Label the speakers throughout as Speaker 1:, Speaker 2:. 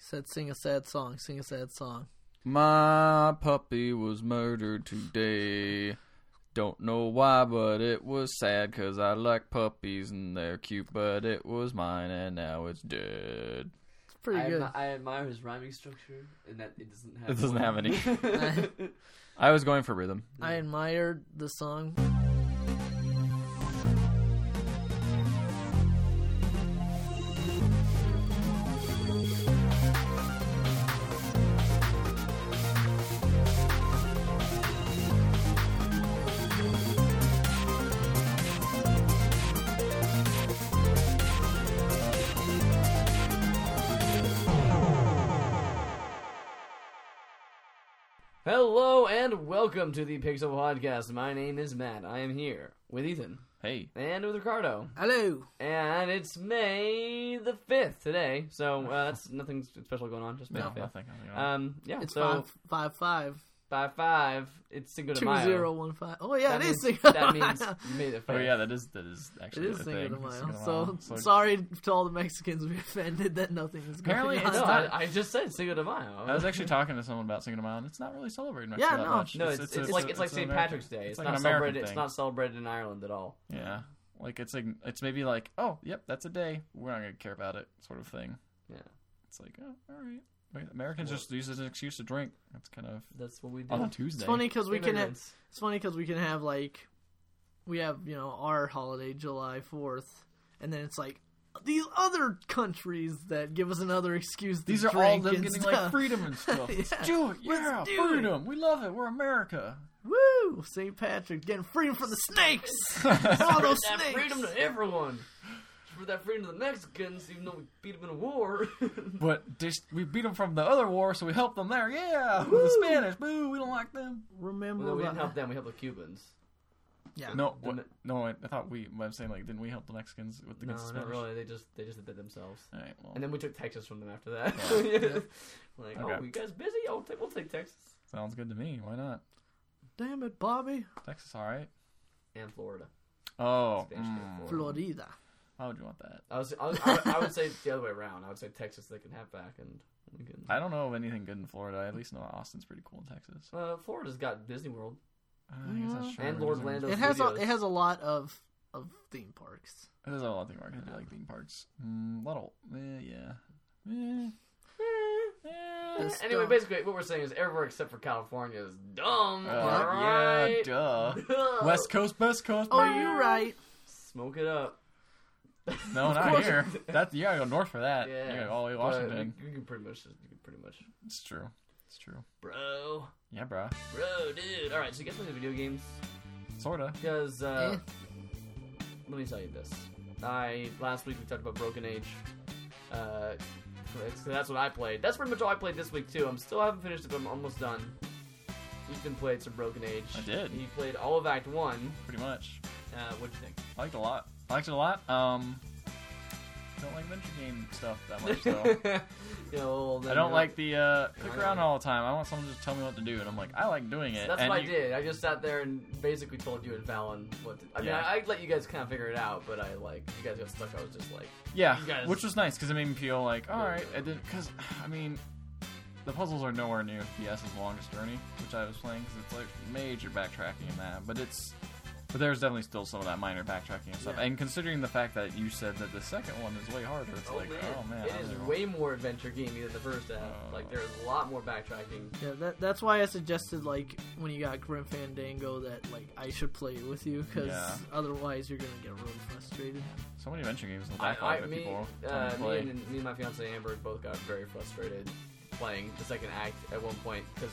Speaker 1: Said, sing a sad song, sing a sad song.
Speaker 2: My puppy was murdered today. Don't know why, but it was sad because I like puppies and they're cute, but it was mine and now it's dead.
Speaker 1: It's pretty
Speaker 3: I,
Speaker 1: good.
Speaker 3: admi- I admire his rhyming structure, and that it doesn't have.
Speaker 2: It doesn't have any.
Speaker 3: any.
Speaker 2: I was going for rhythm.
Speaker 1: I admired the song.
Speaker 3: Hello and welcome to the Pixel Podcast. My name is Matt. I am here with Ethan
Speaker 2: Hey,
Speaker 3: and with Ricardo,
Speaker 1: Hello.
Speaker 3: and it's May the fifth today. So uh, that's nothing special going on. Just May
Speaker 2: no,
Speaker 3: the fifth.
Speaker 2: nothing.
Speaker 3: Um, yeah.
Speaker 1: It's
Speaker 3: so
Speaker 1: five five five
Speaker 3: by five, it's Cinco de
Speaker 1: two
Speaker 3: Mayo.
Speaker 1: zero one five. Oh yeah,
Speaker 3: That
Speaker 1: it is.
Speaker 3: means,
Speaker 1: Cinco de
Speaker 3: that means
Speaker 1: Mayo.
Speaker 3: May the fifth.
Speaker 2: Oh yeah, that is that is
Speaker 1: it
Speaker 2: actually
Speaker 1: is
Speaker 2: the
Speaker 1: Cinco
Speaker 2: thing.
Speaker 1: de Mayo.
Speaker 2: Cinco de
Speaker 1: So,
Speaker 2: Mayo. So-
Speaker 1: sorry to all the Mexicans we offended that nothing is going
Speaker 2: Apparently
Speaker 1: on.
Speaker 2: it's
Speaker 3: No,
Speaker 2: not-
Speaker 3: I, I just said Cinco de Mayo.
Speaker 2: I was actually talking to someone about Cinco de Mayo, and it's not really celebrated much.
Speaker 1: Yeah,
Speaker 2: that
Speaker 1: no.
Speaker 2: much.
Speaker 3: No, it's, it's,
Speaker 2: a-
Speaker 3: like it's, like
Speaker 2: an
Speaker 3: St.
Speaker 2: American-
Speaker 3: Patrick's Day. It's,
Speaker 2: like
Speaker 3: not
Speaker 2: an American
Speaker 3: celebrated. It's
Speaker 2: thing.
Speaker 3: not celebrated in Ireland at all.
Speaker 2: Yeah, like it's like it's maybe like oh yep that's a day we're not gonna care about it sort of thing.
Speaker 3: Yeah.
Speaker 2: It's like oh, all right. Wait, Americans just use it as an excuse to drink. That's kind of
Speaker 3: That's what we do.
Speaker 2: on a Tuesday.
Speaker 1: It's funny because we can have,
Speaker 3: Immigrants.
Speaker 1: it's funny 'cause we can have like we have you know our holiday July Fourth, and then it's like these other countries that give us another excuse. To
Speaker 2: These are all
Speaker 1: drink
Speaker 2: them
Speaker 1: and
Speaker 2: getting like
Speaker 1: stuff.
Speaker 2: freedom and stuff. Let's
Speaker 1: Yeah.
Speaker 2: do it. Yeah,
Speaker 1: Let's do it.
Speaker 2: freedom. We love it. We're America.
Speaker 1: Woo! St. Patrick getting freedom from the snakes. all those
Speaker 3: that
Speaker 1: snakes.
Speaker 3: freedom to everyone. For that freedom to the Mexicans, even though we beat them in a war.
Speaker 2: But just, we beat them from the other war, so we helped them there. Yeah, with the Spanish. Boo, we don't like them.
Speaker 1: Remember
Speaker 3: well, no, we
Speaker 1: about
Speaker 3: didn't help them. We helped the Cubans.
Speaker 1: Yeah.
Speaker 2: No,
Speaker 3: The
Speaker 2: what-
Speaker 3: Me-
Speaker 2: no. I, I thought we. I'm saying like, didn't we help the Mexicans with the
Speaker 3: no,
Speaker 2: good Spanish?
Speaker 3: not really. They just they just did it themselves.
Speaker 2: All right. Well,
Speaker 3: And then we took Texas from them after that.
Speaker 1: Yeah.
Speaker 3: Like,
Speaker 2: Okay.
Speaker 3: oh, you guys busy? Oh, take, we'll take Texas
Speaker 2: sounds good to me. Why not?
Speaker 1: Damn it, Bobby.
Speaker 2: Texas, all right.
Speaker 3: and Florida.
Speaker 2: Oh,
Speaker 3: Spanish
Speaker 2: mm,
Speaker 3: for Florida.
Speaker 1: Florida.
Speaker 2: why would you want that?
Speaker 3: I was, I, was, I, would, I would say the other way around. I would say Texas they can have back and we can.
Speaker 2: I don't know of anything good in Florida. I at least know Austin's pretty cool in Texas.
Speaker 3: Uh, Florida's got Disney World.
Speaker 2: Uh, I guess that's
Speaker 1: Yeah.
Speaker 2: true.
Speaker 3: And
Speaker 2: It
Speaker 3: Lord
Speaker 2: is-
Speaker 3: Lando. Those
Speaker 1: It has a,
Speaker 3: videos.
Speaker 1: it has a lot of of theme parks.
Speaker 2: There's a lot of things where I could do, like theme parks. Mm, little, eh, yeah. Eh, eh.
Speaker 1: That's
Speaker 3: anyway,
Speaker 1: dumb.
Speaker 3: basically what we're saying is everywhere except for California is dumb.
Speaker 2: Uh,
Speaker 3: all right.
Speaker 2: Yeah, duh.
Speaker 3: Duh.
Speaker 2: West Coast, West Coast.
Speaker 1: Oh,
Speaker 2: baby.
Speaker 1: you're right.
Speaker 3: Smoke it up.
Speaker 2: No, not
Speaker 3: course.
Speaker 2: here. That's you gotta go north for that.
Speaker 3: Yeah.
Speaker 2: You gotta go all the way to
Speaker 3: but
Speaker 2: Washington.
Speaker 3: You, you can pretty much. You can pretty much.
Speaker 2: It's true. It's true.
Speaker 3: Bro,
Speaker 2: Yeah, bruh.
Speaker 3: bro, dude. All right, so you guys play the video games
Speaker 2: Sorta.
Speaker 3: because uh,
Speaker 1: Eh.
Speaker 3: let me tell you this. I last week we talked about Broken Age. Uh, that's, that's what I played. That's pretty much all I played this week too. I'm still haven't finished it, but I'm almost done. Ethan played some Broken Age.
Speaker 2: I did.
Speaker 3: He played all of Act One.
Speaker 2: Pretty much.
Speaker 3: Uh, what'd you think?
Speaker 2: I liked it a lot. I liked it a lot. Um, don't like adventure game stuff that much though.
Speaker 3: You know,
Speaker 2: I
Speaker 3: then, you
Speaker 2: don't
Speaker 3: know,
Speaker 2: like the uh, click
Speaker 3: I
Speaker 2: around
Speaker 3: know.
Speaker 2: all the time. I want someone to just tell me what to do, and I'm like, I like doing it.
Speaker 3: So that's
Speaker 2: and
Speaker 3: what
Speaker 2: you-
Speaker 3: I did. I just sat there and basically told you and Fallon what to. I mean,
Speaker 2: Yeah.
Speaker 3: I, I let you guys kind of figure it out, but I like you guys got stuck. I was just like,
Speaker 2: Yeah,
Speaker 3: You guys-
Speaker 2: which was nice because it made me feel like, all right, I did because I mean, the puzzles are nowhere near PS's longest journey, which I was playing because it's like major backtracking in that, but it's. But there's definitely still some of that minor backtracking and stuff.
Speaker 3: Yeah.
Speaker 2: And considering the fact that you said that the second one is way harder, it's
Speaker 3: oh
Speaker 2: like,
Speaker 3: man,
Speaker 2: oh man,
Speaker 3: it
Speaker 2: I
Speaker 3: is
Speaker 2: don't know.
Speaker 3: way more adventure gamey than the first half.
Speaker 2: Oh.
Speaker 3: like there's a lot more backtracking.
Speaker 1: Yeah, that, that's why I suggested like when you got Grim Fandango that like I should play it with you because
Speaker 2: Yeah.
Speaker 1: otherwise you're gonna get really frustrated.
Speaker 2: so many adventure games in the
Speaker 3: I,
Speaker 2: backlog
Speaker 3: I
Speaker 2: that
Speaker 3: me,
Speaker 2: people
Speaker 3: uh,
Speaker 2: don't
Speaker 3: me
Speaker 2: play.
Speaker 3: and me and my fiance Amber both got very frustrated playing the second act at one point because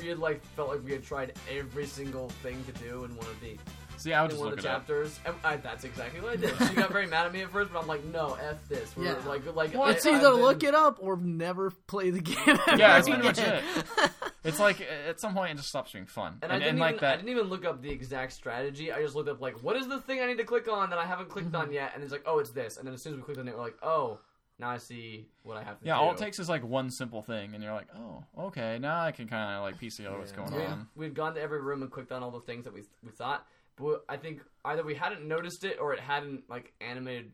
Speaker 3: we had like felt like we had tried every single thing to do in one of the
Speaker 2: See, I would
Speaker 3: in
Speaker 2: just
Speaker 3: one
Speaker 2: look
Speaker 3: of the
Speaker 2: it up.
Speaker 3: chapters. And I, that's exactly what I did. She got very mad at me at first, but I'm like, no, f this. We're
Speaker 1: Yeah.
Speaker 3: like, like
Speaker 2: Well,
Speaker 3: I-
Speaker 1: It's
Speaker 3: I've
Speaker 1: either
Speaker 3: been-
Speaker 1: look it up or never play the game.
Speaker 2: Yeah,
Speaker 1: ever
Speaker 2: that's pretty much
Speaker 1: again.
Speaker 2: It's like at some point it just stops being fun,
Speaker 3: And, I didn't
Speaker 2: like
Speaker 3: even, I
Speaker 2: that.
Speaker 3: didn't even look up the exact strategy. I just looked up like, what is the thing I need to click on that I haven't clicked
Speaker 1: Mm-hmm.
Speaker 3: on yet? And it's like, oh, it's this. And then as soon as we clicked on it, we're like, oh, now I see what I have to
Speaker 2: Yeah,
Speaker 3: do.
Speaker 2: all it takes is like one simple thing, and you're like, oh, okay, now I can kind of like piece together what's going
Speaker 3: We had,
Speaker 2: on.
Speaker 3: we had gone to every room and clicked on all the things that we we thought, but we- I think either we hadn't noticed it or it hadn't like animated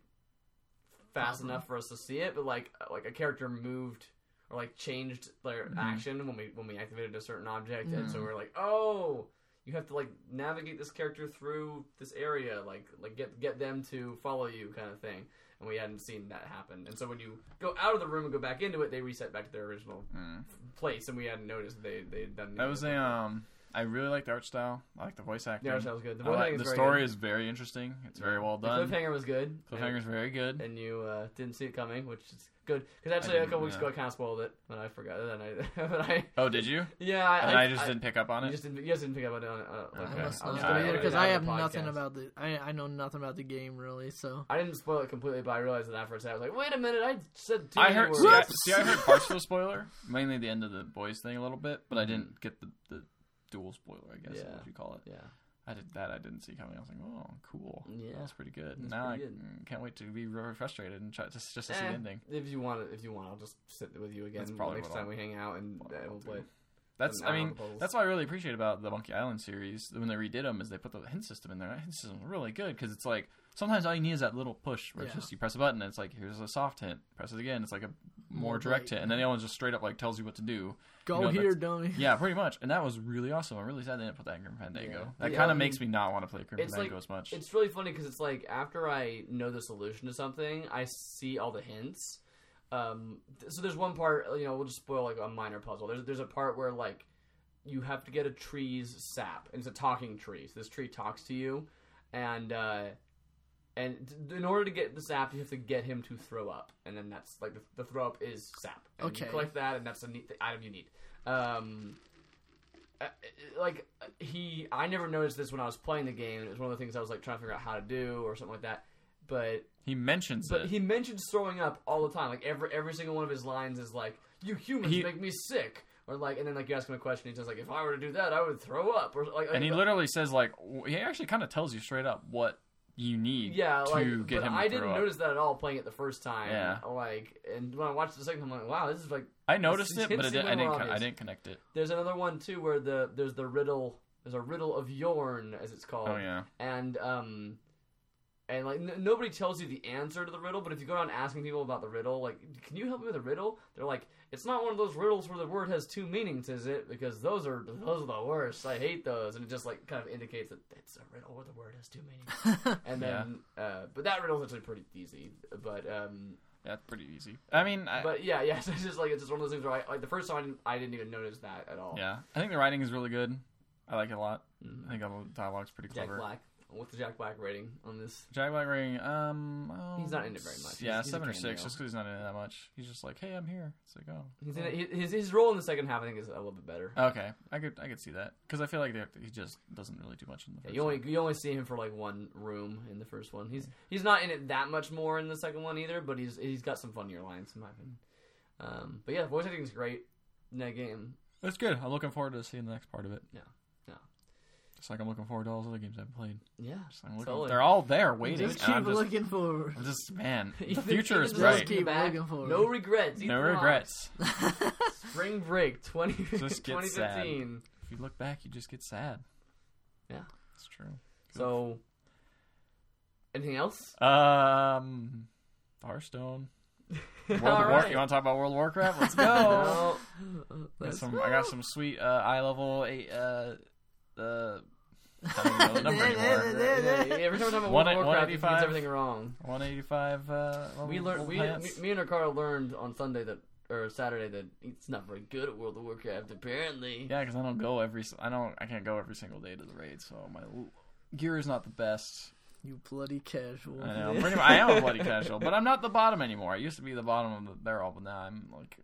Speaker 3: fast enough for us to see it. But like like a uh, character moved or like changed their
Speaker 2: Mm-hmm.
Speaker 3: action when we when we activated a certain object, and so we're like, oh, you have to like navigate this character through this area, like like get get them to follow you, kind of thing. And we hadn't seen that happen, and so when you go out of the room and go back into it, they reset back to their original
Speaker 2: Mm.
Speaker 3: place, and we hadn't noticed they they had done.
Speaker 2: That was a um. I really like the art style. I like the voice acting.
Speaker 3: Yeah, that was good. The,
Speaker 2: I
Speaker 3: one
Speaker 2: like-
Speaker 3: thing is
Speaker 2: the
Speaker 3: very
Speaker 2: story
Speaker 3: good.
Speaker 2: is very interesting. It's very well
Speaker 3: The
Speaker 2: done.
Speaker 3: cliffhanger was good.
Speaker 2: Cliffhanger's very good.
Speaker 3: and you uh, didn't see it coming, which is good. Because actually, a
Speaker 2: didn't,
Speaker 3: couple weeks
Speaker 2: yeah.
Speaker 3: ago, I kind of spoiled it, but I forgot. And I, but I,
Speaker 2: Oh, did you?
Speaker 3: yeah, I,
Speaker 2: And I, just didn't pick up on
Speaker 3: You
Speaker 2: it.
Speaker 3: just didn't. You guys didn't pick up on it. On, uh, like,
Speaker 2: Okay.
Speaker 1: I must
Speaker 3: I
Speaker 1: not
Speaker 3: was
Speaker 2: Yeah,
Speaker 1: do
Speaker 2: I-
Speaker 1: either
Speaker 2: I-
Speaker 1: because
Speaker 3: on
Speaker 1: I
Speaker 3: the
Speaker 1: have nothing
Speaker 3: podcast.
Speaker 1: about the. I I know nothing about the game really. So
Speaker 3: I didn't spoil it completely, but I realized it after a second. I was like, wait a minute, I said two
Speaker 2: I heard.
Speaker 3: words.
Speaker 2: See I,
Speaker 1: Whoops.
Speaker 2: see, I heard parts of the spoiler, mainly the end of the boys thing a little bit, but I didn't get the, the dual spoiler. I guess is
Speaker 3: Mm-hmm. Yeah.
Speaker 2: what you call it.
Speaker 3: Yeah,
Speaker 2: I did that. I didn't see coming. I was like, oh, cool.
Speaker 3: Mm, Yeah.
Speaker 2: that's pretty good.
Speaker 3: That's
Speaker 2: now
Speaker 3: pretty
Speaker 2: I mm, can't wait to be really frustrated and try just just to see
Speaker 3: Eh,
Speaker 2: the ending.
Speaker 3: If you want, it- if you want, I'll just sit with you again
Speaker 2: That's probably
Speaker 3: next
Speaker 2: what
Speaker 3: time
Speaker 2: I'll-
Speaker 3: we hang out and uh,
Speaker 2: what I'll
Speaker 3: we'll
Speaker 2: do.
Speaker 3: play.
Speaker 2: That's
Speaker 3: an
Speaker 2: I
Speaker 3: hour on
Speaker 2: mean
Speaker 3: the puzzles.
Speaker 2: that's what I really appreciate about the Monkey Island series when they redid them is they put the hint system in there. That hint system is really good because it's like sometimes all you need is that little push where it's
Speaker 1: Yeah.
Speaker 2: just you press a button and it's like here's a soft hint. Press it again. It's like a more
Speaker 1: More
Speaker 2: direct
Speaker 1: bite.
Speaker 2: hint, and then the other one just straight up like tells you what to do.
Speaker 1: go
Speaker 2: know,
Speaker 1: here, dummy.
Speaker 2: Yeah, pretty much. And that was really awesome. I'm really sad they didn't put that in Grim Fandango.
Speaker 3: Yeah.
Speaker 2: That
Speaker 3: Yeah,
Speaker 2: kind
Speaker 3: I
Speaker 2: of
Speaker 3: mean,
Speaker 2: makes me not want to play Grim
Speaker 3: it's
Speaker 2: Fandango
Speaker 3: like-
Speaker 2: as much.
Speaker 3: It's really funny because it's like after I know the solution to something, I see all the hints. Um, th- so there's one part, you know, we'll just spoil like a minor puzzle. There's there's a part where like you have to get a tree's sap, and it's a talking tree. So this tree talks to you, and uh, and d- in order to get the sap, you have to get him to throw up, and then that's like the, the throw up is sap. And
Speaker 1: Okay.
Speaker 3: You collect that, and that's a neat the item you need. Um, uh, like uh, he, I never noticed this when I was playing the game. and It was one of the things I was like trying to figure out how to do or something like that. But
Speaker 2: he mentions
Speaker 3: but
Speaker 2: it.
Speaker 3: he mentions throwing up all the time. Like every every single one of his lines is like, "You humans
Speaker 2: He-
Speaker 3: make me sick," or like, and then like you ask him a question, he says like, "If I were to do that, I would throw up," or like,
Speaker 2: and he
Speaker 3: like,
Speaker 2: literally says like w- he actually kind of tells you straight up what you need
Speaker 3: yeah,
Speaker 2: to
Speaker 3: like,
Speaker 2: get
Speaker 3: but
Speaker 2: him. To
Speaker 3: I
Speaker 2: throw
Speaker 3: didn't
Speaker 2: up.
Speaker 3: notice that at all playing it the first time.
Speaker 2: Yeah.
Speaker 3: like, and when I watched the second time, I'm like, "Wow, this is like."
Speaker 2: I noticed
Speaker 3: It's-
Speaker 2: it, but I
Speaker 3: it's
Speaker 2: didn't. I didn't,
Speaker 3: obvious.
Speaker 2: con- I didn't connect it.
Speaker 3: There's another one too where the there's the riddle. There's a riddle of Yorn, as it's called.
Speaker 2: Oh yeah.
Speaker 3: and um and like n- nobody tells you the answer to the riddle but if you go around asking people about the riddle like can you help me with a riddle they're like it's not one of those riddles where the word has two meanings is it because those are those are the worst i hate those and it just like kind of indicates that it's a riddle where the word has two meanings and then uh but that riddle's actually pretty easy but um
Speaker 2: Yeah, it's pretty easy. I mean, I,
Speaker 3: but yeah yeah so it's just like it's just one of those things where i like the first time i didn't, I didn't even notice that at all
Speaker 2: yeah, I think the writing is really good. I like it a lot.
Speaker 3: Mhm.
Speaker 2: I think all the dialogue's pretty
Speaker 3: jack
Speaker 2: clever.
Speaker 3: black what's the jack black rating on this
Speaker 2: Jack Black ring. Um, oh,
Speaker 3: He's not in it very much.
Speaker 2: Yeah,
Speaker 3: He's- he's a
Speaker 2: seven or
Speaker 3: cameo.
Speaker 2: six, just because he's not in it that much. He's just like, hey, I'm here. It's like, oh,
Speaker 3: He's in, it- his his role in the second half, I think, is a little bit better.
Speaker 2: okay. I could I could see that because I feel like they're- he just doesn't really do much in the.
Speaker 3: Yeah,
Speaker 2: First
Speaker 3: you only you only see him for like one room in the first one. He's he's not in it that much more in the second one either, but he's he's got some funnier lines in my opinion. Um, but yeah, voice acting is great in that game.
Speaker 2: one. It's good. I'm looking forward to seeing the next part of it.
Speaker 3: Yeah, yeah.
Speaker 2: Just like I'm looking forward to all those other games I've played.
Speaker 3: Yeah,
Speaker 2: Just, I'm looking,
Speaker 3: Totally.
Speaker 2: They're all there waiting.
Speaker 1: Just
Speaker 2: and
Speaker 1: keep
Speaker 2: I'm just,
Speaker 1: looking forward.
Speaker 2: I'm just man, the
Speaker 3: Ethan-
Speaker 2: future is
Speaker 1: Just
Speaker 3: Ethan Hawke
Speaker 2: bright.
Speaker 3: in
Speaker 1: keep
Speaker 3: the back.
Speaker 1: looking forward.
Speaker 3: No regrets.
Speaker 2: No
Speaker 3: Ethan Hawke.
Speaker 2: regrets.
Speaker 3: Spring break 20,
Speaker 2: Just get sad.
Speaker 3: 2015.
Speaker 2: If you look back, you just get sad.
Speaker 3: Yeah.
Speaker 2: it's true.
Speaker 3: So, anything else?
Speaker 2: Um, Hearthstone. World
Speaker 3: All
Speaker 2: of War-
Speaker 3: right.
Speaker 2: You want to talk about World of Warcraft? Let's go.
Speaker 3: No.
Speaker 2: I, got
Speaker 1: That's-
Speaker 2: some, I got some sweet uh, eye level eight. Uh, uh, I don't know the number anymore.
Speaker 3: Yeah, yeah, every time we talk about
Speaker 2: One-
Speaker 3: World of Warcraft, he gets
Speaker 2: 185.
Speaker 3: everything wrong.
Speaker 2: One eighty-five. Uh, level-
Speaker 3: We learned.
Speaker 2: level
Speaker 3: We, me,
Speaker 2: plants.
Speaker 3: me and Ricardo learned on Sunday that, or Saturday that it's not very good at World of Warcraft. Apparently,
Speaker 2: Yeah, because I don't go every. s- I don't. I can't go every single day to the raid, so my l- gear is not the best.
Speaker 1: You bloody casual.
Speaker 2: I know. I'm Pretty much, I am a bloody casual, but I'm not the bottom anymore. I used to be the bottom of the barrel, but now I'm like.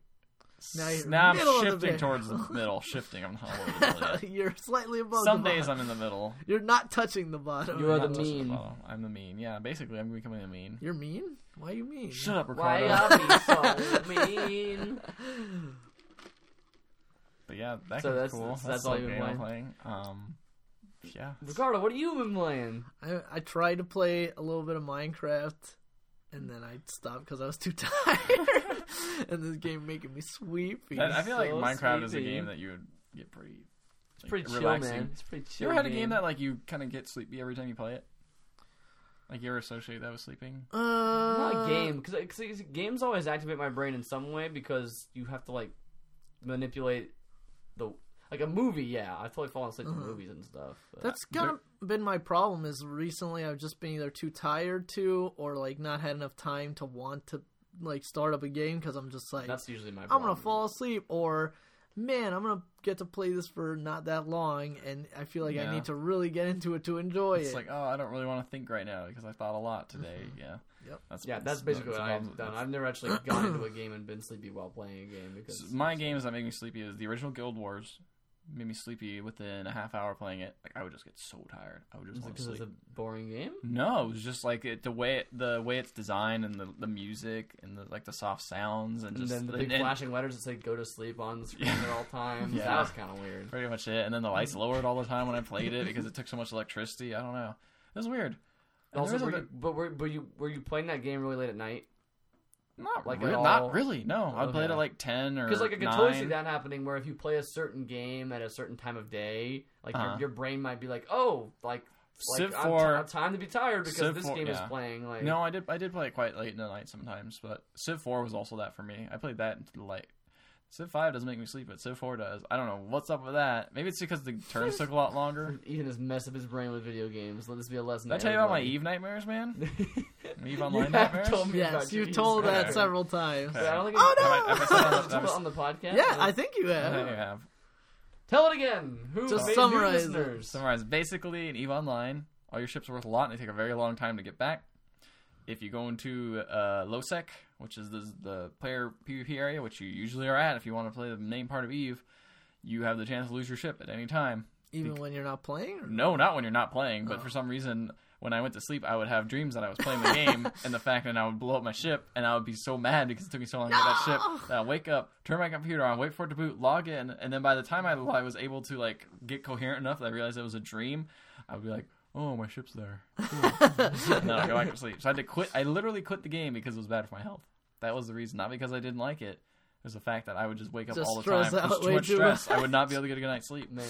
Speaker 2: s-
Speaker 1: Now you're
Speaker 2: now
Speaker 1: middle
Speaker 2: I'm
Speaker 1: of the
Speaker 2: shifting
Speaker 1: barrel.
Speaker 2: towards the middle. Shifting. I'm not. over the middle yet.
Speaker 1: You're slightly above.
Speaker 2: Some
Speaker 1: the
Speaker 2: days
Speaker 1: bottom.
Speaker 2: I'm in the middle.
Speaker 1: You're not touching the bottom.
Speaker 3: You are the
Speaker 2: Not touching
Speaker 3: mean.
Speaker 2: bottom. I'm the mean. Yeah, basically, I'm becoming the mean.
Speaker 1: You're mean. Why you mean?
Speaker 2: Shut up,
Speaker 3: Why
Speaker 2: Ricardo.
Speaker 3: are we so mean?
Speaker 2: But yeah, that
Speaker 3: So
Speaker 2: game's
Speaker 3: that's-
Speaker 2: cool.
Speaker 3: so that's all
Speaker 2: the
Speaker 3: you've been
Speaker 2: game I'm playing. Um, yeah.
Speaker 3: Ricardo, what have you been playing?
Speaker 1: I, I tried to play a little bit of Minecraft, and then I stopped because I was too tired. and this game making me sleepy.
Speaker 2: I, I feel like
Speaker 3: so
Speaker 2: Minecraft is a
Speaker 3: sleepy.
Speaker 2: game that you would get pretty. It's
Speaker 3: Pretty chill, man. It's pretty chill.
Speaker 2: You ever had a game that like you kind of get sleepy every time you play it? Like you ever associate that with sleeping?
Speaker 1: Uh,
Speaker 3: Not a game, because games always activate my brain in some way because you have to like manipulate the like a movie. Yeah, I've totally fallen asleep to
Speaker 1: Mhm.
Speaker 3: movies and stuff. but-
Speaker 1: That's kind of been my problem. Is recently I've just been either too tired to, or like not had enough time to want to like start up a game because I'm just like
Speaker 3: that's usually my.
Speaker 1: I'm
Speaker 3: Problem.
Speaker 1: gonna fall asleep, or man, I'm gonna get to play this for not that long, and I feel like
Speaker 2: Yeah.
Speaker 1: I need to really get into it to enjoy
Speaker 2: It's
Speaker 1: it.
Speaker 2: like, oh, I don't really want to think right now because I thought a lot today. Yeah.
Speaker 1: Yep.
Speaker 2: That's
Speaker 3: Yeah, that's basically what I've done. I've never actually gone into a game and been sleepy while playing a game because
Speaker 2: So my games that make me sleepy is the original Guild Wars. Made me sleepy within a half hour playing it. Like I would just get so tired. I would just
Speaker 3: Is it
Speaker 2: want to
Speaker 3: 'cause
Speaker 2: sleep.
Speaker 3: it's a boring game.
Speaker 2: No, it was just like it, the way it, the way it's designed and the, the music and the like the soft sounds and
Speaker 3: And
Speaker 2: just
Speaker 3: then the big
Speaker 2: and-
Speaker 3: flashing letters that say "Go to sleep" on the screen
Speaker 2: Yeah.
Speaker 3: at all times.
Speaker 2: Yeah.
Speaker 3: That was kind of weird.
Speaker 2: pretty much it. And then the lights
Speaker 3: Mm-hmm.
Speaker 2: lowered all the time when I played it because it took so much electricity. I don't know. It was weird. And
Speaker 3: Also,
Speaker 2: there
Speaker 3: were
Speaker 2: was a
Speaker 3: you, but were, were you were you playing that game really late at night?
Speaker 2: bit- not
Speaker 3: like,
Speaker 2: like
Speaker 3: at all?
Speaker 2: not really. No, I
Speaker 3: Okay.
Speaker 2: played at like ten or
Speaker 3: Because like I could
Speaker 2: nine.
Speaker 3: totally see that happening, where if you play a certain game at a certain time of day, like
Speaker 2: Uh-huh.
Speaker 3: your, your brain might be like, "Oh, like, like
Speaker 2: Civ
Speaker 3: I'm,
Speaker 2: four-
Speaker 3: ti- time to be tired because
Speaker 2: Civ
Speaker 3: this
Speaker 2: four-
Speaker 3: game is
Speaker 2: yeah.
Speaker 3: playing." Like,
Speaker 2: No, I did. I did play it quite late in the night sometimes, but Civ Four was also that for me. I played that into the light. Civ Five doesn't make me sleep, but Civ Four does. I don't know what's up with that. Maybe it's because the turns took a lot longer.
Speaker 3: Ethan has messed up his brain with video games. Let this be a lesson.
Speaker 2: Did I
Speaker 3: to
Speaker 2: tell you about my
Speaker 3: everybody.
Speaker 2: Eve nightmares, man? Eve
Speaker 3: you
Speaker 2: Online
Speaker 3: have
Speaker 2: nightmares.
Speaker 3: told me about
Speaker 1: yes,
Speaker 3: your
Speaker 1: you've
Speaker 3: Eve
Speaker 1: told that
Speaker 2: Sorry.
Speaker 3: nightmares.
Speaker 1: several times.
Speaker 3: But I don't think
Speaker 1: Oh,
Speaker 3: I-
Speaker 1: no!
Speaker 2: Have I- have I said that-
Speaker 3: Told
Speaker 2: have
Speaker 3: it
Speaker 2: I-
Speaker 3: on the podcast.
Speaker 1: Yeah, I think you
Speaker 2: I think I
Speaker 1: have.
Speaker 2: have.
Speaker 3: Tell it again. Who
Speaker 1: Just
Speaker 3: made new
Speaker 1: summarize it.
Speaker 3: listeners?
Speaker 2: Summarize. Basically, in EVE Online, all your ships are worth a lot, and they take a very long time to get back. If you go into uh, LOSEC, which is the, the player PvP area, which you usually are at if you want to play the main part of EVE, you have the chance to lose your ship at any time.
Speaker 1: Even when you're not playing. Or...
Speaker 2: No, not when you're not playing,
Speaker 1: Oh.
Speaker 2: but for some reason, when I went to sleep, I would have dreams that I was playing the game, and the fact that I would blow up my ship, and I would be so mad because it took me so long to get that
Speaker 1: No!
Speaker 2: ship that I wake up, turn my computer on, wait for it to boot, log in, and then by the time I, I was able to like get coherent enough that I realized it was a dream, I would be like, "Oh, my ship's there," and then I go back to sleep. So I had to quit. I literally quit the game because it was bad for my health. That was the reason, not because I didn't like it. It was the fact that I would just wake up
Speaker 1: Just
Speaker 2: all the
Speaker 1: stress
Speaker 2: time. It was
Speaker 1: out
Speaker 2: too
Speaker 1: way
Speaker 2: much
Speaker 1: too
Speaker 2: stress.
Speaker 1: much.
Speaker 2: I would not be able to get a good night's sleep.
Speaker 3: Man,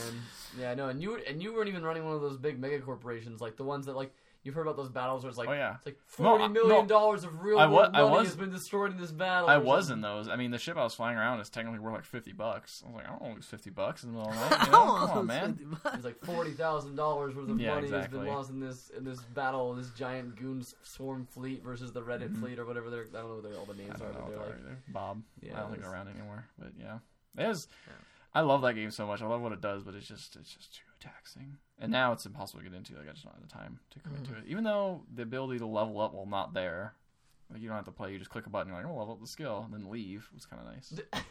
Speaker 3: yeah, no, and you and you weren't even running one of those big mega corporations, like the ones that like you've heard about those battles where it's like,
Speaker 2: Oh, yeah.
Speaker 3: it's like
Speaker 2: No, I-
Speaker 3: forty million
Speaker 2: no.
Speaker 3: dollars of real
Speaker 2: I wa-
Speaker 3: world
Speaker 2: I
Speaker 3: money
Speaker 2: was-
Speaker 3: has been destroyed in this battle.
Speaker 2: I
Speaker 3: or
Speaker 2: was in
Speaker 3: something.
Speaker 2: those. I mean, the ship I was flying around is technically worth like fifty bucks. I was like, I don't want to lose fifty bucks in the middle of the night. You know? Come on, man.
Speaker 3: It's like forty thousand dollars worth of
Speaker 2: Yeah,
Speaker 3: money has
Speaker 2: exactly.
Speaker 3: been lost in this in this battle, this giant goon s- swarm fleet versus the Reddit fleet or whatever. They're, I don't know what they're, all the
Speaker 2: Mm-hmm. I
Speaker 3: names are,
Speaker 2: don't know
Speaker 3: but
Speaker 2: what
Speaker 3: they're
Speaker 2: they're
Speaker 3: like
Speaker 2: either. Bob.
Speaker 3: Yeah,
Speaker 2: I don't think
Speaker 3: it
Speaker 2: they're
Speaker 3: was-
Speaker 2: around anymore. But yeah, it is. I love that game so much. I love what it does, but it's just it's just too taxing. And now it's impossible to get into. Like I just don't have the time to commit
Speaker 3: Mm.
Speaker 2: to it. Even though the ability to level up while not there, like you don't have to play. You just click a button. You're like, I'm gonna level up the skill, and then leave. It's kind of nice.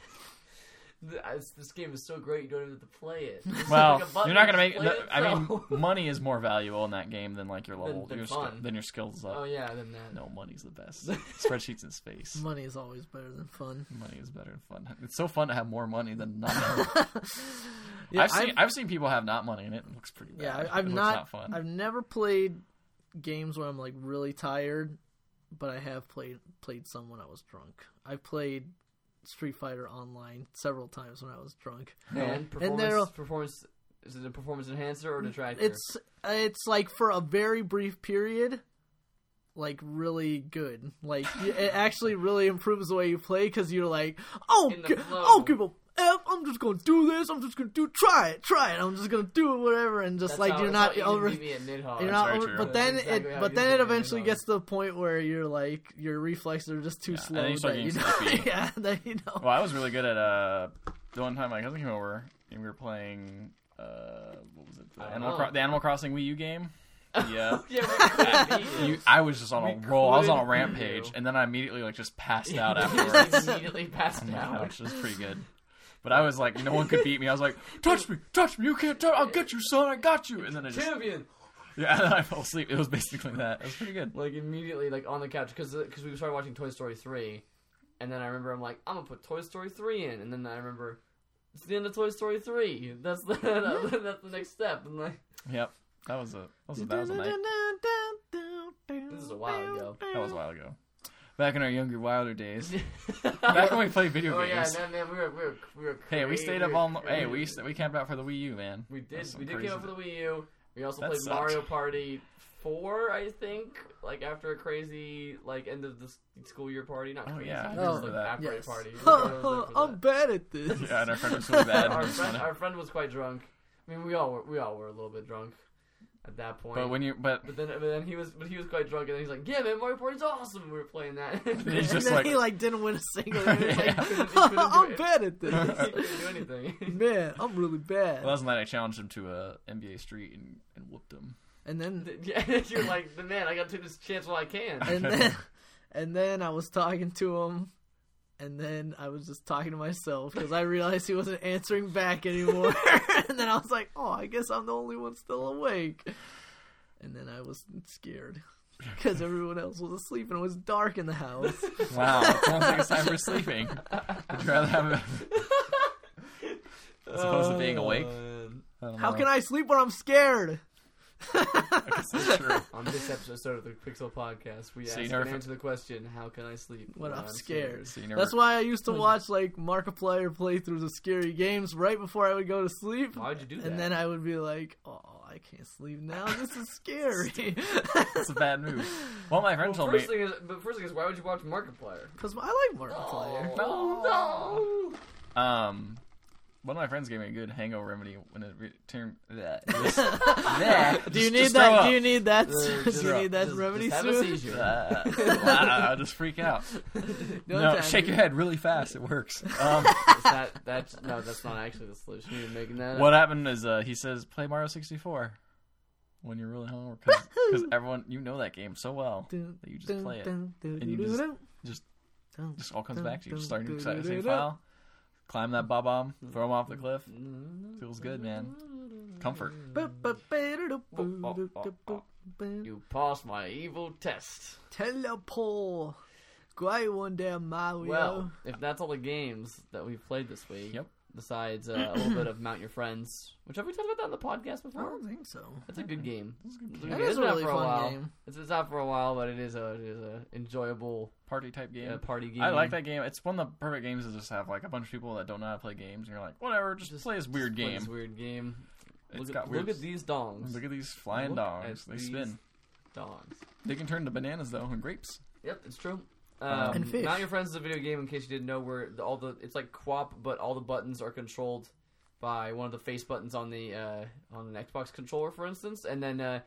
Speaker 3: Th- I- it's- this game is so great you don't even have to play it.
Speaker 2: Well,
Speaker 3: Like a button
Speaker 2: you're not gonna
Speaker 3: to
Speaker 2: make.
Speaker 3: play
Speaker 2: The, I mean,
Speaker 3: itself.
Speaker 2: money is more valuable in that game than like your level,
Speaker 3: than
Speaker 2: your skill,
Speaker 3: fun.
Speaker 2: than your skills up.
Speaker 3: oh yeah, then that.
Speaker 2: No, money's the best. Spreadsheets in space.
Speaker 1: Money is always better than fun.
Speaker 2: Money is better than fun. It's so fun to have more money than not. money. I've seen I've, seen people have not money and it looks pretty bad.
Speaker 1: yeah,
Speaker 2: It
Speaker 1: I, I've
Speaker 2: looks
Speaker 1: not,
Speaker 2: fun.
Speaker 1: I've never played games where I'm like really tired, but I have played played some when I was drunk. I've played Street Fighter Online several times when I was drunk.
Speaker 3: And performance,
Speaker 1: they're-
Speaker 3: performance is it a performance enhancer or detractor?
Speaker 1: It's it's like for a very brief period, like really good. Like y- it actually really improves the way you play because you're like, oh,
Speaker 3: In the
Speaker 1: g-
Speaker 3: flow.
Speaker 1: oh, give a f. I'm just gonna do this. I'm just gonna do try it, try it. I'm just gonna do it, whatever, and just
Speaker 3: That's
Speaker 1: like
Speaker 3: how-
Speaker 1: you're
Speaker 3: that's
Speaker 1: not
Speaker 3: how Ian
Speaker 1: over.
Speaker 3: beat me at Nidhogg.
Speaker 1: You're
Speaker 2: That's
Speaker 1: not
Speaker 2: Oh, very
Speaker 1: over,
Speaker 2: true.
Speaker 1: but then
Speaker 3: That's exactly
Speaker 1: it,
Speaker 3: how
Speaker 1: but
Speaker 3: you
Speaker 1: then
Speaker 3: get
Speaker 1: it
Speaker 3: the
Speaker 1: eventually
Speaker 3: Nidhogg.
Speaker 1: gets to the point where you're like your reflexes are just too
Speaker 2: Yeah, and
Speaker 1: slow
Speaker 2: then you start
Speaker 1: that you know,
Speaker 2: getting sleepy.
Speaker 1: yeah, that you know.
Speaker 2: Well, I was really good at uh the one time my cousin came over and we were playing uh what was it the
Speaker 3: I don't
Speaker 2: Animal
Speaker 3: know.
Speaker 2: Cro- the Animal Crossing Wii U game. Yeah.
Speaker 3: yeah, but
Speaker 2: You, I was just on a
Speaker 3: We
Speaker 2: roll. I was on a
Speaker 3: could
Speaker 2: rampage,
Speaker 3: do.
Speaker 2: and then I immediately like just passed
Speaker 3: Yeah,
Speaker 2: out
Speaker 3: you
Speaker 2: afterwards.
Speaker 3: just immediately passed
Speaker 2: Yeah,
Speaker 3: out.
Speaker 2: which was pretty good. But I was like, no one could beat me. I was like, touch me, touch me, you can't touch. I'll get you, son. I got you. And then I just,
Speaker 3: Champion,
Speaker 2: yeah, and then I fell asleep. It was basically that. It was pretty good.
Speaker 3: like immediately, like on the couch, because because we started watching Toy Story three, and then I remember I'm like, I'm gonna put Toy Story three in, and then I remember it's the end of Toy Story three. That's the that's the next step, and like
Speaker 2: Yep, that was a that was a, that was a night.
Speaker 3: This is a while ago.
Speaker 2: That was a while ago. Back in our younger, wilder days. Back when we played video
Speaker 3: oh yeah,
Speaker 2: games.
Speaker 3: no, man, we were we were we were.
Speaker 2: Hey, we
Speaker 3: crazy.
Speaker 2: stayed up all.
Speaker 3: were
Speaker 2: Hey, we
Speaker 3: crazy.
Speaker 2: st- we camped out for the Wii U, man.
Speaker 3: We did.
Speaker 2: That's some
Speaker 3: We did
Speaker 2: crazy
Speaker 3: get over the Wii U. We also
Speaker 2: That
Speaker 3: played
Speaker 2: sucked.
Speaker 3: Mario Party four, I think. Like after a crazy like end of the s- school year party, not
Speaker 2: Oh,
Speaker 3: crazy,
Speaker 2: yeah, I
Speaker 3: just,
Speaker 1: remember
Speaker 3: like,
Speaker 2: that.
Speaker 3: after
Speaker 1: Yes.
Speaker 3: a party.
Speaker 1: I'm bad at this.
Speaker 2: Yeah, and our friend was so bad.
Speaker 3: our,
Speaker 2: It was
Speaker 3: friend,
Speaker 2: funny.
Speaker 3: our friend was quite drunk. I mean, we all were, we all were a little bit drunk at that point.
Speaker 2: But when you but
Speaker 3: But then, but then he was, but he was quite drunk, and then he's like, "Yeah, man, Mario Party's awesome." We were playing that.
Speaker 2: He's
Speaker 1: and
Speaker 2: just
Speaker 1: then
Speaker 2: like-
Speaker 1: he like didn't win a single. He was
Speaker 2: Yeah.
Speaker 3: He couldn't-
Speaker 1: like,
Speaker 3: he couldn't do
Speaker 1: I'm bad at
Speaker 3: it. he
Speaker 1: this.
Speaker 3: couldn't do anything.
Speaker 1: Man, I'm really bad.
Speaker 2: last night I challenged him to a NBA street and, and whooped him.
Speaker 1: and then
Speaker 3: Yeah, you're like, man, I gotta take this chance while I can.
Speaker 1: and then and then I was talking to him, and then I was just talking to myself because I realized he wasn't answering back anymore. and then I was like, oh, I guess I'm the only one still awake. And then I was scared because everyone else was asleep and it was dark in the house.
Speaker 2: Wow, it sounds like it's time for sleeping. Would you rather have a as opposed to being awake?
Speaker 3: Uh,
Speaker 1: How can I sleep when I'm scared?
Speaker 2: That's true.
Speaker 3: On this episode of the Pixel Podcast, we
Speaker 2: So
Speaker 3: ask
Speaker 2: you
Speaker 3: and
Speaker 2: never-
Speaker 3: answer the question, "How can I sleep
Speaker 1: When I'm scared.
Speaker 2: So you never,
Speaker 1: That's why I used to watch like Markiplier playthroughs of scary games right before I would go to sleep.
Speaker 3: Why'd you do that?
Speaker 1: And then I would be like, "Oh, I can't sleep now. This is scary."
Speaker 2: that's a bad move. Well, my friend
Speaker 3: Well,
Speaker 2: told me.
Speaker 3: first thing is, but first thing is, why would you watch Markiplier?
Speaker 1: Because I like Markiplier.
Speaker 3: Oh, no.
Speaker 2: Um, one of my friends gave me a good hangover remedy when it re- turned that. This, that
Speaker 1: Do you
Speaker 2: just-
Speaker 1: need
Speaker 2: just
Speaker 1: that?
Speaker 2: throw
Speaker 1: Do you
Speaker 2: up.
Speaker 1: need that?
Speaker 3: Uh,
Speaker 1: do
Speaker 3: just-
Speaker 1: you need that
Speaker 3: just-
Speaker 1: remedy
Speaker 3: just have a
Speaker 1: soon?
Speaker 3: seizure.
Speaker 2: Uh, wow, just freak out.
Speaker 1: No,
Speaker 2: no,
Speaker 1: time.
Speaker 2: shake your head really fast. It works. Um,
Speaker 3: Is that, that's no, that's not actually the solution. You're making that.
Speaker 2: what happened is uh, he says play Mario 64 when you're really hungover because everyone you know that game so well
Speaker 1: Dun,
Speaker 2: that you just
Speaker 1: dun,
Speaker 2: play it.
Speaker 1: dun, dun,
Speaker 2: and you
Speaker 1: dun,
Speaker 2: just-
Speaker 1: dun,
Speaker 2: just-
Speaker 1: dun.
Speaker 2: Just all comes back to you. Just
Speaker 1: Dun,
Speaker 2: start a new
Speaker 1: dun,
Speaker 2: sa-
Speaker 1: dun,
Speaker 2: save
Speaker 1: dun.
Speaker 2: file, climb that bob bomb, throw him off the cliff.
Speaker 3: up.
Speaker 2: Feels good, man. Comfort.
Speaker 1: Ba- ba- ba- da- da- boo-
Speaker 3: Oh, oh,
Speaker 1: da- da-
Speaker 3: oh,
Speaker 1: boo- ba-
Speaker 3: You passed my evil test.
Speaker 1: Teleport. Guai one day Mario.
Speaker 3: Well, if that's all the games that we've played this week,
Speaker 2: Yep.
Speaker 3: Besides uh, a little bit of Mount Your Friends, which have we talked about that on the podcast
Speaker 1: I
Speaker 2: Oh,
Speaker 3: before?
Speaker 1: don't think so.
Speaker 3: That's a good game.
Speaker 1: That
Speaker 3: It's
Speaker 1: is a
Speaker 3: been out
Speaker 1: really
Speaker 3: for a while.
Speaker 1: fun game.
Speaker 3: It's, it's out for a while, but it is a it is a enjoyable
Speaker 2: Party type game.
Speaker 3: uh, party game.
Speaker 2: I like that game. It's one of the perfect games to just have like a bunch of people that don't know how to play games, and you're like, whatever, just, play this weird
Speaker 3: Just play
Speaker 2: game.
Speaker 3: This weird game.
Speaker 2: It's
Speaker 3: look,
Speaker 2: got
Speaker 3: at,
Speaker 2: weird.
Speaker 3: look at these dongs.
Speaker 2: Look at these flying
Speaker 3: Look
Speaker 2: dogs.
Speaker 3: at
Speaker 2: They
Speaker 3: these
Speaker 2: spin.
Speaker 3: dongs.
Speaker 2: They can turn to bananas though, and grapes.
Speaker 3: Yep, it's true.
Speaker 2: Um,
Speaker 3: Um,
Speaker 1: And fish.
Speaker 3: Now your friends is a video game. In case you didn't know, where the, all the it's like Quap, but all the buttons are controlled by one of the face buttons on the uh, on an Xbox controller, for instance. And then uh,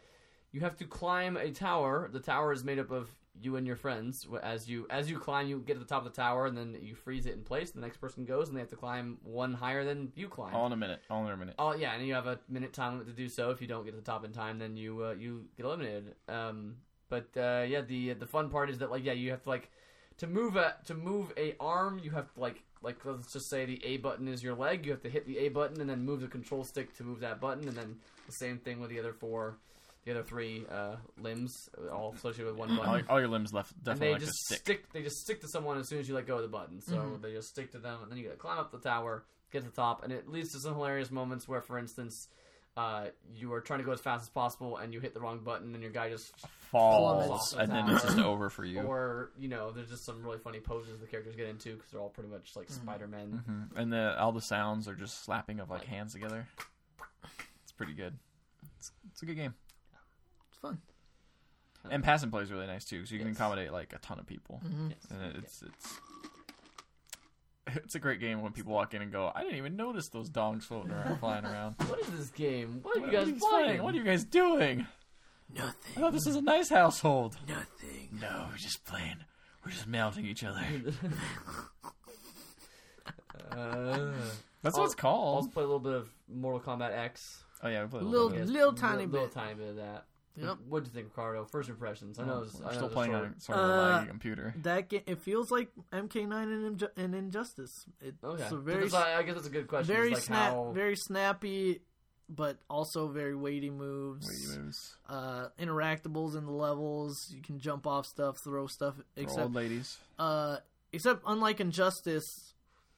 Speaker 3: you have to climb a tower. The tower is made up of you and your friends. Wh- As you as you climb, you get to the top of the tower, and then you freeze it in place. The next person goes, and they have to climb one higher than you climb.
Speaker 2: All in a minute. All in a minute.
Speaker 3: Oh yeah, and you have a minute time limit to do so. If you don't get to the top in time, then you uh, you get eliminated. Um, but uh, yeah, the the fun part is that like yeah, you have to like to move a to move a arm. You have to like like let's just say the A button is your leg. You have to hit the A button and then move the control stick to move that button, and then the same thing with the other four, the other three uh, limbs, all associated with one button.
Speaker 2: All, all your limbs left
Speaker 3: And
Speaker 2: definitely
Speaker 3: they
Speaker 2: like
Speaker 3: just
Speaker 2: to
Speaker 3: stick.
Speaker 2: stick. Mm-hmm.
Speaker 3: They just stick to someone as soon as you let go of the button. So they just stick to them, and then you gotta climb up the tower, get to the top, and it leads to some hilarious moments where, for instance, uh, you are trying to go as fast as possible, and you hit the wrong button, and your guy just,
Speaker 2: Falls,
Speaker 3: Plummets.
Speaker 2: and then it's just over for you.
Speaker 3: or you know, there's just some really funny poses the characters get into because they're all pretty much like
Speaker 1: Mm-hmm.
Speaker 3: Spider Man.
Speaker 2: hmm And the, all the sounds are just slapping of like hands together. It's pretty good. It's, it's a good game.
Speaker 1: It's fun.
Speaker 2: And pass and play is really nice too, so you can
Speaker 3: Yes.
Speaker 2: accommodate like a ton of people.
Speaker 1: Mm-hmm.
Speaker 2: And it- it's it's it's a great game when people walk in and go, I didn't even notice those dogs floating around, flying around.
Speaker 3: What is this game? What are
Speaker 2: What
Speaker 3: you guys playing?
Speaker 2: What are you guys doing? I
Speaker 1: Nothing.
Speaker 2: thought this was a nice household.
Speaker 1: Nothing.
Speaker 2: No, we're just playing. We're just melting each other.
Speaker 3: Uh,
Speaker 2: That's
Speaker 3: All-
Speaker 2: what it's called.
Speaker 3: also play a little bit of Mortal Kombat X.
Speaker 2: oh yeah, we played a
Speaker 1: Little
Speaker 2: little. bit.
Speaker 1: Little tiny
Speaker 3: little
Speaker 1: bit.
Speaker 3: tiny bit of that.
Speaker 1: Yep.
Speaker 3: What do you think, Ricardo? First impressions. I know. it's- I
Speaker 2: we're
Speaker 3: know
Speaker 2: still
Speaker 3: it's
Speaker 2: playing
Speaker 3: short.
Speaker 2: on a sort of a
Speaker 1: Uh,
Speaker 2: laggy computer.
Speaker 1: That game, it feels like MK9 and, Inju- and Injustice. It's
Speaker 3: Okay.
Speaker 1: a very,
Speaker 3: Because I, I guess that's a good question.
Speaker 1: very
Speaker 3: is like
Speaker 1: snap,
Speaker 3: how,
Speaker 1: very snappy, but also very weighty moves.
Speaker 2: Wii moves.
Speaker 1: Uh, interactables in the levels. You can jump off stuff, throw stuff.
Speaker 2: For
Speaker 1: Except,
Speaker 2: old ladies.
Speaker 1: uh, except unlike Injustice,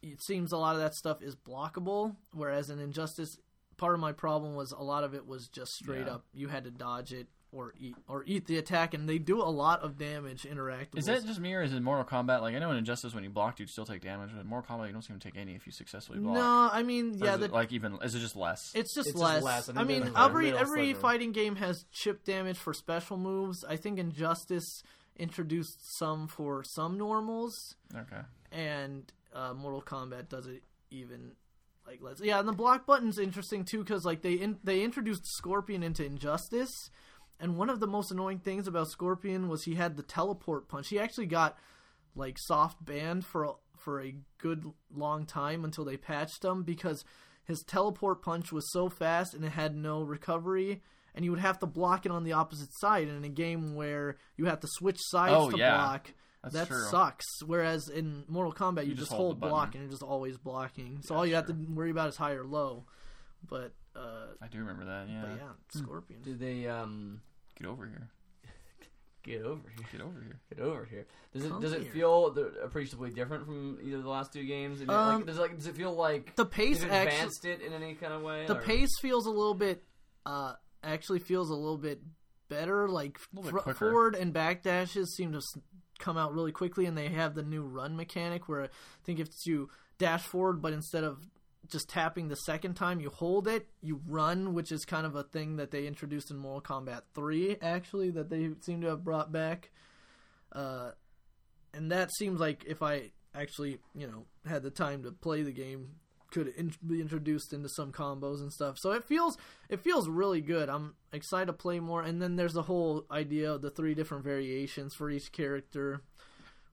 Speaker 1: it seems a lot of that stuff is blockable. Whereas in Injustice, part of my problem was a lot of it was just straight
Speaker 2: Yeah.
Speaker 1: up. You had to dodge it or eat or eat the attack, and they do a lot of damage interactively.
Speaker 2: Is that just me, or is it Mortal Kombat? Like I know in Injustice, when you blocked, you'd still take damage, but in Mortal Kombat, you don't seem to take any if you successfully block.
Speaker 1: no? I mean,
Speaker 2: Or
Speaker 1: yeah,
Speaker 2: is
Speaker 1: the,
Speaker 2: it, like even is it just less?
Speaker 1: it's just
Speaker 3: It's just
Speaker 1: less.
Speaker 3: less, and
Speaker 1: I
Speaker 3: it
Speaker 1: mean,
Speaker 3: doesn't
Speaker 1: every
Speaker 3: really
Speaker 1: every
Speaker 3: sliver.
Speaker 1: fighting game has chip damage for special moves. I think Injustice introduced some for some normals,
Speaker 2: okay,
Speaker 1: and uh, Mortal Kombat does it even like let's yeah, and the block button's interesting too because like they in, they introduced Scorpion into Injustice, and one of the most annoying things about Scorpion was he had the teleport punch. He actually got like soft banned for a, for a good long time until they patched him because his teleport punch was so fast and it had no recovery. And you would have to block it on the opposite side. And in a game where you have to switch sides
Speaker 2: Oh,
Speaker 1: to
Speaker 2: yeah.
Speaker 1: block,
Speaker 2: that's
Speaker 1: that
Speaker 2: true.
Speaker 1: sucks. Whereas in Mortal Kombat, you, just, hold,
Speaker 2: the
Speaker 1: block and
Speaker 2: button.
Speaker 1: you're just always blocking. So
Speaker 2: Yeah,
Speaker 1: all you have to
Speaker 2: sure.
Speaker 1: worry about is high or low. But uh,
Speaker 2: I do remember that. Yeah. Hmm.
Speaker 1: but yeah, Scorpion.
Speaker 3: Do they um
Speaker 2: get over here.
Speaker 3: get over here?
Speaker 2: Get over here.
Speaker 3: Get over here. Does it
Speaker 1: Come
Speaker 3: does it
Speaker 1: here.
Speaker 3: feel th- appreciably different from either of the last two games? And
Speaker 1: Um,
Speaker 3: like, does it, like does it feel like
Speaker 1: The pace
Speaker 3: they've
Speaker 1: actually,
Speaker 3: advanced it in any kind of way?
Speaker 1: the
Speaker 3: or-
Speaker 1: pace feels a little bit, uh, actually feels a little bit better. Like
Speaker 2: little bit
Speaker 1: fro-
Speaker 2: quicker.
Speaker 1: forward and back dashes seem to s- come out really quickly, and they have the new run mechanic where I think if you dash forward, but instead of just tapping the second time, you hold it, you run, which is kind of a thing that they introduced in Mortal Kombat 3, actually, that they seem to have brought back. Uh, and that seems like if I actually, you know, had the time to play the game, could in- be introduced into some combos and stuff. So it feels it feels really good. I'm excited to play more. And then there's the whole idea of the three different variations for each character,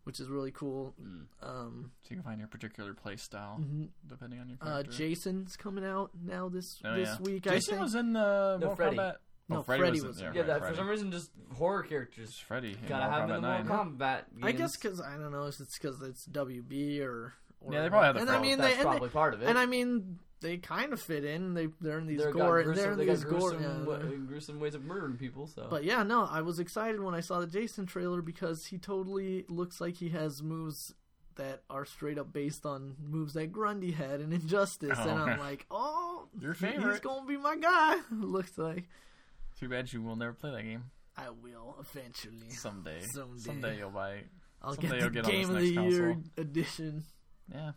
Speaker 1: which is really cool.
Speaker 2: Hmm.
Speaker 3: Mm.
Speaker 1: Um,
Speaker 2: So you can find your particular play style
Speaker 1: Mhm.
Speaker 2: depending on your
Speaker 1: Uh,
Speaker 2: character.
Speaker 1: Jason's coming out now this
Speaker 2: Oh,
Speaker 1: this
Speaker 2: yeah.
Speaker 1: week. I
Speaker 2: Jason
Speaker 1: think.
Speaker 2: was in uh,
Speaker 3: No,
Speaker 2: Mortal
Speaker 3: Freddy.
Speaker 2: Kombat.
Speaker 1: No,
Speaker 2: oh, Freddy,
Speaker 1: Freddy
Speaker 2: was,
Speaker 1: was
Speaker 2: in,
Speaker 1: in
Speaker 2: yeah,
Speaker 3: Yeah,
Speaker 2: right,
Speaker 3: that, for
Speaker 2: Freddy.
Speaker 3: some reason, just horror characters
Speaker 2: It's Freddy. in
Speaker 3: gotta have
Speaker 2: Mortal
Speaker 3: them in
Speaker 2: Kombat
Speaker 3: the
Speaker 2: 9.
Speaker 3: Mortal Kombat.
Speaker 1: I
Speaker 3: games.
Speaker 1: guess because I don't know if it's because it's WB or, or
Speaker 2: Yeah, they probably have the
Speaker 1: and I
Speaker 2: Freddy.
Speaker 1: mean
Speaker 3: that's
Speaker 1: they, and
Speaker 3: probably
Speaker 1: they
Speaker 3: part of it.
Speaker 1: and I mean they kind of fit in. They they're in these
Speaker 3: They're got
Speaker 1: gore
Speaker 3: gruesome,
Speaker 1: they're in
Speaker 3: they
Speaker 1: these
Speaker 3: got
Speaker 1: gore.
Speaker 3: gruesome,
Speaker 1: yeah,
Speaker 3: wa-
Speaker 1: they're-
Speaker 3: gruesome ways of murdering people. So,
Speaker 1: but yeah, no, I was excited when I saw the Jason trailer because he totally looks like he has moves that are straight up based on moves that Grundy had in Injustice,
Speaker 2: Oh.
Speaker 1: and I'm like, oh,
Speaker 2: Your
Speaker 1: he- he's
Speaker 2: favorite.
Speaker 1: gonna be my guy. looks like
Speaker 2: Too bad you will never play that game.
Speaker 1: I will eventually.
Speaker 2: Someday.
Speaker 1: Someday.
Speaker 2: you'll buy it.
Speaker 1: I'll
Speaker 2: Someday
Speaker 1: get
Speaker 2: you'll
Speaker 1: the
Speaker 2: get on
Speaker 1: Game
Speaker 2: this
Speaker 1: of the
Speaker 2: next
Speaker 1: Year
Speaker 2: console.
Speaker 1: edition.
Speaker 2: Yeah.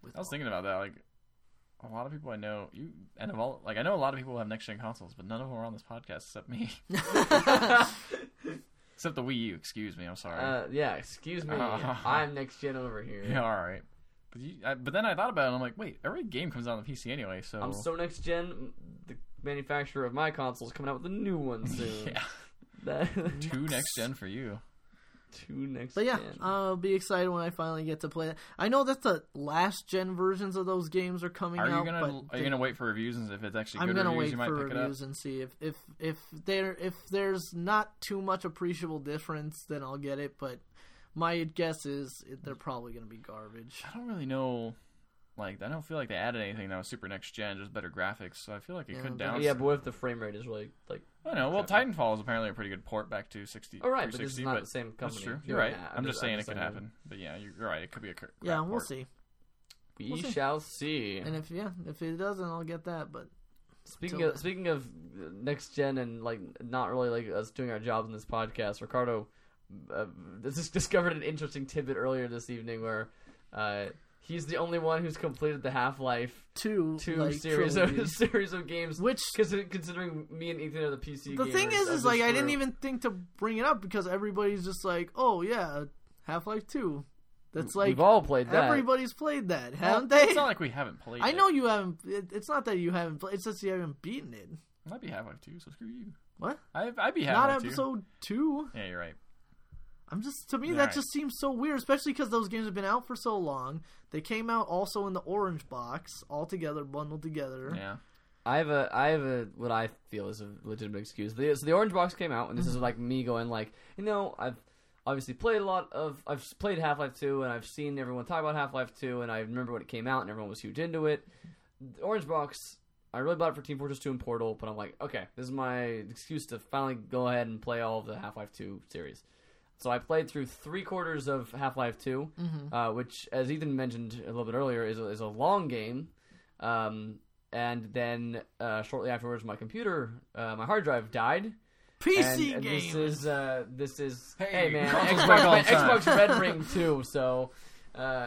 Speaker 1: With
Speaker 2: I was thinking about that. Like, a lot of people I know, you and of all, like I know a lot of people have next gen consoles, but none of them are on this podcast except me, except the Wii U. Excuse me, I'm sorry.
Speaker 3: uh, yeah, excuse me,
Speaker 2: Uh.
Speaker 3: I'm next gen over here.
Speaker 2: yeah, all right. But, you, I, but then I thought about it. and I'm like, wait, every game comes out on the PC anyway, so
Speaker 3: I'm so next gen. The manufacturer of my console is coming out with a new one soon.
Speaker 2: yeah,
Speaker 3: That,
Speaker 2: two next gen for you.
Speaker 3: two next.
Speaker 1: But yeah, uh,
Speaker 3: gen.
Speaker 1: I'll be excited when I finally get to play that. I know that the last gen versions of those games are coming
Speaker 2: Are you
Speaker 1: out,
Speaker 2: gonna
Speaker 1: but
Speaker 2: are you
Speaker 1: they-
Speaker 2: gonna wait for reviews and if it's actually
Speaker 1: I'm
Speaker 2: good
Speaker 1: gonna
Speaker 2: reviews,
Speaker 1: wait
Speaker 2: you might
Speaker 1: for
Speaker 2: pick
Speaker 1: reviews and see if if if there if there's not too much appreciable difference, then I'll get it. But my guess is it- they're probably gonna be garbage.
Speaker 2: it up. I don't really know. Like I don't feel like they added anything that was super next gen, just better graphics. So I feel like it
Speaker 1: Yeah,
Speaker 2: could
Speaker 1: but-
Speaker 2: down.
Speaker 3: yeah, but what if the frame rate is really like?
Speaker 2: I don't know. Well,
Speaker 3: Exactly.
Speaker 2: Titanfall is apparently a pretty good port back to 60.
Speaker 3: All right, but this is
Speaker 2: 360,
Speaker 3: not
Speaker 2: but
Speaker 3: the same company.
Speaker 2: that's true.
Speaker 3: Yeah,
Speaker 2: You're right.
Speaker 3: nah,
Speaker 2: I'm just saying it could
Speaker 3: saying
Speaker 2: happen. But yeah, you're you're right. It could be a cr-
Speaker 1: Yeah,
Speaker 2: crap
Speaker 1: we'll
Speaker 2: port.
Speaker 1: see.
Speaker 3: We
Speaker 1: We'll see.
Speaker 3: shall see.
Speaker 1: And if yeah, if it doesn't, I'll get that. But
Speaker 3: Speaking
Speaker 1: Till
Speaker 3: of,
Speaker 1: then.
Speaker 3: speaking of uh, next gen and like not really like us doing our jobs in this podcast, Ricardo uh, just discovered an interesting tidbit earlier this evening where uh, he's the only one who's completed the Half Life
Speaker 1: two
Speaker 3: two
Speaker 1: like,
Speaker 3: series of,
Speaker 1: trilogies,
Speaker 3: series of games.
Speaker 1: which
Speaker 3: Consi- Considering me and Ethan are the PC.
Speaker 1: the thing
Speaker 3: gamers
Speaker 1: is,
Speaker 3: of
Speaker 1: is
Speaker 3: this
Speaker 1: like I didn't
Speaker 3: group.
Speaker 1: even think to bring it up because everybody's just like, oh yeah, Half Life Two. That's like
Speaker 3: we've all played that.
Speaker 1: everybody's played that,
Speaker 2: Well,
Speaker 1: haven't they?
Speaker 2: It's not like we haven't played.
Speaker 1: I
Speaker 2: it.
Speaker 1: know you haven't. It, it's not that you haven't played. It's just you haven't beaten it.
Speaker 2: It might be Half Life 2, so screw you.
Speaker 1: What?
Speaker 2: I I'd be Half
Speaker 1: not
Speaker 2: Life 2.
Speaker 1: episode two.
Speaker 2: Yeah, you're right.
Speaker 1: I'm just to me
Speaker 2: All
Speaker 1: that
Speaker 2: right.
Speaker 1: just seems so weird, especially because those games have been out for so long. They came out also in the orange box, all together, bundled together.
Speaker 2: Yeah.
Speaker 3: I have a I have a what I feel is a legitimate excuse. The, so the orange box came out, and this is like me going like, you know, I've obviously played a lot of I've played Half Life Two, and I've seen everyone talk about Half Life Two, and I remember when it came out, and everyone was huge into it. The orange box, I really bought it for Team Fortress Two and Portal, but I'm like, okay, this is my excuse to finally go ahead and play all of the Half Life Two series. So I played through three quarters of Half Life 2 uh, which, as Ethan mentioned a little bit earlier, is a, is a long game. Um, and then uh, shortly afterwards, my computer, uh, my hard drive died,
Speaker 1: PC
Speaker 3: and, and
Speaker 1: game.
Speaker 3: This is uh, this is hey,
Speaker 2: Hey,
Speaker 3: man,
Speaker 2: consoles break all
Speaker 3: Xbox,
Speaker 2: the time.
Speaker 3: Xbox Red Ring too. So uh,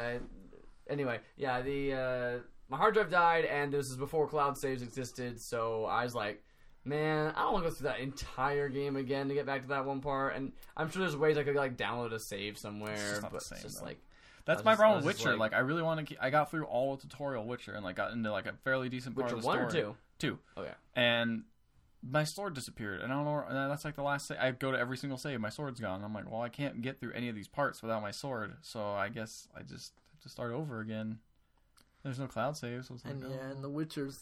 Speaker 3: anyway, yeah, the uh, my hard drive died, and this is before cloud saves existed. So I was like. Man, I don't want to go through that entire game again to get back to that one part, and I'm sure there's ways I could like download a save somewhere,
Speaker 2: just not
Speaker 3: but
Speaker 2: the
Speaker 3: it's
Speaker 2: same,
Speaker 3: just
Speaker 2: though.
Speaker 3: like I
Speaker 2: That's
Speaker 3: was
Speaker 2: my
Speaker 3: just- I
Speaker 2: problem
Speaker 3: was
Speaker 2: with
Speaker 3: just
Speaker 2: Witcher.
Speaker 3: like-
Speaker 2: Like, I really want to. Keep, I got through all of tutorial Witcher and like got into like a fairly decent part
Speaker 3: Witcher
Speaker 2: of the
Speaker 3: one or
Speaker 2: story.
Speaker 3: two.
Speaker 2: Two.
Speaker 3: Okay,
Speaker 2: and my sword disappeared and i don't know and that's like the last sa- i go to every single save my sword's gone i'm like well i can't get through any of these parts without my sword so i guess i just have to start over again there's no cloud save so it's like
Speaker 1: and
Speaker 2: oh.
Speaker 1: yeah, and The Witcher's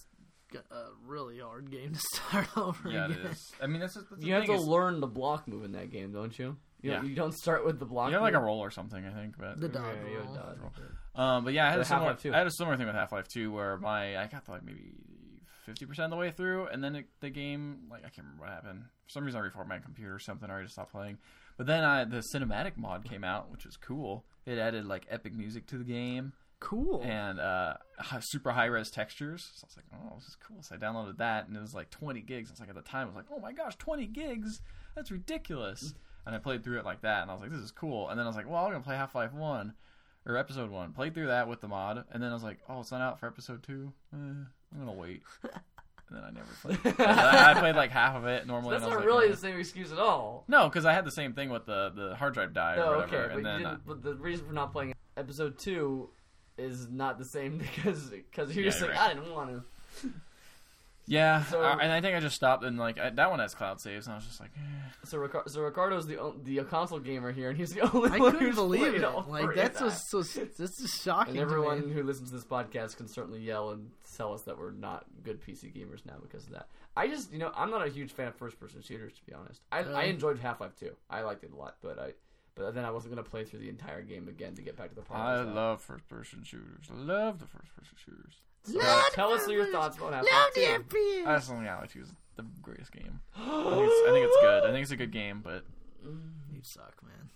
Speaker 1: g- a really hard game to start over.
Speaker 2: yeah it
Speaker 1: again.
Speaker 2: is i mean that's, just, that's
Speaker 3: you
Speaker 2: the
Speaker 3: have
Speaker 2: thing
Speaker 3: to
Speaker 2: is-
Speaker 3: learn the block move in that game, don't you? you
Speaker 2: Yeah.
Speaker 3: Don't, you don't start with the block.
Speaker 2: you have like a
Speaker 3: move.
Speaker 2: roll or something i think but
Speaker 1: The dodge
Speaker 3: Yeah, you have
Speaker 1: roll.
Speaker 3: a dodge roll.
Speaker 2: um but yeah i had
Speaker 3: Or
Speaker 2: a similar
Speaker 3: Half-Life 2.
Speaker 2: i had a similar thing with half-life 2 where my i got to like maybe 50% of the way through and then it, the game like i can't remember what happened for some reason i reformed my computer or something or i just stopped playing But then I, the cinematic mod came out, which was cool. It added like epic music to the game
Speaker 1: Cool.
Speaker 2: and uh, hi- super high res textures. So I was like, oh, this is cool. So I downloaded that, and it was like 20 gigs. I was like, at the time, I was like, oh my gosh, 20 gigs? That's ridiculous.
Speaker 3: Mm-hmm.
Speaker 2: And I played through it like that, and I was like, this is cool. And then I was like, well, I'm gonna play Half Life One or Episode One. Played through that with the mod, and then I was like, oh, it's not out for Episode Two. Eh, I'm gonna wait. And then I never played. it. And I I played like half of it normally.
Speaker 3: That's
Speaker 2: and I was
Speaker 3: not
Speaker 2: like,
Speaker 3: really
Speaker 2: eh.
Speaker 3: the same excuse at all.
Speaker 2: No, because I had the same thing with the, the hard drive died
Speaker 3: No,
Speaker 2: or
Speaker 3: Oh, okay,
Speaker 2: whatever,
Speaker 3: but,
Speaker 2: and
Speaker 3: you
Speaker 2: then
Speaker 3: didn't,
Speaker 2: uh,
Speaker 3: but the reason for not playing episode two is not the same because because you're
Speaker 2: Yeah,
Speaker 3: just
Speaker 2: you're
Speaker 3: like
Speaker 2: right.
Speaker 3: I didn't want to.
Speaker 2: yeah,
Speaker 3: So-
Speaker 2: uh, and I think I just stopped and like I, that one has cloud saves, and I was just like, eh.
Speaker 3: So, Ricar- so Ricardo's the on- the console gamer here, and he's the only
Speaker 1: I
Speaker 3: one
Speaker 1: couldn't
Speaker 3: who's
Speaker 1: believe
Speaker 3: played
Speaker 1: it.
Speaker 3: all
Speaker 1: Like
Speaker 3: three of
Speaker 1: that's so,
Speaker 3: that.
Speaker 1: so this is shocking.
Speaker 3: And
Speaker 1: to me.
Speaker 3: everyone who listens to this podcast can certainly yell and tell us that we're not good PC gamers now because of that. I just, you know, I'm not a huge fan of first-person shooters to be honest. I, I
Speaker 1: Really?
Speaker 3: enjoyed Half-Life 2. I liked it a lot, but I, but then I wasn't gonna play through the entire game again to get back to the part.
Speaker 2: I
Speaker 3: was at.
Speaker 2: love first person shooters. Love the first person shooters.
Speaker 3: So,
Speaker 1: Love
Speaker 3: tell us
Speaker 1: the
Speaker 3: your
Speaker 1: first-
Speaker 3: thoughts about
Speaker 1: Love
Speaker 3: Half-Life
Speaker 1: the
Speaker 3: 2.
Speaker 1: FPS.
Speaker 2: I just don't think Half Life Two is the greatest game. I think, it's, I think it's good. I think it's a good game, but
Speaker 1: you suck, man.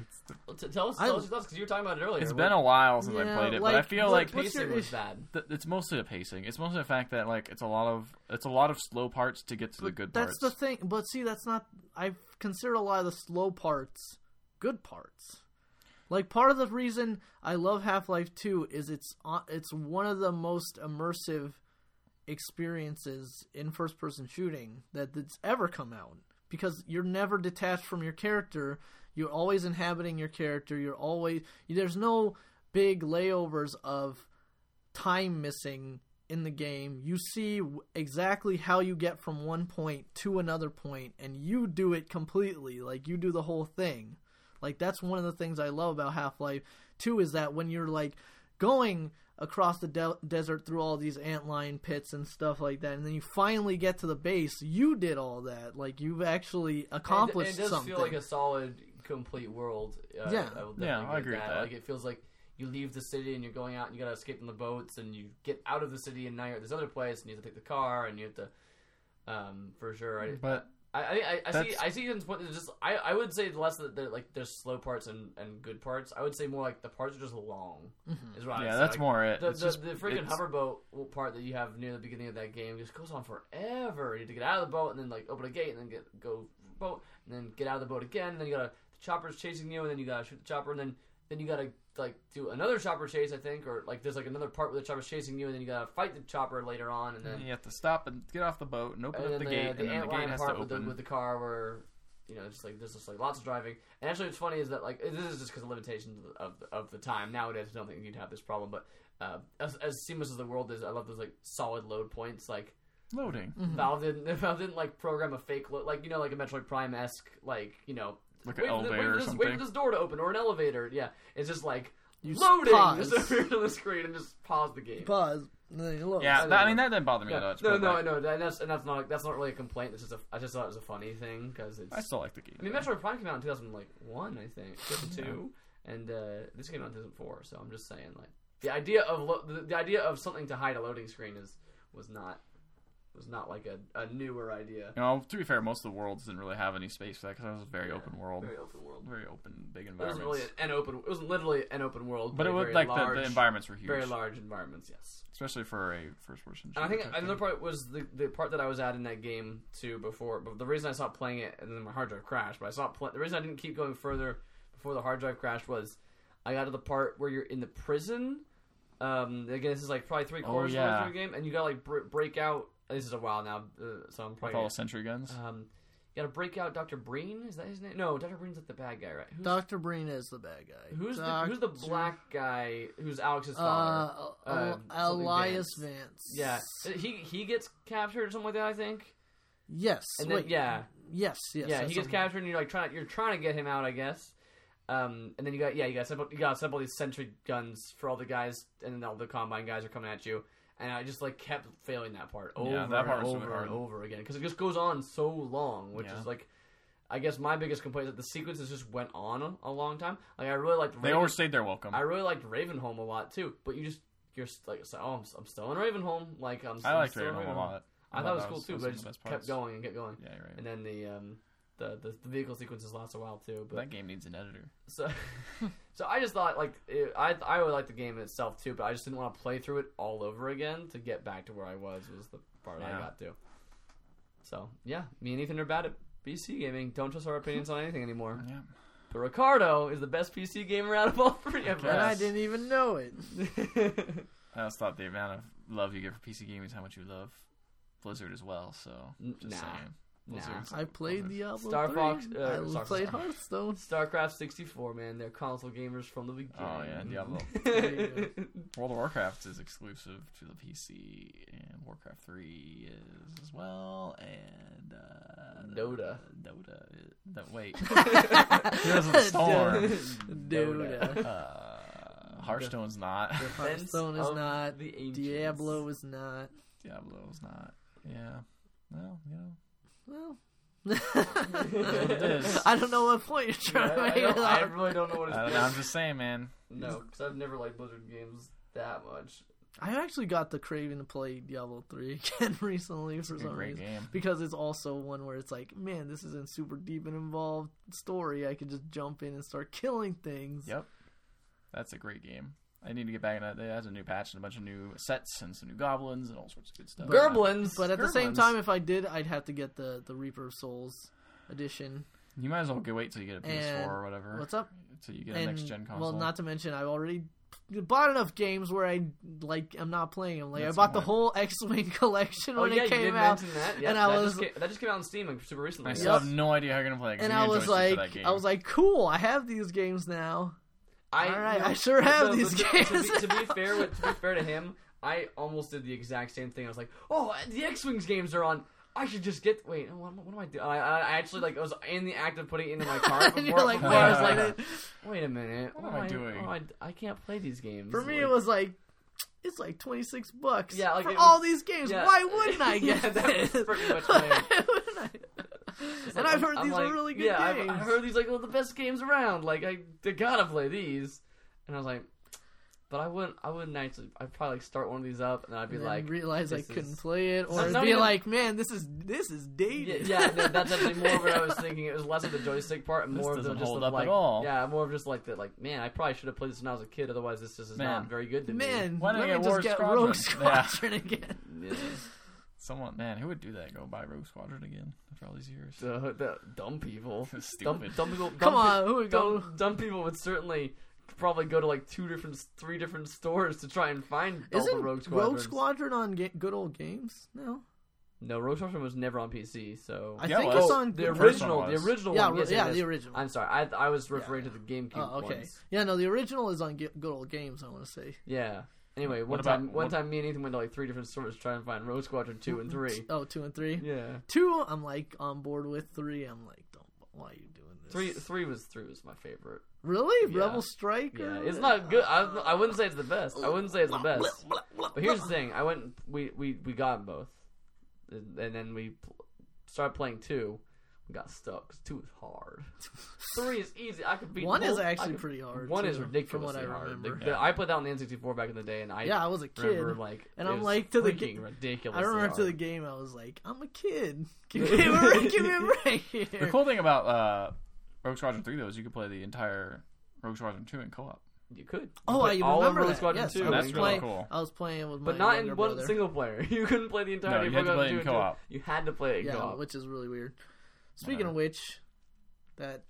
Speaker 2: it's, the,
Speaker 3: Well, t- tell us,
Speaker 1: I-
Speaker 3: tell us your thoughts because you were talking about it earlier.
Speaker 2: it's
Speaker 3: What-
Speaker 2: been a while since
Speaker 1: Yeah,
Speaker 2: I played it, but I
Speaker 1: like,
Speaker 2: feel
Speaker 1: what-
Speaker 2: like
Speaker 1: what's
Speaker 3: pacing
Speaker 1: your
Speaker 3: was
Speaker 1: issue?
Speaker 3: bad.
Speaker 2: th- it's mostly the pacing. It's mostly the fact that like it's a lot of it's a lot of slow parts to get to the good
Speaker 1: That's
Speaker 2: parts.
Speaker 1: the thing. But see, that's not. I consider a lot of the slow parts good parts. Like part of the reason I love Half Life Two is it's on- it's one of the most immersive experiences in first person shooting that that's ever come out because you're never detached from your character. You're always inhabiting your character. You're always there's no big layovers of time missing in the game. You see w- exactly how you get from one point to another point, and you do it completely. Like you do the whole thing. Like that's one of the things I love about Half Life Two is that when you're like going across the de- desert through all these antlion pits and stuff like that, and then you finally get to the base, you did all that. Like you've actually
Speaker 3: And-
Speaker 1: accomplished
Speaker 3: and it does
Speaker 1: something.
Speaker 3: feel like a solid, complete world. Uh,
Speaker 1: Yeah.
Speaker 3: I will
Speaker 2: Yeah,
Speaker 3: definitely
Speaker 2: I agree with that.
Speaker 3: Like it feels like you leave the city and you're going out and you gotta escape from the boats and you get out of the city and now you're at this other place and you have to take the car and you have to, um, for sure. I,
Speaker 2: But
Speaker 3: I, I, I, I see
Speaker 2: That's-
Speaker 3: I see Ethan's point. It's just I, I would say less that there, like there's slow parts and, and good parts. I would say more like the parts are just long.
Speaker 1: Mm-hmm.
Speaker 3: Is what I
Speaker 2: yeah,
Speaker 3: said.
Speaker 2: that's
Speaker 3: Like,
Speaker 2: more it.
Speaker 3: the,
Speaker 2: It's
Speaker 3: the,
Speaker 2: just-
Speaker 3: the freaking
Speaker 2: it's-
Speaker 3: hoverboat part that you have near the beginning of that game just goes on forever. You have to get out of the boat and then like open a gate and then get go boat and then get out of the boat again. And then you gotta the chopper's chasing you and then you gotta shoot the chopper and then then you gotta like do another chopper chase I think or like there's like another part where the chopper's chasing you and then you gotta fight the chopper later on and then
Speaker 2: You have to stop and get off the boat and open
Speaker 3: and
Speaker 2: up
Speaker 3: then
Speaker 2: the gate, and then the
Speaker 3: ant
Speaker 2: gate
Speaker 3: lion
Speaker 2: has
Speaker 3: part
Speaker 2: to
Speaker 3: with the,
Speaker 2: open.
Speaker 3: with the car where you know just like there's just like lots of driving and actually what's funny is that like this is just because of limitations of the, of the time nowadays I don't think you'd have this problem but uh, as, as seamless as the world is I love those like solid load points like
Speaker 2: Loading.
Speaker 3: Valve didn't Valve didn't like program a fake load like you know like a Metroid Prime esque like you know
Speaker 2: Like an
Speaker 3: wait, for the- wait,
Speaker 2: elevator
Speaker 3: for
Speaker 2: or
Speaker 3: this, wait
Speaker 2: something.
Speaker 3: for this door to open or an elevator yeah it's just like
Speaker 1: You
Speaker 3: loading
Speaker 1: pause.
Speaker 3: just appears on the screen and just pause the game
Speaker 1: Buzz. and then you look.
Speaker 2: Yeah,
Speaker 3: I
Speaker 2: that, I
Speaker 3: don't
Speaker 2: mean
Speaker 3: know.
Speaker 2: that didn't bother me
Speaker 3: Oh, Yeah.
Speaker 2: that much.
Speaker 3: No,
Speaker 2: but,
Speaker 3: no,
Speaker 2: like,
Speaker 3: I know, and that's and that's not that's not really a complaint. This is a I just thought it was a funny thing because it's.
Speaker 2: I still like the game.
Speaker 3: I mean, Metroid Prime came out in 2001, I think, 2002, and uh, this came out in 2004. So I'm just saying, like, the idea of lo- the, the idea of something to hide a loading screen is was not was not like a, a newer idea.
Speaker 2: You know, to be fair, most of the worlds didn't really have any space for that because it was a very open world,
Speaker 3: Very open world.
Speaker 2: very open, big
Speaker 3: It wasn't
Speaker 2: environments.
Speaker 3: really an open. It wasn't literally an open world,
Speaker 2: but it
Speaker 3: a
Speaker 2: was
Speaker 3: very
Speaker 2: like
Speaker 3: large,
Speaker 2: the, the environments were huge,
Speaker 3: very large environments. Yes.
Speaker 2: especially for a first person.
Speaker 3: And I think
Speaker 2: shooter type
Speaker 3: another
Speaker 2: thing.
Speaker 3: part was the, the part that I was at in that game too before. But the reason I stopped playing it and then my hard drive crashed. But I stopped playing. The reason I didn't keep going further before the hard drive crashed was I got to the part where you're in the prison. Um, again, this is like probably three
Speaker 2: Oh,
Speaker 3: quarters of
Speaker 2: yeah.
Speaker 3: the game, and you gotta like br- break out. This is a while now, uh, so I'm
Speaker 2: with
Speaker 3: probably
Speaker 2: all the sentry guns.
Speaker 3: um, you gotta break out Doctor Breen. Is that his name? No, Doctor Breen's like the bad guy, right? Who's,
Speaker 1: Doctor Breen is the bad guy.
Speaker 3: who's the who's the
Speaker 1: Dr.
Speaker 3: black guy who's Alex's
Speaker 1: Uh,
Speaker 3: father?
Speaker 1: uh,
Speaker 3: Uh,
Speaker 1: Elias
Speaker 3: something
Speaker 1: Vance.
Speaker 3: Yeah, he he gets captured or something like that. I think.
Speaker 1: Yes.
Speaker 3: And then-
Speaker 1: wait.
Speaker 3: yeah.
Speaker 1: Yes. Yes.
Speaker 3: yeah,
Speaker 1: that's
Speaker 3: he gets
Speaker 1: something.
Speaker 3: captured, and you're like trying you're trying to get him out, I guess. Um, and then you got yeah, you got set up, you got set up all these sentry guns for all the guys, and then all the combine guys are coming at you. And I just like kept failing that part over
Speaker 2: Yeah, that part
Speaker 3: and
Speaker 2: was
Speaker 3: over
Speaker 2: really hard.
Speaker 3: and over again because it just goes on so long, which
Speaker 2: Yeah.
Speaker 3: is like, I guess my biggest complaint is that the sequences just went on a, a long time. Like I really liked
Speaker 2: They
Speaker 3: Raven-
Speaker 2: overstayed their welcome.
Speaker 3: I
Speaker 2: I,
Speaker 3: really liked Ravenholm a lot too, but you just you're st- like so, oh I'm, I'm still in Ravenholm like I'm I'm
Speaker 2: liked
Speaker 3: still in
Speaker 2: Raven Home a lot. thought
Speaker 3: I thought it was
Speaker 2: that
Speaker 3: cool too,
Speaker 2: that was
Speaker 3: but I
Speaker 2: one of the
Speaker 3: just
Speaker 2: best
Speaker 3: kept
Speaker 2: parts.
Speaker 3: going and kept going.
Speaker 2: Yeah, you're right.
Speaker 3: And then the um the, the, the vehicle sequences last a while too. But
Speaker 2: that game needs an editor.
Speaker 3: so so I just thought like it, I I really liked the game in itself too, but I just didn't want to play through it all over again to get back to where I was was the part I
Speaker 2: Yeah.
Speaker 3: got to. So yeah, me and Ethan are bad at PC gaming. Don't trust our opinions on anything anymore.
Speaker 2: Yeah.
Speaker 3: But Ricardo is the best PC gamer out of all three of
Speaker 1: And I
Speaker 2: Yes.
Speaker 1: didn't even know it.
Speaker 3: us.
Speaker 2: I just thought the amount of love you get for PC gaming is how much you love Blizzard as well. So
Speaker 3: N-
Speaker 2: just
Speaker 3: nah.
Speaker 2: saying,
Speaker 3: Nah.
Speaker 2: Blizzard's-
Speaker 1: I played Diablo
Speaker 3: Star
Speaker 1: 3.
Speaker 3: Fox, uh,
Speaker 1: I
Speaker 3: Star Fox.
Speaker 1: played Hearthstone.
Speaker 3: StarCraft 64, man, they're console gamers from the beginning.
Speaker 2: Oh yeah, Diablo.
Speaker 1: There
Speaker 2: World of Warcraft is exclusive to the PC, and Warcraft Three is as well, and uh,
Speaker 3: Dota.
Speaker 2: Dota. is- No, wait, Heroes of the Storm.
Speaker 1: Dota.
Speaker 2: Uh, Hearthstone's not.
Speaker 1: Hearthstone is
Speaker 3: Defense of
Speaker 1: not.
Speaker 3: the ancients.
Speaker 1: Diablo is not.
Speaker 2: Diablo's not. Yeah. Well, you know.
Speaker 1: Well,
Speaker 2: it is.
Speaker 1: I don't know what point you're
Speaker 3: I,
Speaker 1: trying to
Speaker 3: I,
Speaker 1: make.
Speaker 3: don't- I
Speaker 1: I,
Speaker 3: really don't know what it's
Speaker 2: I don't know. I'm just saying, man.
Speaker 3: No, because I've never liked Blizzard games that much.
Speaker 1: I actually got the craving to play Diablo 3 again recently for
Speaker 2: It's a
Speaker 1: some
Speaker 2: great
Speaker 1: reason.
Speaker 2: game.
Speaker 1: Because it's also one where it's like, man, this isn't super deep and involved story. I could just jump in and start killing things.
Speaker 2: Yep. That's a great game. I need to get back in that. They has a new patch and a bunch of new sets and some new goblins and all sorts of good stuff.
Speaker 3: Gerblins!
Speaker 1: But at the same
Speaker 2: Skirblins.
Speaker 1: time, if I did, I'd have to get the, the Reaper of Souls edition.
Speaker 2: You might as well go wait till you get a PS4 or whatever.
Speaker 1: What's up?
Speaker 2: Till you get a next gen console.
Speaker 1: Well, not to mention I've already bought enough games where I like I'm not playing them. Like
Speaker 2: That's
Speaker 1: I bought the
Speaker 2: fine.
Speaker 1: whole X-wing collection
Speaker 3: oh,
Speaker 1: when
Speaker 3: yeah,
Speaker 1: it
Speaker 3: you
Speaker 1: came
Speaker 3: did
Speaker 1: out,
Speaker 3: mention that. Yeah,
Speaker 1: and I
Speaker 3: that,
Speaker 1: was-
Speaker 3: just came, that just came out on Steam like, super recently.
Speaker 2: I
Speaker 1: Yep.
Speaker 2: still have no idea how you're gonna play. it, 'cause
Speaker 1: and
Speaker 2: you
Speaker 1: I
Speaker 2: need a
Speaker 1: was
Speaker 2: joystick for
Speaker 1: like,
Speaker 2: that game.
Speaker 1: I was like, cool, I have these games now.
Speaker 3: I,
Speaker 1: All right,
Speaker 3: you know,
Speaker 1: I sure have
Speaker 3: but-
Speaker 1: these
Speaker 3: but to-
Speaker 1: games
Speaker 3: To be, to be
Speaker 1: now.
Speaker 3: fair, with, to be fair to him, I almost did the exact same thing. I was like, "Oh, the X Wings games are on. I should just get. Wait, what, am I- what am I doing? I, I actually like I was in the act of putting it into my cart.
Speaker 1: and
Speaker 3: Before,
Speaker 1: you're like,
Speaker 3: before
Speaker 1: wait,
Speaker 3: I was
Speaker 2: yeah.
Speaker 3: like,
Speaker 1: a minute.
Speaker 3: Wait a minute.
Speaker 2: What am I doing?
Speaker 3: oh, I, I can't play these games.
Speaker 1: For me,
Speaker 3: Like-
Speaker 1: it was like, it's like 26 bucks
Speaker 3: Yeah, like,
Speaker 1: for
Speaker 3: it was-
Speaker 1: all these games.
Speaker 3: yeah.
Speaker 1: Why wouldn't I get
Speaker 3: Yeah, that was
Speaker 1: this?
Speaker 3: pretty much
Speaker 1: Why
Speaker 3: my-
Speaker 1: wouldn't I?
Speaker 3: it's
Speaker 1: and I've
Speaker 3: like, I'm-
Speaker 1: heard
Speaker 3: I'm
Speaker 1: these
Speaker 3: like,
Speaker 1: are really good
Speaker 3: yeah,
Speaker 1: games.
Speaker 3: I've, I heard these like, oh, the best games around. Like, I, I gotta play these. And I was like, but I wouldn't. I wouldn't actually. I'd probably like start one of these up, and I'd be
Speaker 1: and
Speaker 3: like,
Speaker 1: then realize I
Speaker 3: this
Speaker 1: couldn't
Speaker 3: is-
Speaker 1: play it, or
Speaker 3: Not- not
Speaker 1: be
Speaker 3: even-
Speaker 1: like, man, this is this is
Speaker 3: Yeah,
Speaker 1: dated.
Speaker 3: yeah, no, that's actually more what I was thinking. It was less of the joystick part and
Speaker 2: This
Speaker 3: more of the
Speaker 2: doesn't
Speaker 3: just
Speaker 2: hold
Speaker 3: of
Speaker 2: up at
Speaker 3: like,
Speaker 2: all.
Speaker 3: yeah, more of just like that. Like, man, I probably should have played this when I was a kid. Otherwise, this just is
Speaker 2: Man.
Speaker 3: not very good to
Speaker 1: Man,
Speaker 2: Why didn't
Speaker 1: let
Speaker 2: I
Speaker 1: me
Speaker 2: get
Speaker 1: just
Speaker 2: Rogue
Speaker 1: get
Speaker 2: Squadron?
Speaker 1: Rogue
Speaker 2: Yeah.
Speaker 1: Squadron again.
Speaker 3: me. Yeah.
Speaker 2: someone, man, who would do that? Go buy Rogue Squadron again after all these years?
Speaker 3: The, the dumb people. Dumb,
Speaker 2: Stupid.
Speaker 3: dumb people. Dumb
Speaker 1: Come
Speaker 3: pe-
Speaker 1: on, who would go?
Speaker 3: dumb, dumb people would certainly probably go to like two different, three different stores to try and find all the
Speaker 1: Isn't
Speaker 3: Rogue
Speaker 1: Rogue,
Speaker 3: Squadron.
Speaker 1: Squadron on ga- Good Old Games now?
Speaker 3: No, Rogue Squadron was never on PC. So
Speaker 1: I
Speaker 2: Yeah,
Speaker 1: think
Speaker 2: it
Speaker 1: it's
Speaker 2: was.
Speaker 1: on
Speaker 3: Oh, the
Speaker 1: Good Old-
Speaker 3: original,
Speaker 2: one
Speaker 3: the
Speaker 2: was.
Speaker 3: original
Speaker 1: Yeah,
Speaker 3: one.
Speaker 1: ri-
Speaker 3: yes, it
Speaker 1: yeah,
Speaker 3: is.
Speaker 1: the original.
Speaker 3: I'm sorry, I, I was referring
Speaker 1: yeah.
Speaker 3: to the GameCube
Speaker 1: Oh, okay.
Speaker 3: ones.
Speaker 1: Yeah, no, the original is on G- Good Old Games. I want to say.
Speaker 3: Yeah. Anyway, one
Speaker 2: What about-
Speaker 3: time, one
Speaker 2: what-
Speaker 3: time, me and Ethan went to like three different stores to try and find Rogue Squadron two and three.
Speaker 1: Oh, two and three.
Speaker 3: Yeah,
Speaker 1: Two, I'm like on board with. Three, I'm like, don't. Why are you doing this?
Speaker 3: three, three was three was my favorite.
Speaker 1: Really?
Speaker 3: Yeah.
Speaker 1: Rebel Strike?
Speaker 3: Yeah,
Speaker 1: or-
Speaker 3: it's not good. I, I wouldn't say it's the best. I wouldn't say it's the best. But here's the thing: I went, we we we got 'em both, and and then we pl- started playing two. Got stuck. 'cause Two is hard. Three is easy. I could beat
Speaker 1: One is
Speaker 3: both- I
Speaker 1: actually
Speaker 3: could-
Speaker 1: pretty hard.
Speaker 3: One
Speaker 1: too,
Speaker 3: is ridiculous.
Speaker 1: From what I
Speaker 3: hard.
Speaker 1: remember.
Speaker 3: Like, the- I played that on the N64 back in the day, and I
Speaker 1: yeah, I was a kid.
Speaker 3: remember like,
Speaker 1: And
Speaker 3: it
Speaker 1: I'm
Speaker 3: was
Speaker 1: like, to the
Speaker 3: freaking
Speaker 1: ga-
Speaker 3: ridiculous.
Speaker 1: I remember to the
Speaker 3: hard.
Speaker 1: game, I was like, I'm a kid. Give me a break. Give me a break.
Speaker 2: The
Speaker 1: here."
Speaker 2: cool thing about uh, Rogue Squadron 3, though, is you could play the entire Rogue Squadron 2 in co op.
Speaker 3: you could.
Speaker 1: Oh, I
Speaker 3: You put all of
Speaker 1: remember
Speaker 3: Rogue
Speaker 1: that.
Speaker 3: Squadron
Speaker 1: yes,
Speaker 3: 2
Speaker 1: I
Speaker 3: in
Speaker 1: was
Speaker 2: That's really
Speaker 1: playing-
Speaker 2: cool.
Speaker 1: I was playing with my
Speaker 3: but not in
Speaker 1: younger
Speaker 3: one
Speaker 1: brother.
Speaker 3: single player. You couldn't play the entire.
Speaker 2: No, you had to play it in co-op.
Speaker 3: You had to play it in
Speaker 1: yeah,
Speaker 3: co-op.
Speaker 1: which is really weird. Speaking
Speaker 2: Whatever.
Speaker 1: of which, that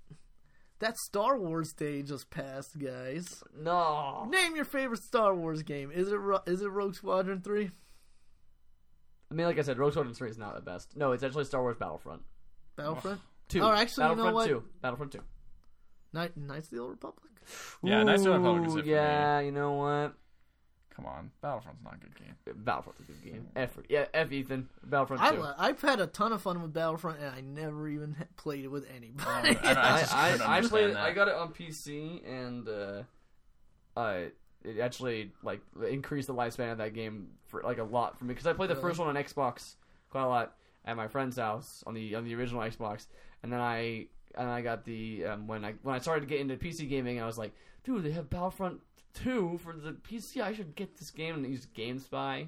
Speaker 1: that Star Wars day just passed, guys.
Speaker 3: No,
Speaker 1: Name your favorite Star Wars game. Is it Ro- is it Rogue Squadron Three?
Speaker 3: I mean, like I said, Rogue Squadron Three is not the best. No, it's actually Star Wars Battlefront
Speaker 1: Battlefront?
Speaker 3: Two.
Speaker 1: Oh, actually, you know
Speaker 3: Battlefront
Speaker 1: what?
Speaker 3: Two. Battlefront Two.
Speaker 1: Knight Knights of the Old Republic?
Speaker 2: Yeah, Knights of the Republic is
Speaker 3: Ooh,
Speaker 2: it for me.
Speaker 3: Yeah, you know what?
Speaker 2: Come on. Battlefront's not a good game.
Speaker 3: Battlefront's a good game. F, yeah, F Ethan. Battlefront
Speaker 1: I,
Speaker 3: Two.
Speaker 1: li- I've had a ton of fun with Battlefront, and I never even ha- played it with anybody.
Speaker 2: I don't- I
Speaker 3: I,
Speaker 2: just couldn't
Speaker 3: I, I
Speaker 2: understand
Speaker 3: played. it-
Speaker 2: that.
Speaker 3: I got it on PC, and uh, uh, it actually like increased the lifespan of that game for like a lot for me because I played the
Speaker 1: Really?
Speaker 3: first one on Xbox quite a lot at my friend's house on the on the original Xbox, and then I and I got the um, when I when I started to get into PC gaming, I was like, dude, they have Battlefront two for the PC. I should get this game and use GameSpy.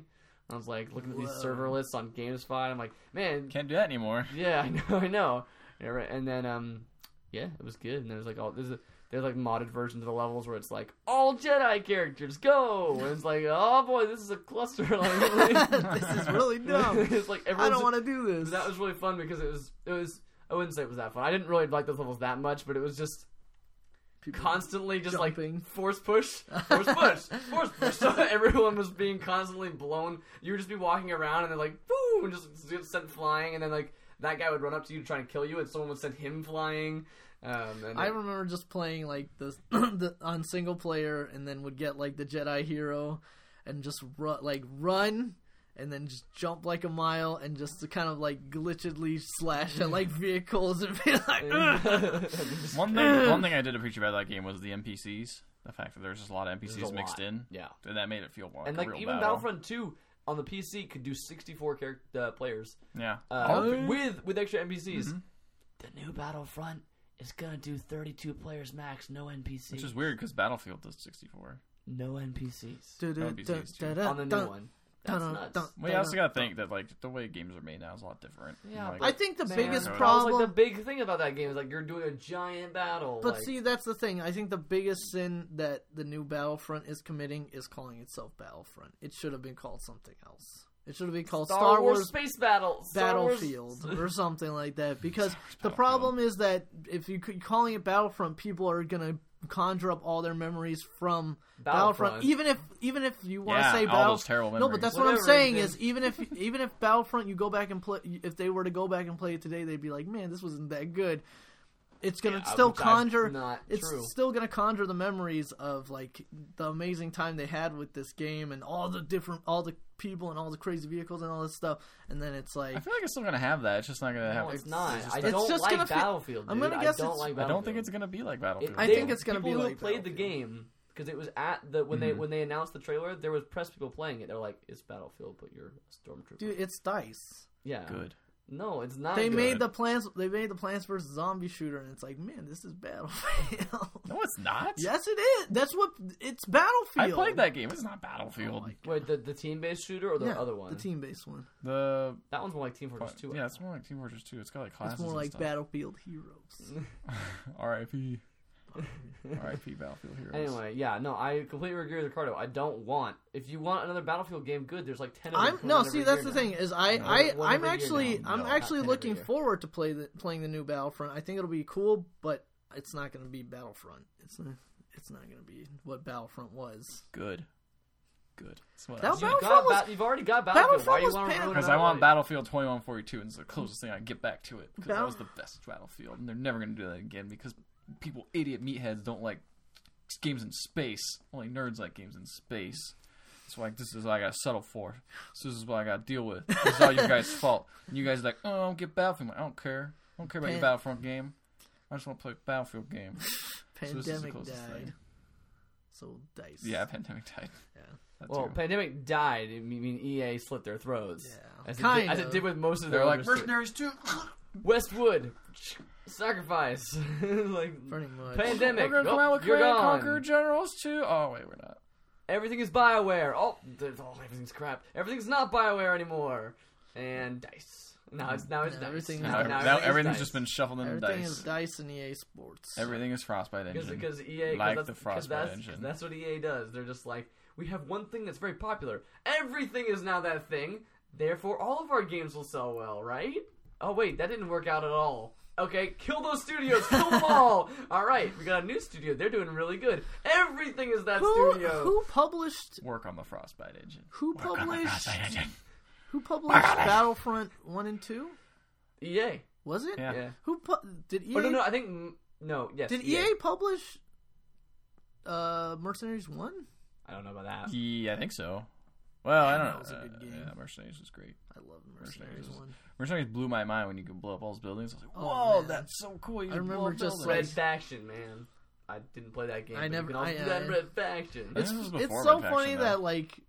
Speaker 3: I was like looking at these
Speaker 1: Whoa.
Speaker 3: server lists on GameSpy. I'm like, man,
Speaker 2: Can't do that anymore.
Speaker 3: yeah, I know, I know. Yeah, right. And then, um, yeah, it was good. And there's like all there's a, there's like modded versions of the levels where it's like all Jedi characters go, and it's like, oh boy, this is a cluster. Like,
Speaker 1: this is really dumb.
Speaker 3: it's like
Speaker 1: I
Speaker 3: everyone's
Speaker 1: don't want to do this.
Speaker 3: that was really fun because it was it was I wouldn't say it was that fun. I didn't really like those levels that much, but it was just
Speaker 1: People-
Speaker 3: constantly just
Speaker 1: Jumping.
Speaker 3: like force push, force push, force push. So everyone was being constantly blown. You would just be walking around and then like boom, and just get sent flying, and then like that guy would run up to you to try and kill you, and someone would send him flying. Um, and
Speaker 1: I remember just playing like the, the on single player, and then would get like the Jedi hero, and just ru- like run, and then just jump like a mile, and just to kind of like glitchedly slash at like vehicles and be like, "Ugh."
Speaker 2: One thing, one thing I did appreciate about that game was the NPCs. The fact that there's just a lot of
Speaker 3: There's
Speaker 2: NPCs
Speaker 3: a
Speaker 2: mixed
Speaker 3: lot.
Speaker 2: in,
Speaker 3: yeah,
Speaker 2: and that made it feel more like
Speaker 3: and
Speaker 2: a
Speaker 3: like
Speaker 2: real
Speaker 3: even
Speaker 2: battle.
Speaker 3: Battlefront Two on the PC could do sixty four character uh, players.
Speaker 2: Yeah,
Speaker 3: uh,
Speaker 2: Oh.
Speaker 1: Okay.
Speaker 3: with with extra NPCs.
Speaker 2: Mm-hmm.
Speaker 3: The new Battlefront is gonna do 32 players max, no NPCs,
Speaker 2: which is weird because Battlefield does 64.
Speaker 3: no NPCs
Speaker 2: NPCs too.
Speaker 3: on the new
Speaker 1: Dun-
Speaker 3: one. That's
Speaker 1: dun-
Speaker 3: nuts.
Speaker 1: dun-
Speaker 2: Well, you also got to think that like the way games are made now is a lot different.
Speaker 3: Yeah,
Speaker 2: Like,
Speaker 1: I think the
Speaker 3: Man,
Speaker 1: biggest
Speaker 3: that was,
Speaker 1: problem.
Speaker 3: like the big thing about that game, is like you're doing a giant battle.
Speaker 1: But
Speaker 3: like,
Speaker 1: see, that's the thing. I think the biggest sin that the new Battlefront is committing is calling itself Battlefront. It should have been called something else. It should have been called
Speaker 3: Star, Wars, space battle, Star Wars-
Speaker 1: Battlefield or something like that. Because the
Speaker 2: Battlefield.
Speaker 1: problem is that if you keep calling it Battlefront, people are gonna conjure up all their memories from Battlefront.
Speaker 3: Battlefront.
Speaker 1: Even if even if you want to
Speaker 2: yeah,
Speaker 1: say
Speaker 2: all
Speaker 1: Battle.
Speaker 2: those terrible memories.
Speaker 1: No, but that's what I'm
Speaker 3: Whatever,
Speaker 1: saying
Speaker 3: then-
Speaker 1: is even if even if Battlefront you go back and play if they were to go back and play it today they'd be like man this wasn't that good. It's gonna
Speaker 3: Yeah,
Speaker 1: still
Speaker 3: which I-
Speaker 1: conjure
Speaker 3: not
Speaker 1: it's
Speaker 3: true.
Speaker 1: still gonna conjure the memories of like the amazing time they had with this game and all the different all the people and all the crazy vehicles and all this stuff and then it's like
Speaker 2: I feel like it's still gonna have that. It's just not gonna
Speaker 3: No,
Speaker 2: have.
Speaker 3: it's not.
Speaker 2: just
Speaker 3: I
Speaker 2: that-
Speaker 1: It's
Speaker 3: don't
Speaker 1: just
Speaker 3: like
Speaker 1: gonna feel-
Speaker 3: Battlefield.
Speaker 1: I'm
Speaker 3: dude.
Speaker 1: gonna
Speaker 3: I
Speaker 1: guess
Speaker 3: don't
Speaker 1: it's-
Speaker 3: like
Speaker 2: I don't
Speaker 3: Battlefield.
Speaker 2: think it's gonna be like Battlefield.
Speaker 1: I
Speaker 3: they-
Speaker 1: think it's gonna
Speaker 3: people
Speaker 1: be
Speaker 3: who
Speaker 1: like
Speaker 3: played the
Speaker 1: Battlefield.
Speaker 3: game because it was at the when
Speaker 2: Mm-hmm.
Speaker 3: they when they announced the trailer, there was press people playing it. They're like, "It's Battlefield, but you're a stormtrooper."
Speaker 1: dude it's dice.
Speaker 3: yeah,
Speaker 2: good.
Speaker 3: No, it's not.
Speaker 1: They
Speaker 3: good.
Speaker 1: made the plans they made the plans vs zombie shooter and it's like man this is Battlefield.
Speaker 2: No, it's not.
Speaker 1: yes it is. That's what it's
Speaker 2: I
Speaker 1: Battlefield.
Speaker 2: played that game. It's not Battlefield.
Speaker 1: my-
Speaker 3: wait the, the team based shooter or the
Speaker 1: yeah,
Speaker 3: other one.
Speaker 1: The team based one.
Speaker 2: the
Speaker 3: That one's more like Team Fortress Two.
Speaker 2: yeah, it's more like Team Fortress 2. It's got like classes.
Speaker 1: It's more
Speaker 2: and
Speaker 1: like
Speaker 2: stuff.
Speaker 1: Battlefield Heroes.
Speaker 2: R.I.P. R.I.P. Battlefield Heroes.
Speaker 3: Anyway, yeah, no, I completely agree with Ricardo. I don't want if you want another Battlefield game, good. There's like ten. Of them
Speaker 1: I'm
Speaker 3: coming
Speaker 1: no,
Speaker 3: out
Speaker 1: see
Speaker 3: every
Speaker 1: that's the
Speaker 3: year now.
Speaker 1: thing is I
Speaker 2: No,
Speaker 1: I
Speaker 3: one
Speaker 1: I'm
Speaker 3: every year
Speaker 1: actually
Speaker 3: now.
Speaker 1: I'm
Speaker 3: No,
Speaker 1: actually
Speaker 3: not ten every
Speaker 1: looking
Speaker 3: year.
Speaker 1: forward to play the playing the new Battlefront. I think it'll be cool, but it's not going to be Battlefront. It's not, it's not going to be what Battlefront was.
Speaker 2: good, good. That's what I
Speaker 1: That
Speaker 2: was-
Speaker 1: was-
Speaker 3: You
Speaker 1: Battlefront
Speaker 3: got, Bat- you've already got Battlefield.
Speaker 1: Battlefront
Speaker 3: Why do you
Speaker 1: was
Speaker 3: want to
Speaker 1: pan-
Speaker 2: Because I want Battlefield 2142, and it's the closest thing I can get back to it. Because that was the best Battlefield, and they're never going to do that again because people, idiot meatheads, don't like games in space. Only nerds like games in space. It's like, this is what I got to settle for. This is what I got to deal with. This is all you guys' fault. And you guys are like, oh, I don't get Battlefield. I'm like, I don't care. I don't care about your
Speaker 1: Pan-
Speaker 2: Battlefront game. I just want to play Battlefield game. So this is the
Speaker 1: Pandemic
Speaker 2: closest
Speaker 1: died.
Speaker 2: thing.
Speaker 1: So dice.
Speaker 2: Yeah, Pandemic died.
Speaker 1: Yeah.
Speaker 2: That
Speaker 3: Well,
Speaker 2: too.
Speaker 3: pandemic died. I mean, EA slit their throats.
Speaker 1: Yeah.
Speaker 3: as, it
Speaker 1: Kind
Speaker 3: did, as it
Speaker 1: of.
Speaker 3: did with most of their
Speaker 2: they're like
Speaker 3: other studios.
Speaker 2: mercenaries too.
Speaker 3: Westwood, sacrifice, like
Speaker 1: Pretty much.
Speaker 3: pandemic.
Speaker 2: We're gonna come
Speaker 3: Nope,
Speaker 2: out with
Speaker 3: you're
Speaker 2: Command and
Speaker 3: gone.
Speaker 2: Conquer Generals too. Oh wait, we're not.
Speaker 3: Everything is Bioware. All th- oh, everything's crap. Everything's not Bioware anymore. And dice. Now it's now it's
Speaker 1: Yeah,
Speaker 3: dice.
Speaker 1: everything
Speaker 2: Now,
Speaker 1: No, is-
Speaker 2: now
Speaker 3: is
Speaker 2: everything's
Speaker 3: dice.
Speaker 2: just been shuffled into
Speaker 1: Everything
Speaker 2: dice.
Speaker 1: is dice and EA Sports.
Speaker 2: Everything is Frostbite
Speaker 3: Because
Speaker 2: Engine.
Speaker 3: because EA 'cause
Speaker 2: Like
Speaker 3: that's,
Speaker 2: the
Speaker 3: 'cause
Speaker 2: Frostbite
Speaker 3: that's, 'cause
Speaker 2: engine.
Speaker 3: that's what EA does. They're just like we have one thing that's very popular. Everything is now that thing. Therefore, all of our games will sell well, right? Oh wait, that didn't work out at all. Okay, kill those studios, kill them all. All right, we got a new studio. They're doing really good. Everything is that
Speaker 1: who,
Speaker 3: studio.
Speaker 1: who published
Speaker 2: Work on the Frostbite Engine.
Speaker 1: who
Speaker 2: Work on the
Speaker 1: published
Speaker 2: Frostbite Engine.
Speaker 1: who published Battlefront one and two?
Speaker 3: EA.
Speaker 1: Was it?
Speaker 2: Yeah.
Speaker 3: E Yeah.
Speaker 1: Who pu- did EA?
Speaker 3: Oh no, no, I think mm, no. Yes.
Speaker 1: E Did E EA, publish uh, Mercenaries one?
Speaker 3: I don't know about that.
Speaker 2: Yeah, I think so. Well, I don't know.
Speaker 1: That was a good
Speaker 2: Uh,
Speaker 1: game.
Speaker 2: Yeah, Mercenaries is great.
Speaker 1: I love Mercenaries
Speaker 2: Mercenaries.
Speaker 1: one.
Speaker 2: Mercenaries blew my mind when you could blow up all those buildings. I was like,
Speaker 1: Oh,
Speaker 2: whoa,
Speaker 1: man.
Speaker 2: that's so cool. You
Speaker 1: I
Speaker 2: can blow
Speaker 1: remember
Speaker 2: up
Speaker 1: just,
Speaker 3: Red
Speaker 2: buildings.
Speaker 1: like-
Speaker 3: Faction, man. I didn't play that game.
Speaker 1: I
Speaker 3: but you
Speaker 1: never-
Speaker 3: can also
Speaker 1: I-
Speaker 3: do that
Speaker 1: I-
Speaker 3: in Red Faction.
Speaker 1: It's
Speaker 2: This was
Speaker 1: it's
Speaker 2: before
Speaker 1: so
Speaker 2: Red Faction,
Speaker 1: funny
Speaker 2: though.
Speaker 1: that like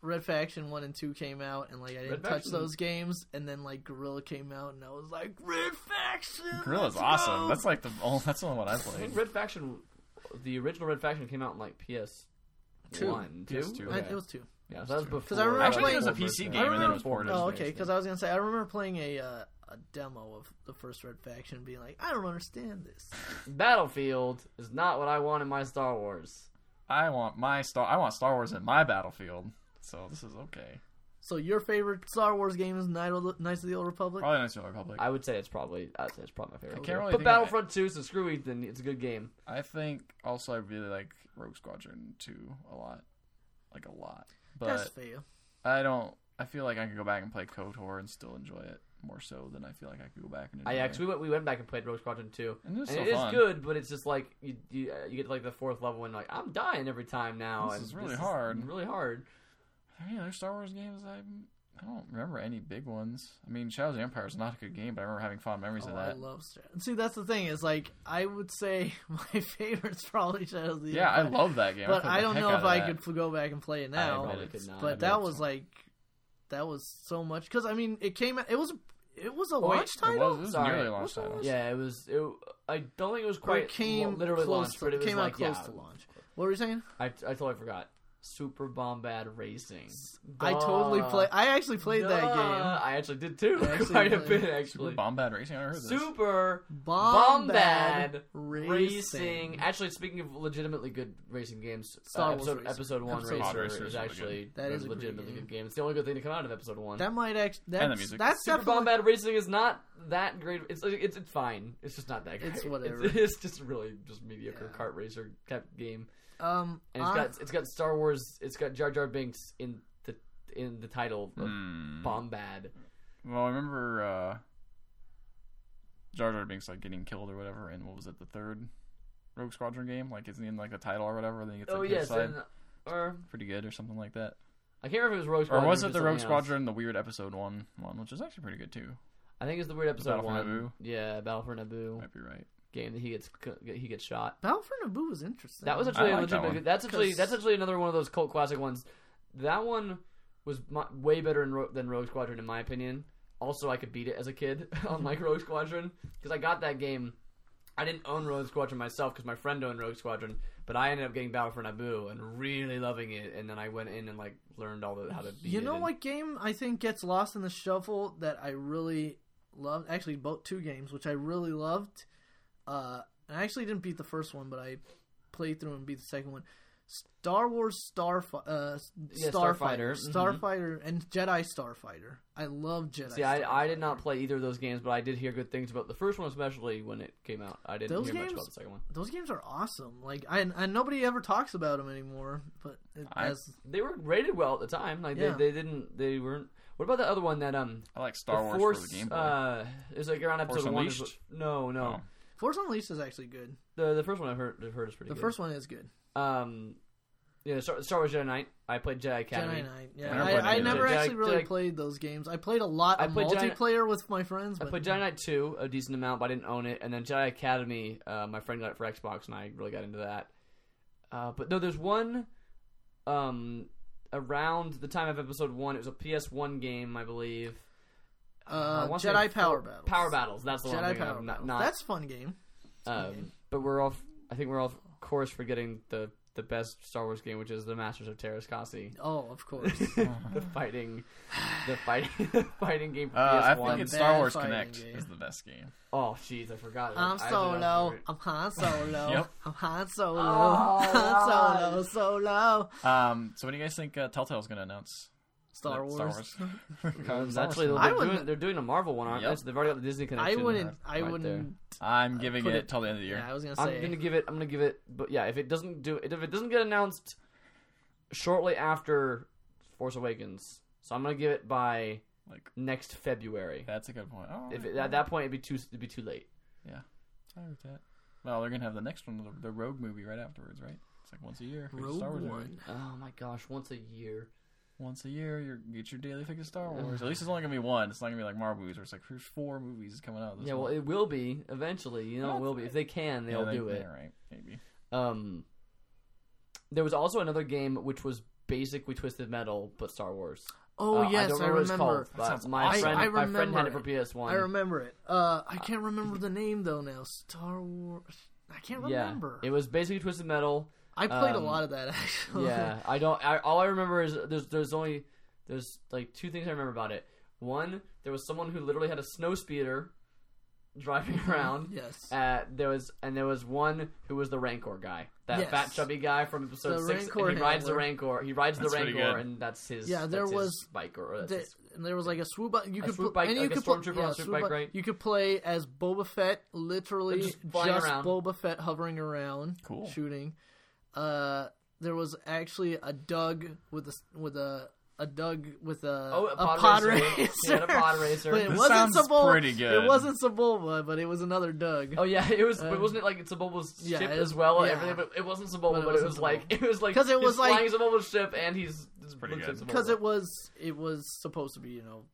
Speaker 1: Red Faction one and two came out and like I didn't
Speaker 3: Red
Speaker 1: touch
Speaker 3: Faction-
Speaker 1: those games and then like Gorilla came out and I was like Red Faction.
Speaker 2: Gorilla's
Speaker 1: let's
Speaker 2: awesome.
Speaker 1: go!"
Speaker 2: That's like the oh, that's the only one I
Speaker 3: I
Speaker 2: played.
Speaker 3: think Red Faction, the original Red Faction came out in like PS
Speaker 1: Two.
Speaker 3: one, two.
Speaker 2: PS2.
Speaker 1: I-
Speaker 3: Okay.
Speaker 1: it was two.
Speaker 3: yeah, so that was before.
Speaker 1: 'Cause I remember
Speaker 2: Actually,
Speaker 1: playing-
Speaker 2: it was a
Speaker 3: before
Speaker 2: PC
Speaker 3: Red
Speaker 2: game and then it was
Speaker 3: Faction.
Speaker 2: ported.
Speaker 1: Oh,
Speaker 2: to
Speaker 1: okay.
Speaker 2: PlayStation.
Speaker 1: Because I was gonna say I remember playing a uh, a demo of the first Red Faction, being like, I don't understand this.
Speaker 3: Battlefield is not what I want in my Star Wars.
Speaker 2: I want my Star. I want Star Wars in my battlefield. So this is okay.
Speaker 1: So your favorite Star Wars game is Knight of the, Knights of the Old Republic?
Speaker 2: Probably Knights of the Republic. I,
Speaker 3: I would say it's probably I'd say it's probably my favorite.
Speaker 2: can't
Speaker 3: game.
Speaker 2: really
Speaker 3: but
Speaker 2: think of it.
Speaker 3: Battlefront Two, so screw Ethan. It's a good game.
Speaker 2: think also I really like Rogue Squadron 2 a lot, like a lot.
Speaker 1: That's
Speaker 2: But
Speaker 1: fair.
Speaker 2: I don't. I feel like I could go back and play KOTOR and still enjoy it more so than I feel like I could go back and. Enjoy
Speaker 3: I actually went, we went back and played Rogue Squadron Two.
Speaker 2: It. And it's
Speaker 3: And
Speaker 2: so
Speaker 3: it is
Speaker 2: fun.
Speaker 3: good, but it's just like you you, uh, you get to like the fourth level and like I'm dying every time now.
Speaker 2: This
Speaker 3: and
Speaker 2: is really hard.
Speaker 3: really hard.
Speaker 2: Are there any other Star Wars games I I don't remember any big ones. I mean, Shadows of the Empire is not a good game, but I remember having fond memories
Speaker 1: Oh,
Speaker 2: of
Speaker 1: I
Speaker 2: that.
Speaker 1: love Star. See, that's the thing is like I would say my favorite's probably Shadows of the
Speaker 2: yeah, I
Speaker 1: Empire,
Speaker 2: love that game.
Speaker 1: But
Speaker 2: played
Speaker 1: I
Speaker 2: the
Speaker 1: don't
Speaker 2: heck
Speaker 1: know
Speaker 2: out
Speaker 1: if
Speaker 2: of
Speaker 1: I
Speaker 2: that.
Speaker 1: could f- go back and play it
Speaker 2: I
Speaker 1: now.
Speaker 2: admit
Speaker 3: Probably
Speaker 2: it's-
Speaker 3: could not.
Speaker 2: I
Speaker 1: But
Speaker 2: admit
Speaker 1: that
Speaker 2: it's
Speaker 1: was
Speaker 2: not.
Speaker 1: like that was so much because I mean it came out. It was it was a
Speaker 3: Wait,
Speaker 1: launch
Speaker 3: it
Speaker 2: it
Speaker 1: title.
Speaker 2: was, it was
Speaker 3: Sorry,
Speaker 2: nearly a
Speaker 1: what's
Speaker 2: launch
Speaker 1: the
Speaker 2: title.
Speaker 1: last-
Speaker 3: Yeah, it was. It, I don't think it was
Speaker 1: Or
Speaker 3: quite
Speaker 1: it came
Speaker 3: well, literally
Speaker 1: close
Speaker 3: launched,
Speaker 1: to,
Speaker 3: but it was
Speaker 1: came
Speaker 3: like
Speaker 1: out close
Speaker 3: yeah,
Speaker 1: to launch. What were you saying?
Speaker 3: I, I totally forgot. Super Bombad Racing.
Speaker 1: I totally
Speaker 3: Duh.
Speaker 1: play. I actually played
Speaker 3: Duh.
Speaker 1: that game.
Speaker 3: I actually did too.
Speaker 1: I actually
Speaker 3: quite a
Speaker 1: played-
Speaker 3: bit
Speaker 2: Super
Speaker 3: actually.
Speaker 2: Bombad Racing. I heard this.
Speaker 3: Super
Speaker 1: Bombad
Speaker 3: Bombad Racing. Actually, speaking of legitimately good racing games,
Speaker 1: Star
Speaker 3: uh,
Speaker 1: Wars
Speaker 3: episode,
Speaker 1: Racing.
Speaker 3: episode one
Speaker 1: Episode
Speaker 2: one.
Speaker 3: racer,
Speaker 2: Racer
Speaker 3: is
Speaker 2: is really
Speaker 3: actually
Speaker 1: That
Speaker 3: a
Speaker 1: is a pretty
Speaker 3: legitimately
Speaker 1: good
Speaker 3: good game. It's the only good thing to come out of episode one.
Speaker 1: That might actually. That's,
Speaker 2: music.
Speaker 1: that's
Speaker 3: Super
Speaker 1: definitely.
Speaker 3: Bombad Racing is not that great. It's, it's it's fine. It's just not that great.
Speaker 1: It's whatever.
Speaker 3: It's, it's just really just mediocre
Speaker 1: Yeah.
Speaker 3: kart racer type game.
Speaker 1: Um,
Speaker 3: And it's
Speaker 1: I-
Speaker 3: got it's got Star Wars. It's got Jar Jar Binks in the in the title of
Speaker 2: Hmm.
Speaker 3: Bombad.
Speaker 2: Well, I remember uh, Jar Jar Binks like getting killed or whatever, and what was it, the third Rogue Squadron game? Like it's in like the title or whatever. Then he gets
Speaker 3: oh
Speaker 2: like,
Speaker 3: yes,
Speaker 2: his side.
Speaker 3: and, or
Speaker 2: pretty good or something like that.
Speaker 3: I can't remember if it was Rogue
Speaker 2: Or
Speaker 3: Squadron.
Speaker 2: was it
Speaker 3: just
Speaker 2: the Rogue
Speaker 3: something else.
Speaker 2: Squadron, the weird episode one one, which is actually pretty good too.
Speaker 3: I think it's the weird episode
Speaker 2: Battle for
Speaker 3: one.
Speaker 2: Naboo?
Speaker 3: Yeah, Battle for Naboo
Speaker 2: Might be right.
Speaker 3: game that he gets c- he gets shot.
Speaker 1: Battle for Naboo was interesting.
Speaker 3: That was actually
Speaker 2: I
Speaker 3: a
Speaker 2: like that
Speaker 3: legitimate.
Speaker 2: one.
Speaker 3: that's actually
Speaker 1: 'Cause-
Speaker 3: that's actually another one of those cult classic ones. That one was my, way better in, Ro- than Rogue Squadron in my opinion. Also, I could beat it as a kid on like Rogue Squadron because I got that game. I didn't own Rogue Squadron myself because my friend owned Rogue Squadron, but I ended up getting Battle for Naboo and really loving it. And then I went in and like learned all the how to beat
Speaker 1: You
Speaker 3: it
Speaker 1: know
Speaker 3: and-
Speaker 1: what game I think gets lost in the shuffle that I really loved? Actually, both two games which I really loved. Uh, and I actually didn't beat the first one, but I played through and beat the second one. Star Wars Starfi- uh,
Speaker 3: Yeah,
Speaker 1: Starfighter,
Speaker 3: Starfighter, mhm.
Speaker 1: Starfighter, and Jedi Starfighter. I love Jedi.
Speaker 3: See, I, I did
Speaker 1: Starfighter.
Speaker 3: not play either of those games, but I did hear good things about the first one, especially when it came out. I didn't
Speaker 1: Those
Speaker 3: hear much
Speaker 1: games-
Speaker 3: about the second one.
Speaker 1: Those games are awesome. Like, I and nobody ever talks about them anymore. But it,
Speaker 2: I-
Speaker 1: as
Speaker 3: They were rated well at the time. Like
Speaker 1: Yeah.
Speaker 3: they, they didn't they weren't. What about the other one that um
Speaker 2: I like Star
Speaker 3: the
Speaker 2: Wars
Speaker 3: Force?
Speaker 2: for the gameplay.
Speaker 3: uh, it was like around
Speaker 2: Force
Speaker 3: episode one. is-
Speaker 2: Unleashed?
Speaker 3: No, no,
Speaker 2: Oh.
Speaker 1: Force Unleashed is actually good.
Speaker 3: the the first one I've heard I've heard is pretty.
Speaker 1: The
Speaker 3: good.
Speaker 1: first one is good.
Speaker 3: um, yeah, Star, Star Wars Jedi Knight. I played Jedi Academy.
Speaker 1: Jedi Knight. Yeah,
Speaker 2: I never
Speaker 1: I,
Speaker 2: played
Speaker 1: I,
Speaker 2: any of
Speaker 1: never
Speaker 3: those.
Speaker 1: actually
Speaker 3: Jedi-
Speaker 1: really
Speaker 3: Jedi-
Speaker 1: played those games. I played a lot
Speaker 3: I
Speaker 1: of
Speaker 3: played Jedi-
Speaker 1: multiplayer with my friends.
Speaker 3: I
Speaker 1: But
Speaker 3: played Jedi Knight two a decent amount, but I didn't own it. And then Jedi Academy, uh, my friend got it for Xbox, and I really got into that. Uh, but no, there's one um, around the time of Episode one. It was a PS one game, I believe.
Speaker 1: Uh,
Speaker 3: I wanna say
Speaker 1: Jedi
Speaker 3: four-
Speaker 1: Power Battles.
Speaker 3: Power battles. That's the one. I'm
Speaker 1: Jedi
Speaker 3: thinking
Speaker 1: Power
Speaker 3: of,
Speaker 1: Battles.
Speaker 3: not, not,
Speaker 1: That's a fun game.
Speaker 3: Um, but we're off. I think we're off course for getting the the best Star Wars game, which is the Masters of Terras Kasi.
Speaker 1: Oh, of course.
Speaker 3: the fighting, the fighting, the fighting game for
Speaker 2: Uh, I
Speaker 3: PS1.
Speaker 2: think it's
Speaker 1: bad
Speaker 2: Star Wars
Speaker 1: fighting
Speaker 2: Connect
Speaker 1: game.
Speaker 2: is the best game.
Speaker 3: oh, jeez, I forgot. it.
Speaker 1: I'm
Speaker 3: I don't know.
Speaker 1: solo. I'm Han Solo.
Speaker 2: Yep.
Speaker 1: I'm Han Solo.
Speaker 3: Oh,
Speaker 1: Han Solo. Solo.
Speaker 2: Um, so when do you guys think uh, Telltale's going to announce
Speaker 1: Star
Speaker 2: that
Speaker 1: Wars.
Speaker 2: Star Wars.
Speaker 3: Um,
Speaker 2: Comes
Speaker 3: Actually,
Speaker 2: out
Speaker 3: they're,
Speaker 1: I
Speaker 3: they're doing,
Speaker 1: wouldn't-
Speaker 3: they're doing a Marvel one, aren't
Speaker 2: Yep.
Speaker 3: they? So they've already got the Disney
Speaker 1: I
Speaker 3: connection.
Speaker 1: wouldn't. I
Speaker 3: right there.
Speaker 1: wouldn't.
Speaker 2: soon. I'm giving
Speaker 1: put
Speaker 2: it,
Speaker 1: it-
Speaker 2: till the end of the year.
Speaker 1: Yeah, I was gonna
Speaker 3: I'm
Speaker 1: say.
Speaker 3: gonna give it. I'm gonna give it. But yeah, if it doesn't do, if it doesn't get announced shortly after Force Awakens, so I'm gonna give it by
Speaker 2: Like
Speaker 3: next February.
Speaker 2: that's a good point. Oh,
Speaker 3: If it, at that point it'd be too it'd be too late.
Speaker 2: with that. Well, they're gonna have the next one, the, the Rogue movie, right afterwards, right? It's like once a year. fix a
Speaker 1: Rogue
Speaker 2: Star Wars movie.
Speaker 1: One.
Speaker 3: Oh my gosh, once a year.
Speaker 2: Once a year, you get your daily fix of Star
Speaker 3: Ugh.
Speaker 2: Wars. At least it's only gonna be one. It's not gonna be like Marvel movies, where it's like here's four movies coming out. This
Speaker 3: yeah, well,
Speaker 2: month.
Speaker 3: it will be eventually. You know, it
Speaker 2: That's
Speaker 3: will be if they can,
Speaker 2: Yeah,
Speaker 3: they'll
Speaker 2: they-
Speaker 3: do it.
Speaker 2: they're right? Maybe.
Speaker 3: Um, there was also another game which was basically Twisted Metal, but Star Wars.
Speaker 1: Oh
Speaker 3: Uh, I
Speaker 1: yes,
Speaker 3: don't
Speaker 1: I,
Speaker 3: remember. What it's
Speaker 1: remember.
Speaker 3: called,
Speaker 2: That
Speaker 3: but
Speaker 2: sounds
Speaker 3: my
Speaker 2: awesome.
Speaker 3: friend,
Speaker 1: I- I
Speaker 3: my friend had it for
Speaker 1: remember
Speaker 3: PS One.
Speaker 1: I remember it. Uh, I can't remember the name though now. Star Wars. I can't
Speaker 3: yeah,
Speaker 1: remember.
Speaker 3: it was basically Twisted Metal.
Speaker 1: I played a
Speaker 3: um,
Speaker 1: lot of that actually.
Speaker 3: Yeah, I don't. I, all I remember is there's there's only there's like two things I remember about it. One, there was someone who literally had a snow speeder driving around.
Speaker 1: Yes.
Speaker 3: Uh, there was and there was one who was the Rancor guy, that
Speaker 1: Yes.
Speaker 3: fat chubby guy from episode
Speaker 1: The
Speaker 3: six. and
Speaker 1: Rancor
Speaker 3: he rides the
Speaker 1: handler.
Speaker 3: Rancor. He rides
Speaker 2: That's
Speaker 3: the
Speaker 2: pretty
Speaker 3: Rancor,
Speaker 2: good.
Speaker 3: and that's his.
Speaker 1: Yeah, there
Speaker 3: that's his
Speaker 1: was-
Speaker 3: bike or that's
Speaker 1: Th-
Speaker 3: his-
Speaker 1: and there was like a swoop bike. You
Speaker 3: A
Speaker 1: could
Speaker 3: swoop
Speaker 1: pl-
Speaker 3: bike,
Speaker 1: and
Speaker 3: like
Speaker 1: you
Speaker 3: a
Speaker 1: could pl-
Speaker 3: stormtrooper
Speaker 1: yeah,
Speaker 3: on a swoop bike, right?
Speaker 1: You could play as Boba Fett, literally
Speaker 3: Just
Speaker 1: just,
Speaker 3: flying around.
Speaker 1: Boba Fett hovering around,
Speaker 2: Cool.
Speaker 1: shooting. Uh, there was actually a Doug with a s- with a a Doug with a
Speaker 3: Oh, a pod racer. He had a pod racer.
Speaker 1: But it
Speaker 2: This
Speaker 1: wasn't
Speaker 2: sounds
Speaker 1: Sebulba.
Speaker 2: pretty good.
Speaker 1: It wasn't Sebulba, but it was another Doug.
Speaker 3: Oh yeah, it was. but
Speaker 1: Um,
Speaker 3: wasn't it like Sebulba's
Speaker 1: yeah,
Speaker 3: ship
Speaker 1: it-
Speaker 3: as well? and
Speaker 1: yeah.
Speaker 3: Everything, but it wasn't Sebulba,
Speaker 1: But
Speaker 3: but it,
Speaker 1: it
Speaker 3: was
Speaker 1: wasn't
Speaker 3: like it was like
Speaker 1: 'Cause it
Speaker 3: he's
Speaker 1: was, like-
Speaker 3: flying Sebulba's ship, and he's
Speaker 2: pretty
Speaker 3: looks
Speaker 2: good.
Speaker 3: like
Speaker 1: Because
Speaker 3: Sebulba.
Speaker 1: it was it was supposed to be you know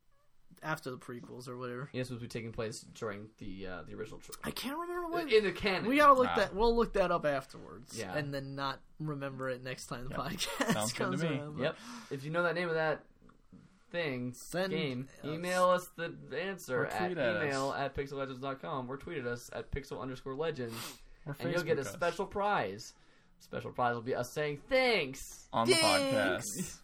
Speaker 1: after the prequels or whatever.
Speaker 3: Yeah, this was taking place during the uh, the original
Speaker 1: I
Speaker 3: trilogy.
Speaker 1: can't remember what
Speaker 3: In the canon.
Speaker 1: We gotta look
Speaker 2: Wow.
Speaker 1: that. We'll look that up afterwards,
Speaker 3: Yeah.
Speaker 1: and then not remember it next time the
Speaker 2: Yep.
Speaker 1: podcast
Speaker 2: Sounds good to
Speaker 1: comes
Speaker 2: me.
Speaker 1: around.
Speaker 3: Yep. If you know that name of that thing,
Speaker 1: Send
Speaker 3: game,
Speaker 1: us-
Speaker 3: email us the answer
Speaker 2: Or
Speaker 3: at
Speaker 2: tweet at us.
Speaker 3: email at pixellegends.com or tweet at us at pixel underscore legends,
Speaker 2: Or
Speaker 3: and you'll get a
Speaker 2: Facebook us
Speaker 3: special prize. Special prize will be us saying thanks.
Speaker 2: on
Speaker 1: Thanks.
Speaker 2: the podcast.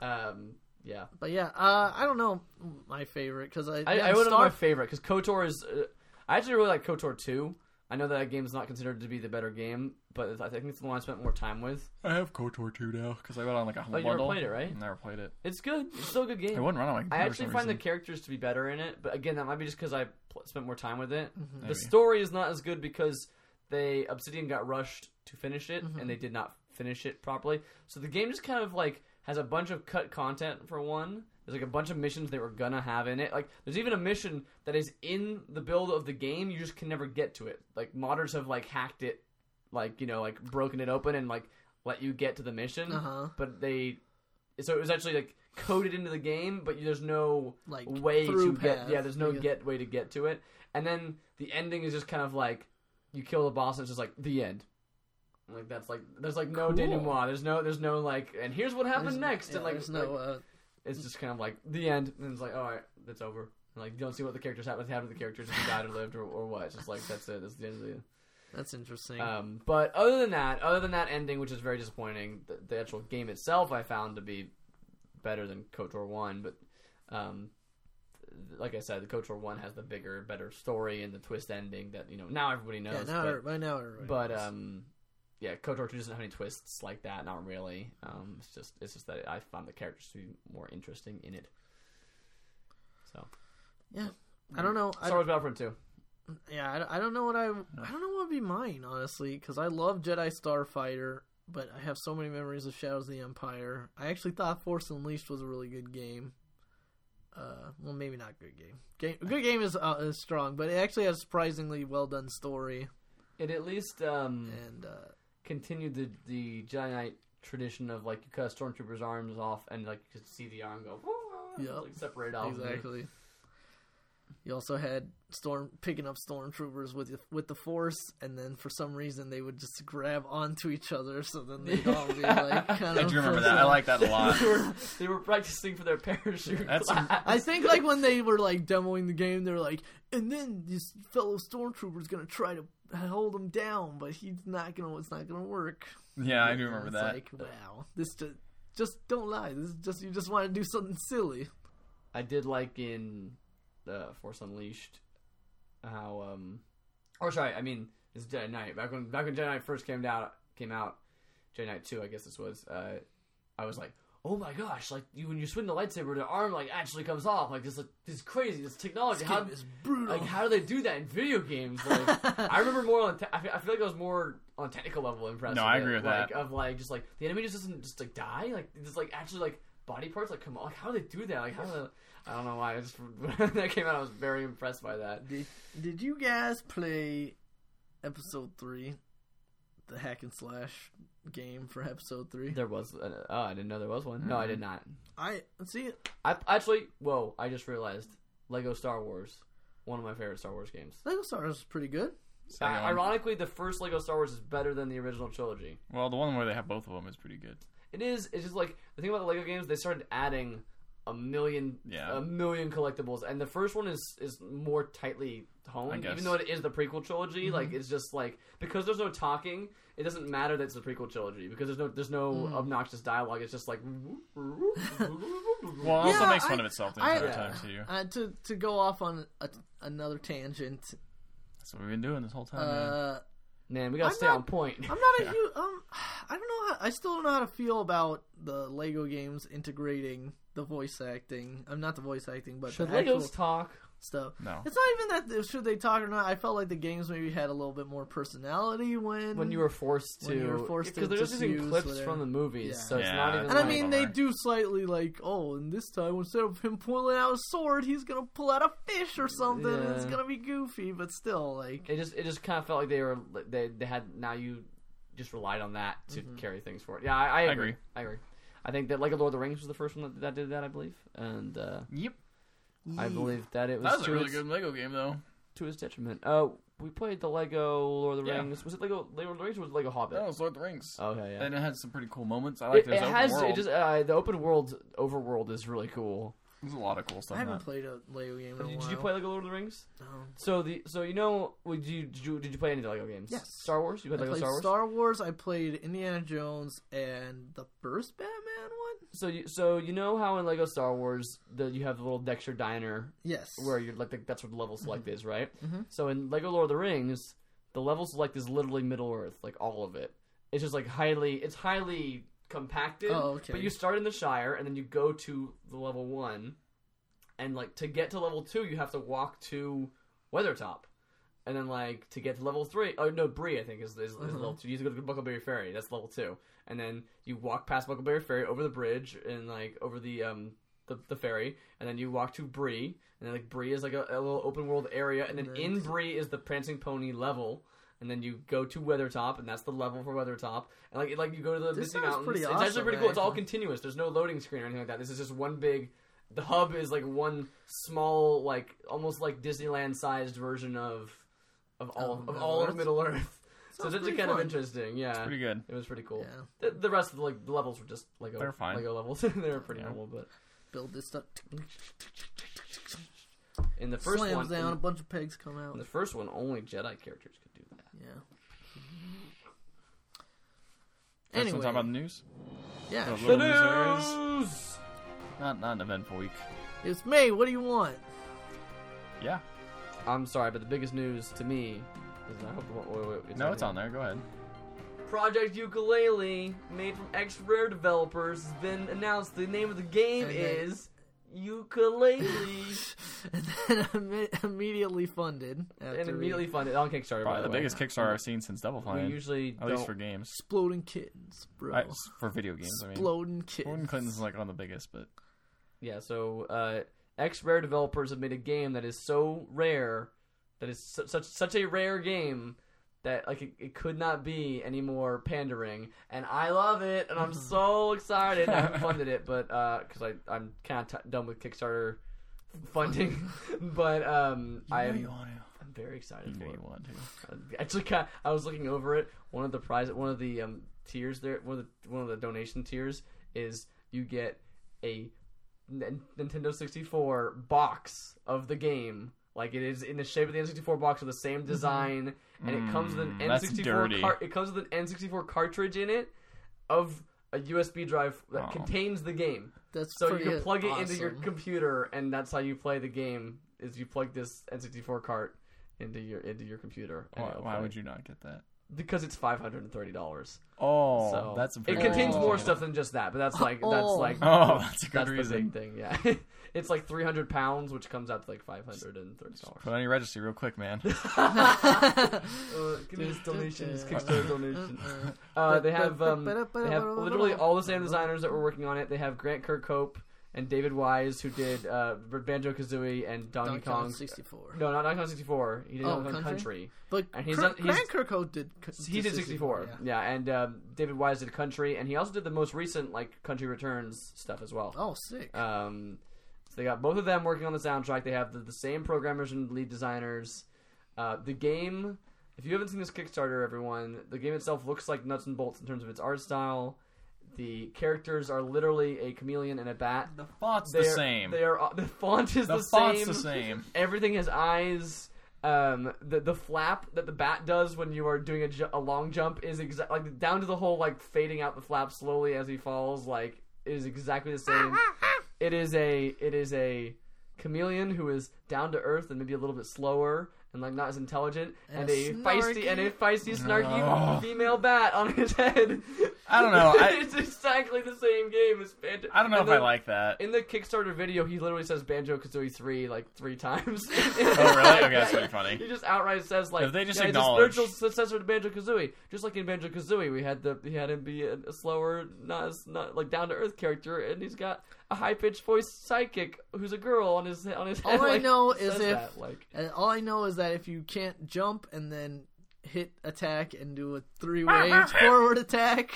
Speaker 3: Um, yeah,
Speaker 1: But yeah, uh, I don't know my favorite because I,
Speaker 3: I,
Speaker 1: yeah,
Speaker 3: I went
Speaker 1: Star-
Speaker 3: on my favorite because Kotor is. Uh, I actually really like Kotor two. I know that game is not considered to be the better game, but I think it's the one I spent more time with.
Speaker 2: I have KOTOR 2 now because I got on like a whole
Speaker 3: Oh, you never
Speaker 2: bundle.
Speaker 3: played it, right?
Speaker 2: Never played it.
Speaker 3: It's good. It's still a good game.
Speaker 2: It wouldn't run on my
Speaker 3: I
Speaker 2: computer for
Speaker 3: actually
Speaker 2: some
Speaker 3: find the
Speaker 2: reason.
Speaker 3: characters to be better in it, but again, that might be just because I pl- spent more time with it. The
Speaker 2: Maybe.
Speaker 3: story is not as good because they Obsidian got rushed to finish it, and they did not finish it properly. So the game just kind of like has a bunch of cut content for one. There's like a bunch of missions they were gonna have in it. Like there's even a mission that is in the build of the game. You just can never get to it. Like modders have like hacked it, like you know, like broken it open and like let you get to the mission.
Speaker 1: Uh-huh.
Speaker 3: But they, so it was actually like coded into the game, but there's no
Speaker 1: like
Speaker 3: way to
Speaker 1: through
Speaker 3: get
Speaker 1: path.
Speaker 3: yeah there's no
Speaker 1: You-
Speaker 3: get way to get to it and then the ending is just kind of like you kill the boss and it's just like the end like that's like there's like no
Speaker 2: Cool.
Speaker 3: denouement there's no there's no like and here's what happened
Speaker 1: there's-
Speaker 3: next
Speaker 1: yeah,
Speaker 3: and like,
Speaker 1: there's no
Speaker 3: like,
Speaker 1: uh,
Speaker 3: it's just kind of like the end and it's like all right that's over and, like you don't see what the characters happened happened to the characters if they died or lived or, or what it's just like that's it that's the end of the
Speaker 1: that's interesting.
Speaker 3: um, but other than that, other than that ending, which is very disappointing, the, the actual game itself I found to be better than KOTOR 1. But um, th- like I said, the KOTOR 1 has the bigger, better story and the twist ending that, you know, now everybody knows.
Speaker 1: yeah, now
Speaker 3: but,
Speaker 1: every- by now everybody
Speaker 3: but
Speaker 1: knows.
Speaker 3: um, yeah, KOTOR 2 doesn't have any twists like that, not really. Um, it's just it's just that I found the characters to be more interesting in it. So,
Speaker 1: I don't know. I,
Speaker 3: Star Wars Battlefront 2.
Speaker 1: yeah, I, I don't know what I I don't know what would be mine honestly because I love Jedi Starfighter, but I have so many memories of Shadows of the Empire. I actually thought Force Unleashed was a really good game. Uh, well, maybe not good game. Game good game is uh, is strong, but it actually has surprisingly well done story
Speaker 3: It at least
Speaker 2: Hmm.
Speaker 3: um,
Speaker 1: and uh,
Speaker 3: continued the the Jedi Knight tradition of like you cut a stormtrooper's arms off and like you could see the arm go "Whoa,"
Speaker 1: Yep.
Speaker 3: like separate off.
Speaker 1: exactly. You also had storm picking up stormtroopers with the- with the force, and then for some reason they would just grab onto each other, so then they'd all be like kind
Speaker 2: I
Speaker 1: of.
Speaker 2: do remember that. I like that a lot.
Speaker 3: they, were, they were practicing for their parachute
Speaker 2: That's some-
Speaker 3: class.
Speaker 1: I think like when they were like demoing the game, they're like, and then this fellow stormtrooper's gonna try to hold him down, but he's not gonna. It's not gonna work.
Speaker 2: Yeah, I do remember
Speaker 1: it's
Speaker 2: that.
Speaker 1: Like, wow, this just just don't lie. This is just you just want to do something silly.
Speaker 3: I did like in uh, Force Unleashed how um or sorry, I mean it's Jedi Knight. Back when back when Jedi Knight first came out came out, Jedi Knight two, I guess this was, uh I was like, Oh my gosh, like you when you swing the lightsaber the arm like actually comes off. Like this like this is crazy, this technology.
Speaker 1: This
Speaker 3: How
Speaker 1: game is brutal.
Speaker 3: like how do they do that in video games? Like I remember more on. Te- I, feel, I feel like I was more on a technical level impressed.
Speaker 2: No, I agree with
Speaker 3: like,
Speaker 2: that.
Speaker 3: Of like just like the enemy just doesn't just like die. Like just like actually like body parts like come on. Like, how do they do that? Like how do they, I don't know why. I just when that came out, I was very impressed by that.
Speaker 1: Did, did you guys play episode three, the hack and slash game for episode three?
Speaker 3: There was uh, oh I didn't know there was one.
Speaker 2: Mm-hmm.
Speaker 3: No, I did not.
Speaker 1: I see.
Speaker 3: I actually whoa I just realized Lego Star Wars, one of my favorite Star Wars games.
Speaker 1: Lego Star Wars is pretty good.
Speaker 2: Same
Speaker 3: I-
Speaker 2: one.
Speaker 3: ironically, the first Lego Star Wars is better than the original trilogy.
Speaker 2: Well, the one where they have both of them is pretty good.
Speaker 3: It is. It's just like the thing about the Lego games. They started adding a million,
Speaker 2: Yeah.
Speaker 3: a million collectibles, and the first one is is more tightly
Speaker 2: I
Speaker 3: honed.
Speaker 2: guess. Mm-hmm.
Speaker 3: Even though it is the prequel trilogy, like it's just like because there's no talking, it doesn't matter that it's the prequel trilogy because there's no there's no
Speaker 2: Mm.
Speaker 3: obnoxious dialogue. It's just like.
Speaker 2: Well, it also
Speaker 1: Yeah,
Speaker 2: makes fun
Speaker 1: I-
Speaker 2: of itself the
Speaker 1: I-
Speaker 2: entire
Speaker 1: yeah.
Speaker 2: time too.
Speaker 1: Uh, to to go off on a, another tangent,
Speaker 2: That's what we've been doing this whole time. man.
Speaker 1: uh,
Speaker 3: Man, we gotta
Speaker 1: I'm
Speaker 3: stay
Speaker 1: not-
Speaker 3: on point.
Speaker 1: I'm not a huge. Um, I don't know. How, I still don't know how to feel about the Lego games integrating the voice acting. I'm not the voice acting, but
Speaker 3: Should
Speaker 1: the actual
Speaker 3: Legos talk?
Speaker 1: stuff.
Speaker 2: No.
Speaker 1: It's not even that should they talk or not. I felt like the games maybe had a little bit more personality when
Speaker 3: When you were forced to,
Speaker 1: When you were forced to
Speaker 3: because they're just
Speaker 1: just
Speaker 3: using
Speaker 1: use
Speaker 3: clips
Speaker 1: whatever.
Speaker 3: from the movies,
Speaker 1: Yeah.
Speaker 3: so it's
Speaker 2: Yeah,
Speaker 3: not even.
Speaker 1: And I
Speaker 3: like,
Speaker 1: mean, they
Speaker 2: Bummer.
Speaker 1: do slightly like, oh, and this time instead of him pulling out a sword, he's gonna pull out a fish or something. And it's
Speaker 3: Yeah.
Speaker 1: gonna be goofy, but still, like,
Speaker 3: it just it just kind of felt like they were they they had now you just relied on that to carry things forward. Yeah, I, I, agree.
Speaker 2: Mm-hmm. agree.
Speaker 3: I agree. I think that Lego Lord of the Rings was the first one that, that did that, I believe, and uh,
Speaker 2: yep.
Speaker 3: I
Speaker 1: yeah.
Speaker 3: believe that it was,
Speaker 2: Mm. That was
Speaker 3: to,
Speaker 2: a really
Speaker 3: its,
Speaker 2: good Lego game though.
Speaker 3: to its detriment. Uh, we played the Lego Lord of the
Speaker 2: Yeah.
Speaker 3: Rings. Was it Lego Lego Lord of the Rings or was it Lego Hobbit?
Speaker 2: That was Lord of the Rings.
Speaker 3: Okay, yeah.
Speaker 2: And it had some pretty cool moments. I like
Speaker 3: It,
Speaker 2: those
Speaker 3: it
Speaker 2: open
Speaker 3: has
Speaker 2: world.
Speaker 3: it just uh, the open world overworld is really cool.
Speaker 2: There's a lot of cool stuff.
Speaker 1: I
Speaker 2: in
Speaker 1: haven't
Speaker 2: that.
Speaker 1: played a Lego game in a
Speaker 3: Did,
Speaker 1: while.
Speaker 3: you play Lego Lord of the Rings?
Speaker 1: No.
Speaker 3: So the so you know did you did you, did you play any of the Lego games?
Speaker 1: Yes.
Speaker 3: Star Wars. You
Speaker 1: I
Speaker 3: played Lego
Speaker 1: played
Speaker 3: Star Wars.
Speaker 1: I played Indiana Jones and the first Batman one.
Speaker 3: So you so you know how in Lego Star Wars that you have the little Dexter diner
Speaker 1: Yes.
Speaker 3: where you're like the, that's what level select is, right?
Speaker 1: Mhm.
Speaker 3: So in Lego Lord of the Rings, the level select is literally Middle Earth, like all of it. It's just like highly it's highly compacted.
Speaker 1: Oh, okay.
Speaker 3: But you start in the Shire and then you go to the level one, and like to get to level two, you have to walk to Weathertop. And then, like, to get to level three, oh no, Bree, I think, is, is, is level two. You have to go to Buckleberry Ferry. That's level two. And then you walk past Buckleberry Ferry over the bridge and, like, over the, um, the, the ferry. And then you walk to Bree. And then, like, Bree is, like, a, a little open world area. And then in Bree is the Prancing Pony level. And then you go to Weathertop, and that's the level for Weathertop. And, like, it, like you go to the Misty
Speaker 1: sounds
Speaker 3: Mountains.
Speaker 1: pretty
Speaker 3: it's
Speaker 1: awesome,
Speaker 3: actually pretty cool. It's all
Speaker 1: actually.
Speaker 3: continuous. There's no loading screen or anything like that. This is just one big. The hub is like one small, like almost like Disneyland-sized version of of all
Speaker 1: Of
Speaker 3: of, all of Middle Earth. so
Speaker 1: Sounds
Speaker 3: that's
Speaker 1: pretty
Speaker 3: kind of
Speaker 1: fun.
Speaker 3: interesting. Yeah,
Speaker 2: pretty good.
Speaker 3: it was pretty cool.
Speaker 1: Yeah.
Speaker 3: The, the rest of the, like the levels were just Lego.
Speaker 2: They're fine.
Speaker 3: Lego levels. they were pretty
Speaker 2: Yeah.
Speaker 3: normal, but
Speaker 1: Build this stuff.
Speaker 3: in the first
Speaker 1: slams
Speaker 3: one,
Speaker 1: down, a
Speaker 3: in,
Speaker 1: bunch of pegs come
Speaker 3: in
Speaker 1: out.
Speaker 3: the first one, only Jedi characters could do that.
Speaker 1: Yeah.
Speaker 2: Guys wanna
Speaker 1: Anyway,
Speaker 2: talk about the news.
Speaker 1: yeah,
Speaker 2: The little
Speaker 3: The
Speaker 2: news areas.
Speaker 3: news!
Speaker 2: Not not an eventful week.
Speaker 1: it's May. What do you want?
Speaker 2: Yeah.
Speaker 3: I'm sorry, but the biggest news to me is I hope. Wait, wait, wait,
Speaker 2: no,
Speaker 3: right
Speaker 2: it's
Speaker 3: here.
Speaker 2: on there. Go ahead.
Speaker 3: Project Ukulele, made from ex Rare developers, has been announced. The name of the game
Speaker 1: And they-
Speaker 3: is Ukulele,
Speaker 1: and then imme- immediately funded. After
Speaker 3: and
Speaker 1: we-
Speaker 3: immediately funded on Kickstarter. by
Speaker 2: Probably
Speaker 3: the
Speaker 2: the
Speaker 3: way.
Speaker 2: biggest Kickstarter I've seen since Double
Speaker 3: We
Speaker 2: Fine.
Speaker 3: usually
Speaker 2: at
Speaker 3: don't.
Speaker 2: least for games.
Speaker 1: exploding kittens, bro.
Speaker 2: I, for video games, I mean.
Speaker 1: exploding kittens.
Speaker 2: Gordon Clinton's like on the biggest, but
Speaker 3: Yeah, so uh, ex Rare developers have made a game that is so rare, that is su- such such a rare game that like it, it could not be any more pandering. And I love it, and uh, I'm so excited. I haven't funded it, but because I I'm kind of t- done with Kickstarter funding, but um, I
Speaker 2: you
Speaker 3: am
Speaker 2: want to.
Speaker 3: I'm very excited
Speaker 2: You know
Speaker 3: for it.
Speaker 2: you want to.
Speaker 3: Uh, Actually, ki- I was looking over it. One of the prize, one of the um, tiers there, one of the one of the donation tiers is you get a N- Nintendo 64 box of the game. Like it is in the shape of the N64 box with the same design, and it comes with an
Speaker 2: Mm-hmm. Mm, that's
Speaker 3: N64
Speaker 2: dirty.
Speaker 3: car- it comes with an N64 cartridge in it of a USB drive that
Speaker 2: Oh.
Speaker 3: contains the game.
Speaker 1: That's
Speaker 3: So you can
Speaker 1: friggin'
Speaker 3: plug it into your
Speaker 1: awesome.
Speaker 3: computer, and that's how you play the game. Is you plug this N64 cart into your into your computer? and
Speaker 2: Why,
Speaker 3: it'll
Speaker 2: why
Speaker 3: play.
Speaker 2: would you not get that?
Speaker 3: Because it's five hundred and thirty dollars.
Speaker 2: Oh,
Speaker 3: so
Speaker 2: that's a
Speaker 3: it
Speaker 2: pretty good
Speaker 3: contains
Speaker 2: reason
Speaker 3: more
Speaker 2: to get
Speaker 3: stuff than just that, but that's like that's
Speaker 1: Oh.
Speaker 3: like
Speaker 2: it. Oh, that's a good
Speaker 3: that's the
Speaker 2: reason.
Speaker 3: big thing. Yeah, it's like three hundred pounds, which comes out to like five hundred and thirty
Speaker 2: Put
Speaker 3: dollars.
Speaker 2: on your registry real quick, man.
Speaker 3: Uh, give me this donation, this Kickstarter donation.
Speaker 1: Uh-uh.
Speaker 3: Uh, they have um, they have literally all the same designers that were working on it. They have Grant Kirkhope and David Wise, who did uh, Banjo Kazooie and Donkey,
Speaker 1: Donkey Kong
Speaker 3: Kong.
Speaker 1: 64.
Speaker 3: No, not Donkey Kong 64. He did
Speaker 1: Oh,
Speaker 3: Donkey Kong
Speaker 1: Country?
Speaker 3: Country.
Speaker 1: But
Speaker 3: And he's
Speaker 1: Kirk-
Speaker 3: done- he's-
Speaker 1: Grant Kirkhope did. c-
Speaker 3: He did 64.
Speaker 1: yeah.
Speaker 3: Yeah, and um, David Wise did Country, and he also did the most recent like Country Returns stuff as well.
Speaker 1: Oh, sick.
Speaker 3: Um, so they got both of them working on the soundtrack. They have the, the same programmers and lead designers. Uh, the game, if you haven't seen this Kickstarter, everyone, the game itself looks like nuts and bolts in terms of its art style. The characters are literally a chameleon and a bat.
Speaker 2: The font's the
Speaker 3: They're-
Speaker 2: same.
Speaker 3: They are the font is
Speaker 2: the,
Speaker 3: the,
Speaker 2: font's
Speaker 3: same.
Speaker 2: the same.
Speaker 3: Everything has eyes. Um, the the flap that the bat does when you are doing a, ju- a long jump is exact like down to the whole like fading out the flap slowly as he falls like is exactly the same. it is a it is a chameleon who is down to earth and maybe a little bit slower and like not as intelligent and,
Speaker 1: And
Speaker 3: a feisty
Speaker 1: snarky.
Speaker 3: and a feisty snarky
Speaker 2: Oh.
Speaker 3: female bat on his head.
Speaker 2: I don't know. I-
Speaker 3: it's exactly the same game. It's fantastic.
Speaker 2: I don't know if I like that.
Speaker 3: In the Kickstarter video, he literally says Banjo Kazooie three like three times. oh
Speaker 2: really? Okay, that's pretty funny.
Speaker 3: He just outright says like,
Speaker 2: If they just
Speaker 3: yeah, he's a
Speaker 2: acknowledge-
Speaker 3: spiritual successor to Banjo Kazooie. Just like in Banjo Kazooie, we had the he had him be a, a slower, not as not like down to earth character, and he's got a high pitched voiced psychic who's a girl on his on his. head,
Speaker 1: All I
Speaker 3: like,
Speaker 1: know
Speaker 3: says
Speaker 1: is if-
Speaker 3: that, like
Speaker 1: And all I know is that if you can't jump and then hit attack and do a three way forward attack,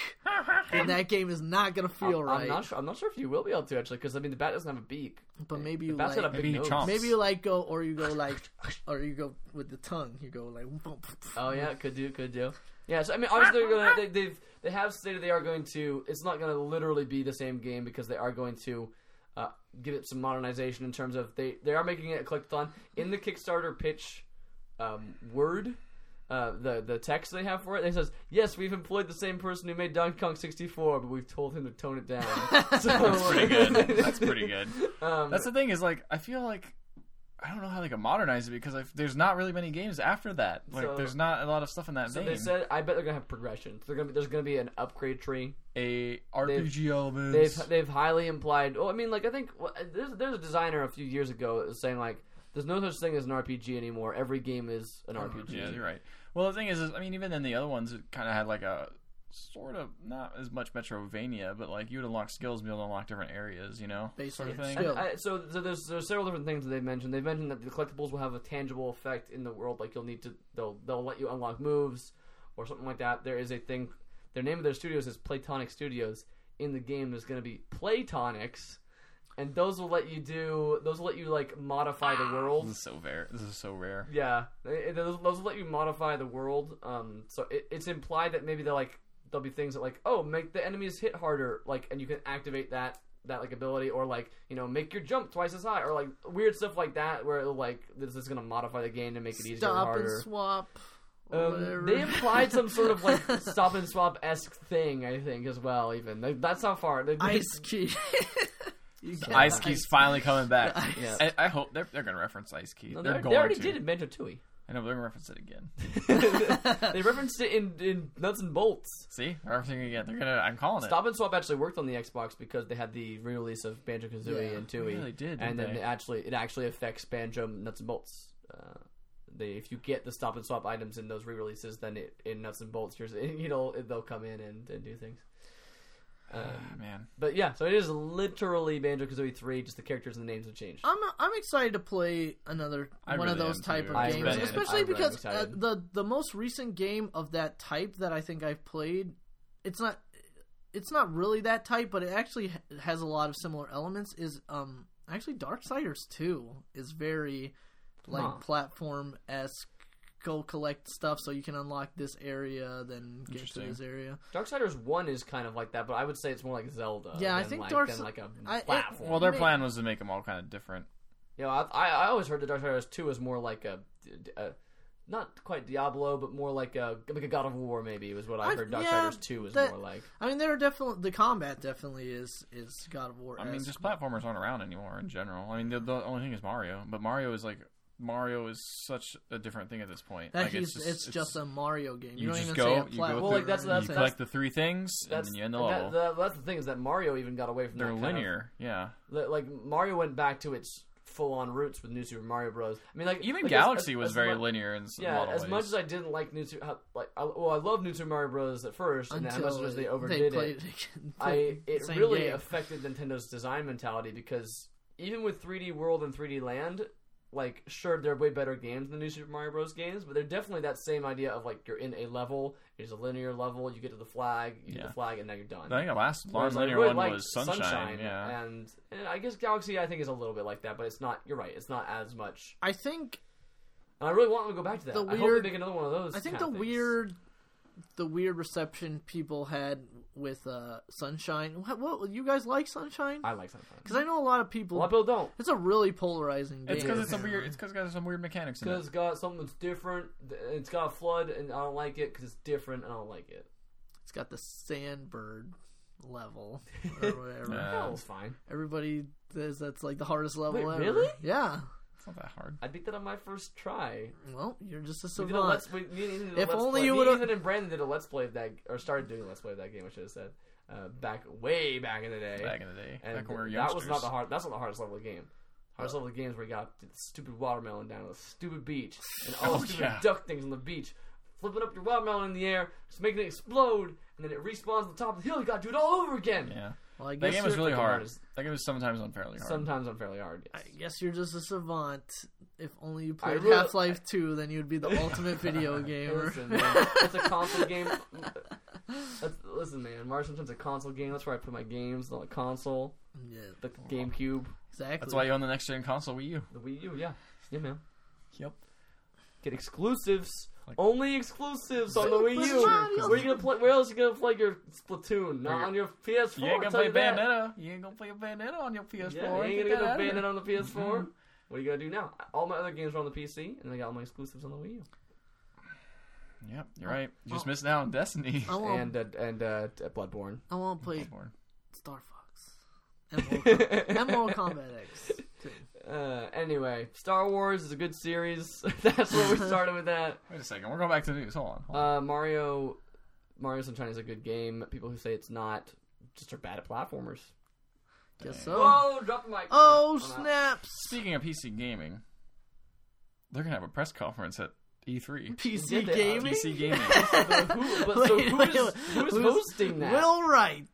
Speaker 1: then that game is not gonna feel
Speaker 3: I'm,
Speaker 1: right.
Speaker 3: I'm not sure. I'm not sure if you will be able to actually, because I mean the bat doesn't have a beak.
Speaker 1: but maybe
Speaker 3: The
Speaker 1: you
Speaker 3: bat's got a
Speaker 1: like
Speaker 3: big
Speaker 2: Maybe he
Speaker 3: nose.
Speaker 2: chomps.
Speaker 1: maybe you like go or you go like or you go with the tongue. You go like
Speaker 3: Oh yeah, could do, could do. Yeah, so I mean, obviously they're gonna they, they've they have stated they are going to. It's not gonna literally be the same game because they are going to uh, give it some modernization in terms of they they are making it a collectathon in the Kickstarter pitch um, word. Uh, the the text they have for it, it says, "Yes, we've employed the same person who made Donkey Kong 64, but we've told him to tone it down." So,
Speaker 2: That's pretty good. That's pretty good.
Speaker 3: Um,
Speaker 2: That's the thing is like I feel like I don't know how they can modernize it because like, there's not really many games after that. Like
Speaker 3: So-
Speaker 2: there's not a lot of stuff in that
Speaker 3: so
Speaker 2: vein.
Speaker 3: they said, "I bet they're gonna have progression. They're gonna be, there's gonna be an upgrade tree.
Speaker 2: a RPG
Speaker 3: they've
Speaker 2: elements.
Speaker 3: they've highly implied. Oh, I mean, like I think well, there's there's a designer a few years ago that was saying like there's no such thing as an RPG anymore. Every game is an RPG.
Speaker 2: Yeah, you're right. Well, the thing is, is I mean, even in the other ones, it kind of had like a sort of not as much Metrovania, but like you would unlock skills, and be able to unlock different areas, you know, sort
Speaker 1: Basically,
Speaker 2: of thing.
Speaker 1: skill.
Speaker 3: I, so so there's there's several different things that they've mentioned. They've mentioned that the collectibles will have a tangible effect in the world. Like you'll need to they'll they'll let you unlock moves or something like that. There is a thing. Their name of their studios is Platonic Studios. In the game is going to be Platonics, and those will let you do those will let you like modify the world.
Speaker 2: This is so rare. This is so rare.
Speaker 3: Yeah, it- it- those, those let you modify the world. Um, so it, it's implied that maybe they're like there'll be things that like oh make the enemies hit harder, like and you can activate that that like ability or like you know make your jump twice as high or like weird stuff like that where it'll, like this is gonna modify the game to make it easier or
Speaker 1: stop and
Speaker 3: harder.
Speaker 1: swap. or whatever.
Speaker 3: Um, they implied some sort of like stop and swap esque thing, I think, as well. Even like, that's how far they, they-
Speaker 1: ice key. You can't
Speaker 2: Ice Key's finally coming back.
Speaker 1: The ice-
Speaker 3: Yeah.
Speaker 2: I, I hope they're, they're going to reference Ice Key.
Speaker 3: No,
Speaker 2: they're,
Speaker 3: they- they
Speaker 2: going
Speaker 3: already
Speaker 2: to.
Speaker 3: did in Banjo Tooie.
Speaker 2: I know, but they're going to reference it again.
Speaker 3: they referenced it in, in Nuts and Bolts.
Speaker 2: See? They're referencing it again. They're going to. I'm calling it.
Speaker 3: Stop and Swap actually worked on the Xbox because they had the re-release of Banjo Kazooie
Speaker 1: Yeah,
Speaker 3: and Tooie,
Speaker 2: yeah, they did, didn't
Speaker 3: and then uh,
Speaker 2: they?
Speaker 3: it actually it actually affects Banjo Nuts and Bolts. Uh, they, if you get the Stop and Swap items in those re-releases, then it, in Nuts and Bolts, yours, you know, it, they'll come in and, and do things. Um,
Speaker 2: Ah, man.
Speaker 3: but yeah, so it is literally Banjo Kazooie three, just the characters and the names have changed.
Speaker 1: I'm I'm excited to play another
Speaker 2: I
Speaker 1: one of
Speaker 2: really
Speaker 1: those
Speaker 2: am,
Speaker 1: type
Speaker 2: too.
Speaker 1: of
Speaker 3: I
Speaker 1: games,
Speaker 3: really am.
Speaker 1: especially
Speaker 3: I'm really
Speaker 1: because uh,
Speaker 3: excited.
Speaker 1: the the most recent game of that type that I think I've played, it's not it's not really that type, but it actually ha- has a lot of similar elements. Is um actually Darksiders 2 is very like
Speaker 3: Huh.
Speaker 1: platform esque go collect stuff so you can unlock this area then get to
Speaker 2: Interesting.
Speaker 1: this area.
Speaker 3: Darksiders One is kind of like that, but I would say it's more like Zelda.
Speaker 1: Yeah, I
Speaker 3: than
Speaker 1: think
Speaker 3: like,
Speaker 1: Darks-
Speaker 3: than like a
Speaker 1: I- it-
Speaker 3: platform.
Speaker 2: Well, their
Speaker 1: They-
Speaker 2: plan was to make them all kind of different.
Speaker 3: Yeah, I, I I always heard that Darksiders Two is more like a, a not quite Diablo, but more like a like a God of War maybe was what I
Speaker 1: I've-
Speaker 3: heard. Darksiders
Speaker 1: yeah,
Speaker 3: Two is
Speaker 1: that-
Speaker 3: more like.
Speaker 1: I mean there are definitely the combat definitely is is God of War.
Speaker 2: I mean, just platformers aren't around anymore in general. I mean, the, the only thing is Mario, but Mario is like Mario is such a different thing at this point.
Speaker 1: that
Speaker 2: like,
Speaker 1: he's, it's, just a Mario game. You,
Speaker 2: you
Speaker 1: don't
Speaker 2: just
Speaker 1: even
Speaker 2: go-
Speaker 1: say a
Speaker 2: you go
Speaker 1: platform.
Speaker 3: Well, like, that's-
Speaker 2: you
Speaker 3: that's-
Speaker 2: collect the three things and
Speaker 3: That's
Speaker 2: then you end the
Speaker 3: that-
Speaker 2: level.
Speaker 3: that- that's the thing is that Mario even got away from
Speaker 2: They're
Speaker 3: that kind of-
Speaker 2: linear, yeah.
Speaker 3: li- like Mario went back to its full on roots with New Super Mario Bros. I mean, like
Speaker 2: Even
Speaker 3: like, as-
Speaker 2: Galaxy
Speaker 3: as-
Speaker 2: was
Speaker 3: as
Speaker 2: very
Speaker 3: mu-
Speaker 2: linear in s- a
Speaker 3: Yeah,
Speaker 2: lot of
Speaker 3: as
Speaker 2: ways.
Speaker 3: much as I didn't like New Super, how- like I, well, I love New Super Mario Bros. at first, and as much as they overdid it,
Speaker 1: played again-
Speaker 3: I
Speaker 1: played the
Speaker 3: it
Speaker 1: same
Speaker 3: really
Speaker 1: game.
Speaker 3: affected Nintendo's design mentality because even with 3D World and 3D Land, like sure they're way better games than the new Super Mario Bros. games, but they're definitely that same idea of like you're in a level, it's a linear level, you get to the flag, you get
Speaker 2: Yeah.
Speaker 3: the flag, and now you're done.
Speaker 2: I think the last long
Speaker 3: Whereas I
Speaker 2: linear
Speaker 3: really
Speaker 2: one
Speaker 3: liked
Speaker 2: was Sunshine. yeah,
Speaker 3: and, and I guess Galaxy I think is a little bit like that, but it's not. You're right, it's not as much.
Speaker 1: I think
Speaker 3: And I really want them to go back to that.
Speaker 1: The
Speaker 3: I hope
Speaker 1: weird-
Speaker 3: they make another one of those.
Speaker 1: I think
Speaker 3: kinda
Speaker 1: the
Speaker 3: things.
Speaker 1: weird, the weird reception people had with uh, Sunshine. What, what you guys like Sunshine?
Speaker 3: I like Sunshine.
Speaker 1: Because I know a lot of
Speaker 3: A
Speaker 1: people.
Speaker 3: lot of people don't.
Speaker 1: it's a really polarizing game.
Speaker 2: it's because it's some weird. It's because got some weird mechanics in
Speaker 3: because
Speaker 2: it.
Speaker 3: it's got something that's different. th- It's got a flood, and I don't like it because it's different, and I don't like it.
Speaker 1: It's got the sandbird level or whatever.
Speaker 2: Yeah.
Speaker 3: That was fine.
Speaker 1: Everybody says that's like the hardest level
Speaker 3: Wait,
Speaker 1: ever.
Speaker 3: really?
Speaker 1: Yeah.
Speaker 2: It's not that hard.
Speaker 3: I beat that on my first try.
Speaker 1: Well, you're just a
Speaker 3: We did a
Speaker 1: savant.
Speaker 3: let's, we, me and Ethan did a
Speaker 1: If
Speaker 3: let's
Speaker 1: only
Speaker 3: play.
Speaker 1: you
Speaker 3: me,
Speaker 1: would've-
Speaker 3: Ethan and Brandon did a let's play of that, or started doing a let's play of that game. I should have said uh, back way back in the day.
Speaker 2: Back in the day,
Speaker 3: and
Speaker 2: back when we were
Speaker 3: that
Speaker 2: youngsters.
Speaker 3: was not the hard. That's not the hardest level of the game. Hardest level of the game is where you got the stupid watermelon down on the stupid beach, and all
Speaker 2: Oh,
Speaker 3: the stupid
Speaker 2: yeah.
Speaker 3: duck things on the beach, flipping up your watermelon in the air, just making it explode, and then it respawns at the top of the hill. You got to do it all over again.
Speaker 2: Yeah,
Speaker 1: well, I
Speaker 2: that
Speaker 1: guess
Speaker 2: game
Speaker 1: you're,
Speaker 2: was really
Speaker 3: freaking
Speaker 2: hard.
Speaker 3: hardest.
Speaker 2: That game was sometimes unfairly hard.
Speaker 3: Sometimes unfairly hard.
Speaker 1: I
Speaker 3: Yes.
Speaker 1: guess you're just a savant. If only you played
Speaker 3: really-
Speaker 1: Half Life Two, then you'd be the ultimate video
Speaker 3: Hey,
Speaker 1: gamer.
Speaker 3: listen, man, it's a console game. That's, listen, man, March sometimes a console game. That's where I put my games on the console,
Speaker 1: yeah,
Speaker 3: the
Speaker 2: Oh.
Speaker 3: GameCube,
Speaker 1: exactly.
Speaker 2: That's why you own the next gen console Wii U.
Speaker 3: the Wii U. Yeah, yeah, man.
Speaker 2: Yep.
Speaker 3: Get exclusives.
Speaker 2: Like-
Speaker 3: Only exclusives on the
Speaker 1: Super
Speaker 3: Wii U.
Speaker 1: Mario.
Speaker 3: Where you gonna play? Where else you gonna play your Splatoon? Not
Speaker 2: Or
Speaker 3: on your PS4.
Speaker 2: You ain't gonna
Speaker 3: I'll tell
Speaker 2: play
Speaker 3: you that.
Speaker 2: Bayonetta. You ain't gonna play Bayonetta on your PS4.
Speaker 3: Yeah, you ain't
Speaker 2: Get that
Speaker 3: gonna
Speaker 2: outta
Speaker 3: go
Speaker 2: Mm-hmm.
Speaker 3: ban it
Speaker 2: here.
Speaker 3: on the PS4. What are you gonna do now? All my other games are on the PC, and I got all my exclusives on the Wii U.
Speaker 2: Yep, you're right. You just
Speaker 1: Oh.
Speaker 2: missed out on Destiny.
Speaker 1: I won't.
Speaker 3: And uh, and uh, Bloodborne.
Speaker 1: I won't play
Speaker 2: Bloodborne.
Speaker 1: Star Fox. And Mortal, and Mortal Kombat X. too.
Speaker 3: Uh, anyway, Star Wars is a good series. That's where we started with that.
Speaker 2: Wait a second. We're going back to the news. Hold on. Hold on.
Speaker 3: Uh, Mario, Mario Sunshine is a good game. People who say it's not just are bad at platformers.
Speaker 1: Guess
Speaker 2: Dang.
Speaker 1: so. Oh,
Speaker 3: Oh, drop the mic. I'm out.
Speaker 1: snaps!
Speaker 2: Speaking of PC gaming, they're gonna have a press conference at E E3.
Speaker 1: PC
Speaker 3: Did they-
Speaker 1: gaming.
Speaker 2: PC gaming.
Speaker 3: But who, but so
Speaker 1: Wait,
Speaker 3: who's,
Speaker 1: wait, wait.
Speaker 3: who's,
Speaker 1: Who's-
Speaker 3: hosting that?
Speaker 1: Will Wright.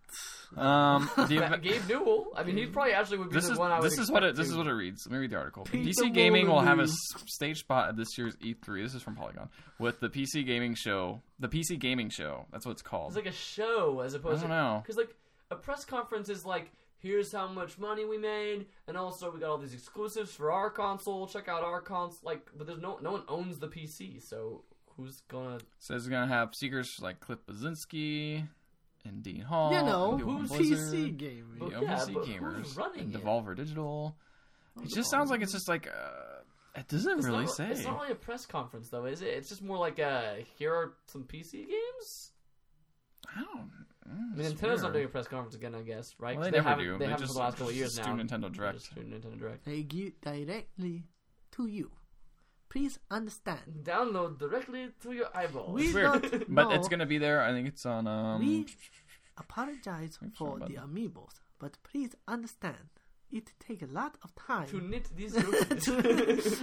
Speaker 2: Um, the
Speaker 3: That-
Speaker 2: event-
Speaker 3: Gabe Newell. I mean, he probably actually would be
Speaker 2: this
Speaker 3: the
Speaker 2: is
Speaker 3: one I would.
Speaker 2: this is what it
Speaker 3: expect
Speaker 2: this
Speaker 3: to.
Speaker 2: is what it reads. Let me read the article.
Speaker 1: Pete the
Speaker 2: PC gaming will have a
Speaker 1: Wolverine.
Speaker 2: s- stage spot at this year's E3. This is from Polygon with the PC gaming show. The PC gaming show. That's what it's called.
Speaker 3: It's like a show as opposed
Speaker 2: I don't
Speaker 3: to
Speaker 2: know.
Speaker 3: because like a press conference is like here's how much money we made and also we got all these exclusives for our console. Check out our console. Like, but there's no no one owns the PC, so who's gonna
Speaker 2: Says it's gonna have speakers like Cliff Bazinski and Dean Hall.
Speaker 3: Oh,
Speaker 1: You know,
Speaker 2: and people
Speaker 1: who's
Speaker 2: from Blizzard.
Speaker 1: PC gaming?
Speaker 2: the
Speaker 3: Yeah,
Speaker 2: OVC
Speaker 3: but
Speaker 2: gamers
Speaker 3: who's running
Speaker 2: and
Speaker 3: it?
Speaker 2: Devolver Digital. It just sounds like it's just like uh, it doesn't
Speaker 3: It's
Speaker 2: really
Speaker 3: not,
Speaker 2: say.
Speaker 3: It's not really a press conference though, is it? It's just more like uh here are some PC games.
Speaker 2: I don't. mm,
Speaker 3: I mean,
Speaker 2: it's
Speaker 3: Nintendo's not
Speaker 2: weird.
Speaker 3: doing a press conference again, I guess, right?
Speaker 2: Well,
Speaker 3: 'Cause
Speaker 2: they, never
Speaker 3: haven't-
Speaker 2: do.
Speaker 3: They,
Speaker 2: They
Speaker 3: haven't
Speaker 2: just
Speaker 3: for the last couple of years
Speaker 2: just
Speaker 3: now.
Speaker 2: do Nintendo Direct.
Speaker 3: Just do Nintendo Direct.
Speaker 1: They give directly to you. Please understand.
Speaker 3: Download directly to your eyeball.
Speaker 1: We
Speaker 2: weird.
Speaker 1: don't know.
Speaker 2: But it's gonna be there. I think it's on. Um,
Speaker 1: We apologize
Speaker 2: Make sure
Speaker 1: for
Speaker 2: about
Speaker 1: the
Speaker 2: that.
Speaker 1: amiibos, but please understand, it takes a lot of time.
Speaker 3: to knit these cookies.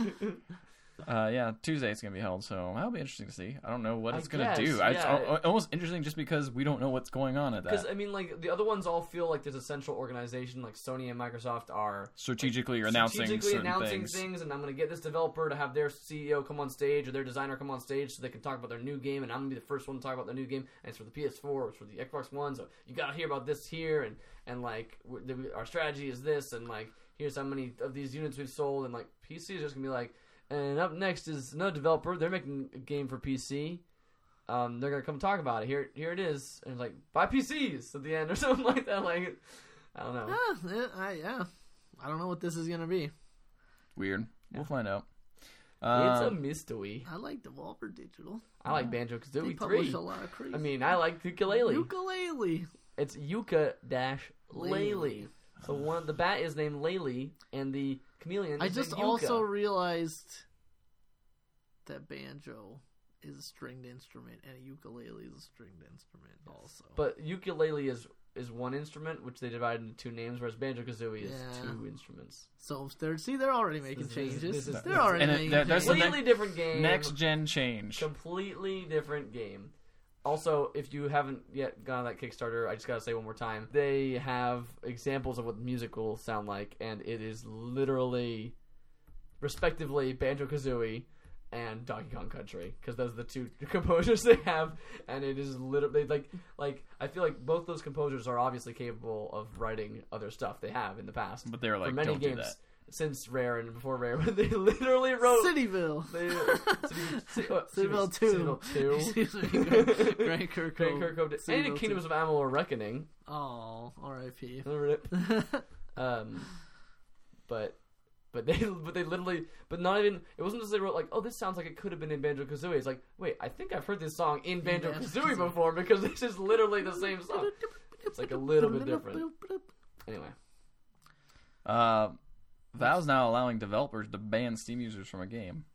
Speaker 2: uh, yeah, Tuesday it's gonna be held, so that'll be interesting to see. I don't know what
Speaker 3: I
Speaker 2: it's gonna
Speaker 3: guess,
Speaker 2: do. I- It's
Speaker 3: yeah. uh,
Speaker 2: al- almost interesting just because we don't know what's going on at
Speaker 3: Because
Speaker 2: that
Speaker 3: I mean, like the other ones all feel like there's a central organization. Like Sony and Microsoft are
Speaker 2: strategically announcing
Speaker 3: strategically
Speaker 2: certain
Speaker 3: announcing
Speaker 2: things.
Speaker 3: and I'm going to get this developer to have their CEO come on stage or their designer come on stage so they can talk about their new game, and I'm going to be the first one to talk about their new game. And it's for the PS4, it's for the Xbox One, so you got to hear about this here, and and like we're- the, our strategy is this, and like here's how many of these units we've sold, and like PC is just gonna be like, and up next is another developer. They're making a game for PC. Um, they're gonna come talk about it. Here, here it is, and like buy PCs at the end or something like that. Like, I don't know.
Speaker 1: Ah, yeah, I, yeah. I don't know what this is gonna be.
Speaker 2: Weird. We'll find out.
Speaker 3: it's a
Speaker 2: Um,
Speaker 3: mystery.
Speaker 1: I like Devolver Digital.
Speaker 3: I like Banjo
Speaker 1: They
Speaker 3: Kazooie
Speaker 1: publish
Speaker 3: three.
Speaker 1: a lot of crazy.
Speaker 3: I mean, I like ukulele.
Speaker 1: ukulele.
Speaker 3: It's Yuka dash
Speaker 1: Lele.
Speaker 3: Lele. So one the bat is named Lele, and the chameleon.
Speaker 1: I
Speaker 3: is
Speaker 1: just
Speaker 3: named
Speaker 1: also
Speaker 3: Yuka.
Speaker 1: realized that banjo is a stringed instrument and a ukulele is a stringed instrument. Also,
Speaker 3: But ukulele is is one instrument, which they divide into two names, whereas banjo kazooie is
Speaker 1: Yeah.
Speaker 3: two instruments.
Speaker 1: so if they're see they're already making
Speaker 3: This is-
Speaker 1: changes.
Speaker 3: this is-
Speaker 1: they're already
Speaker 2: And it-
Speaker 1: making
Speaker 2: that- that's
Speaker 1: changes.
Speaker 2: the
Speaker 3: Completely different game.
Speaker 2: Next gen change.
Speaker 3: completely different game. Also, if you haven't yet gone on that Kickstarter, I just gotta say one more time, they have examples of what music will sound like, and it is literally, respectively, Banjo Kazooie and Donkey Kong Country, because those are the two composers they have, and it is literally like, like I feel like both those composers are obviously capable of writing other stuff they have in the past
Speaker 2: But they were
Speaker 3: for
Speaker 2: like,
Speaker 3: many
Speaker 2: don't
Speaker 3: games
Speaker 2: do that.
Speaker 3: since Rare and before Rare, but they literally wrote
Speaker 1: Cityville.
Speaker 3: they- City- oh,
Speaker 1: Cityville
Speaker 3: excuse me,
Speaker 1: two.
Speaker 3: Cityville two.
Speaker 1: Excuse me, Grant- Grant Kirkhope.
Speaker 3: Grant Kirkhope did- and
Speaker 1: Cityville
Speaker 3: Kingdoms
Speaker 1: 2.
Speaker 3: of Amalur Reckoning.
Speaker 1: Oh, R.I.P.
Speaker 3: Um, but but they but they literally but not even it wasn't just they wrote like oh this sounds like it could have been in Banjo Kazooie. It's like wait I think I've heard this song in Banjo Kazooie
Speaker 1: Banjo-Kazooie.
Speaker 3: before because this is literally the same song. It's like a little bit different. Anyway,
Speaker 2: Uh, Valve's now allowing developers to ban Steam users from a game.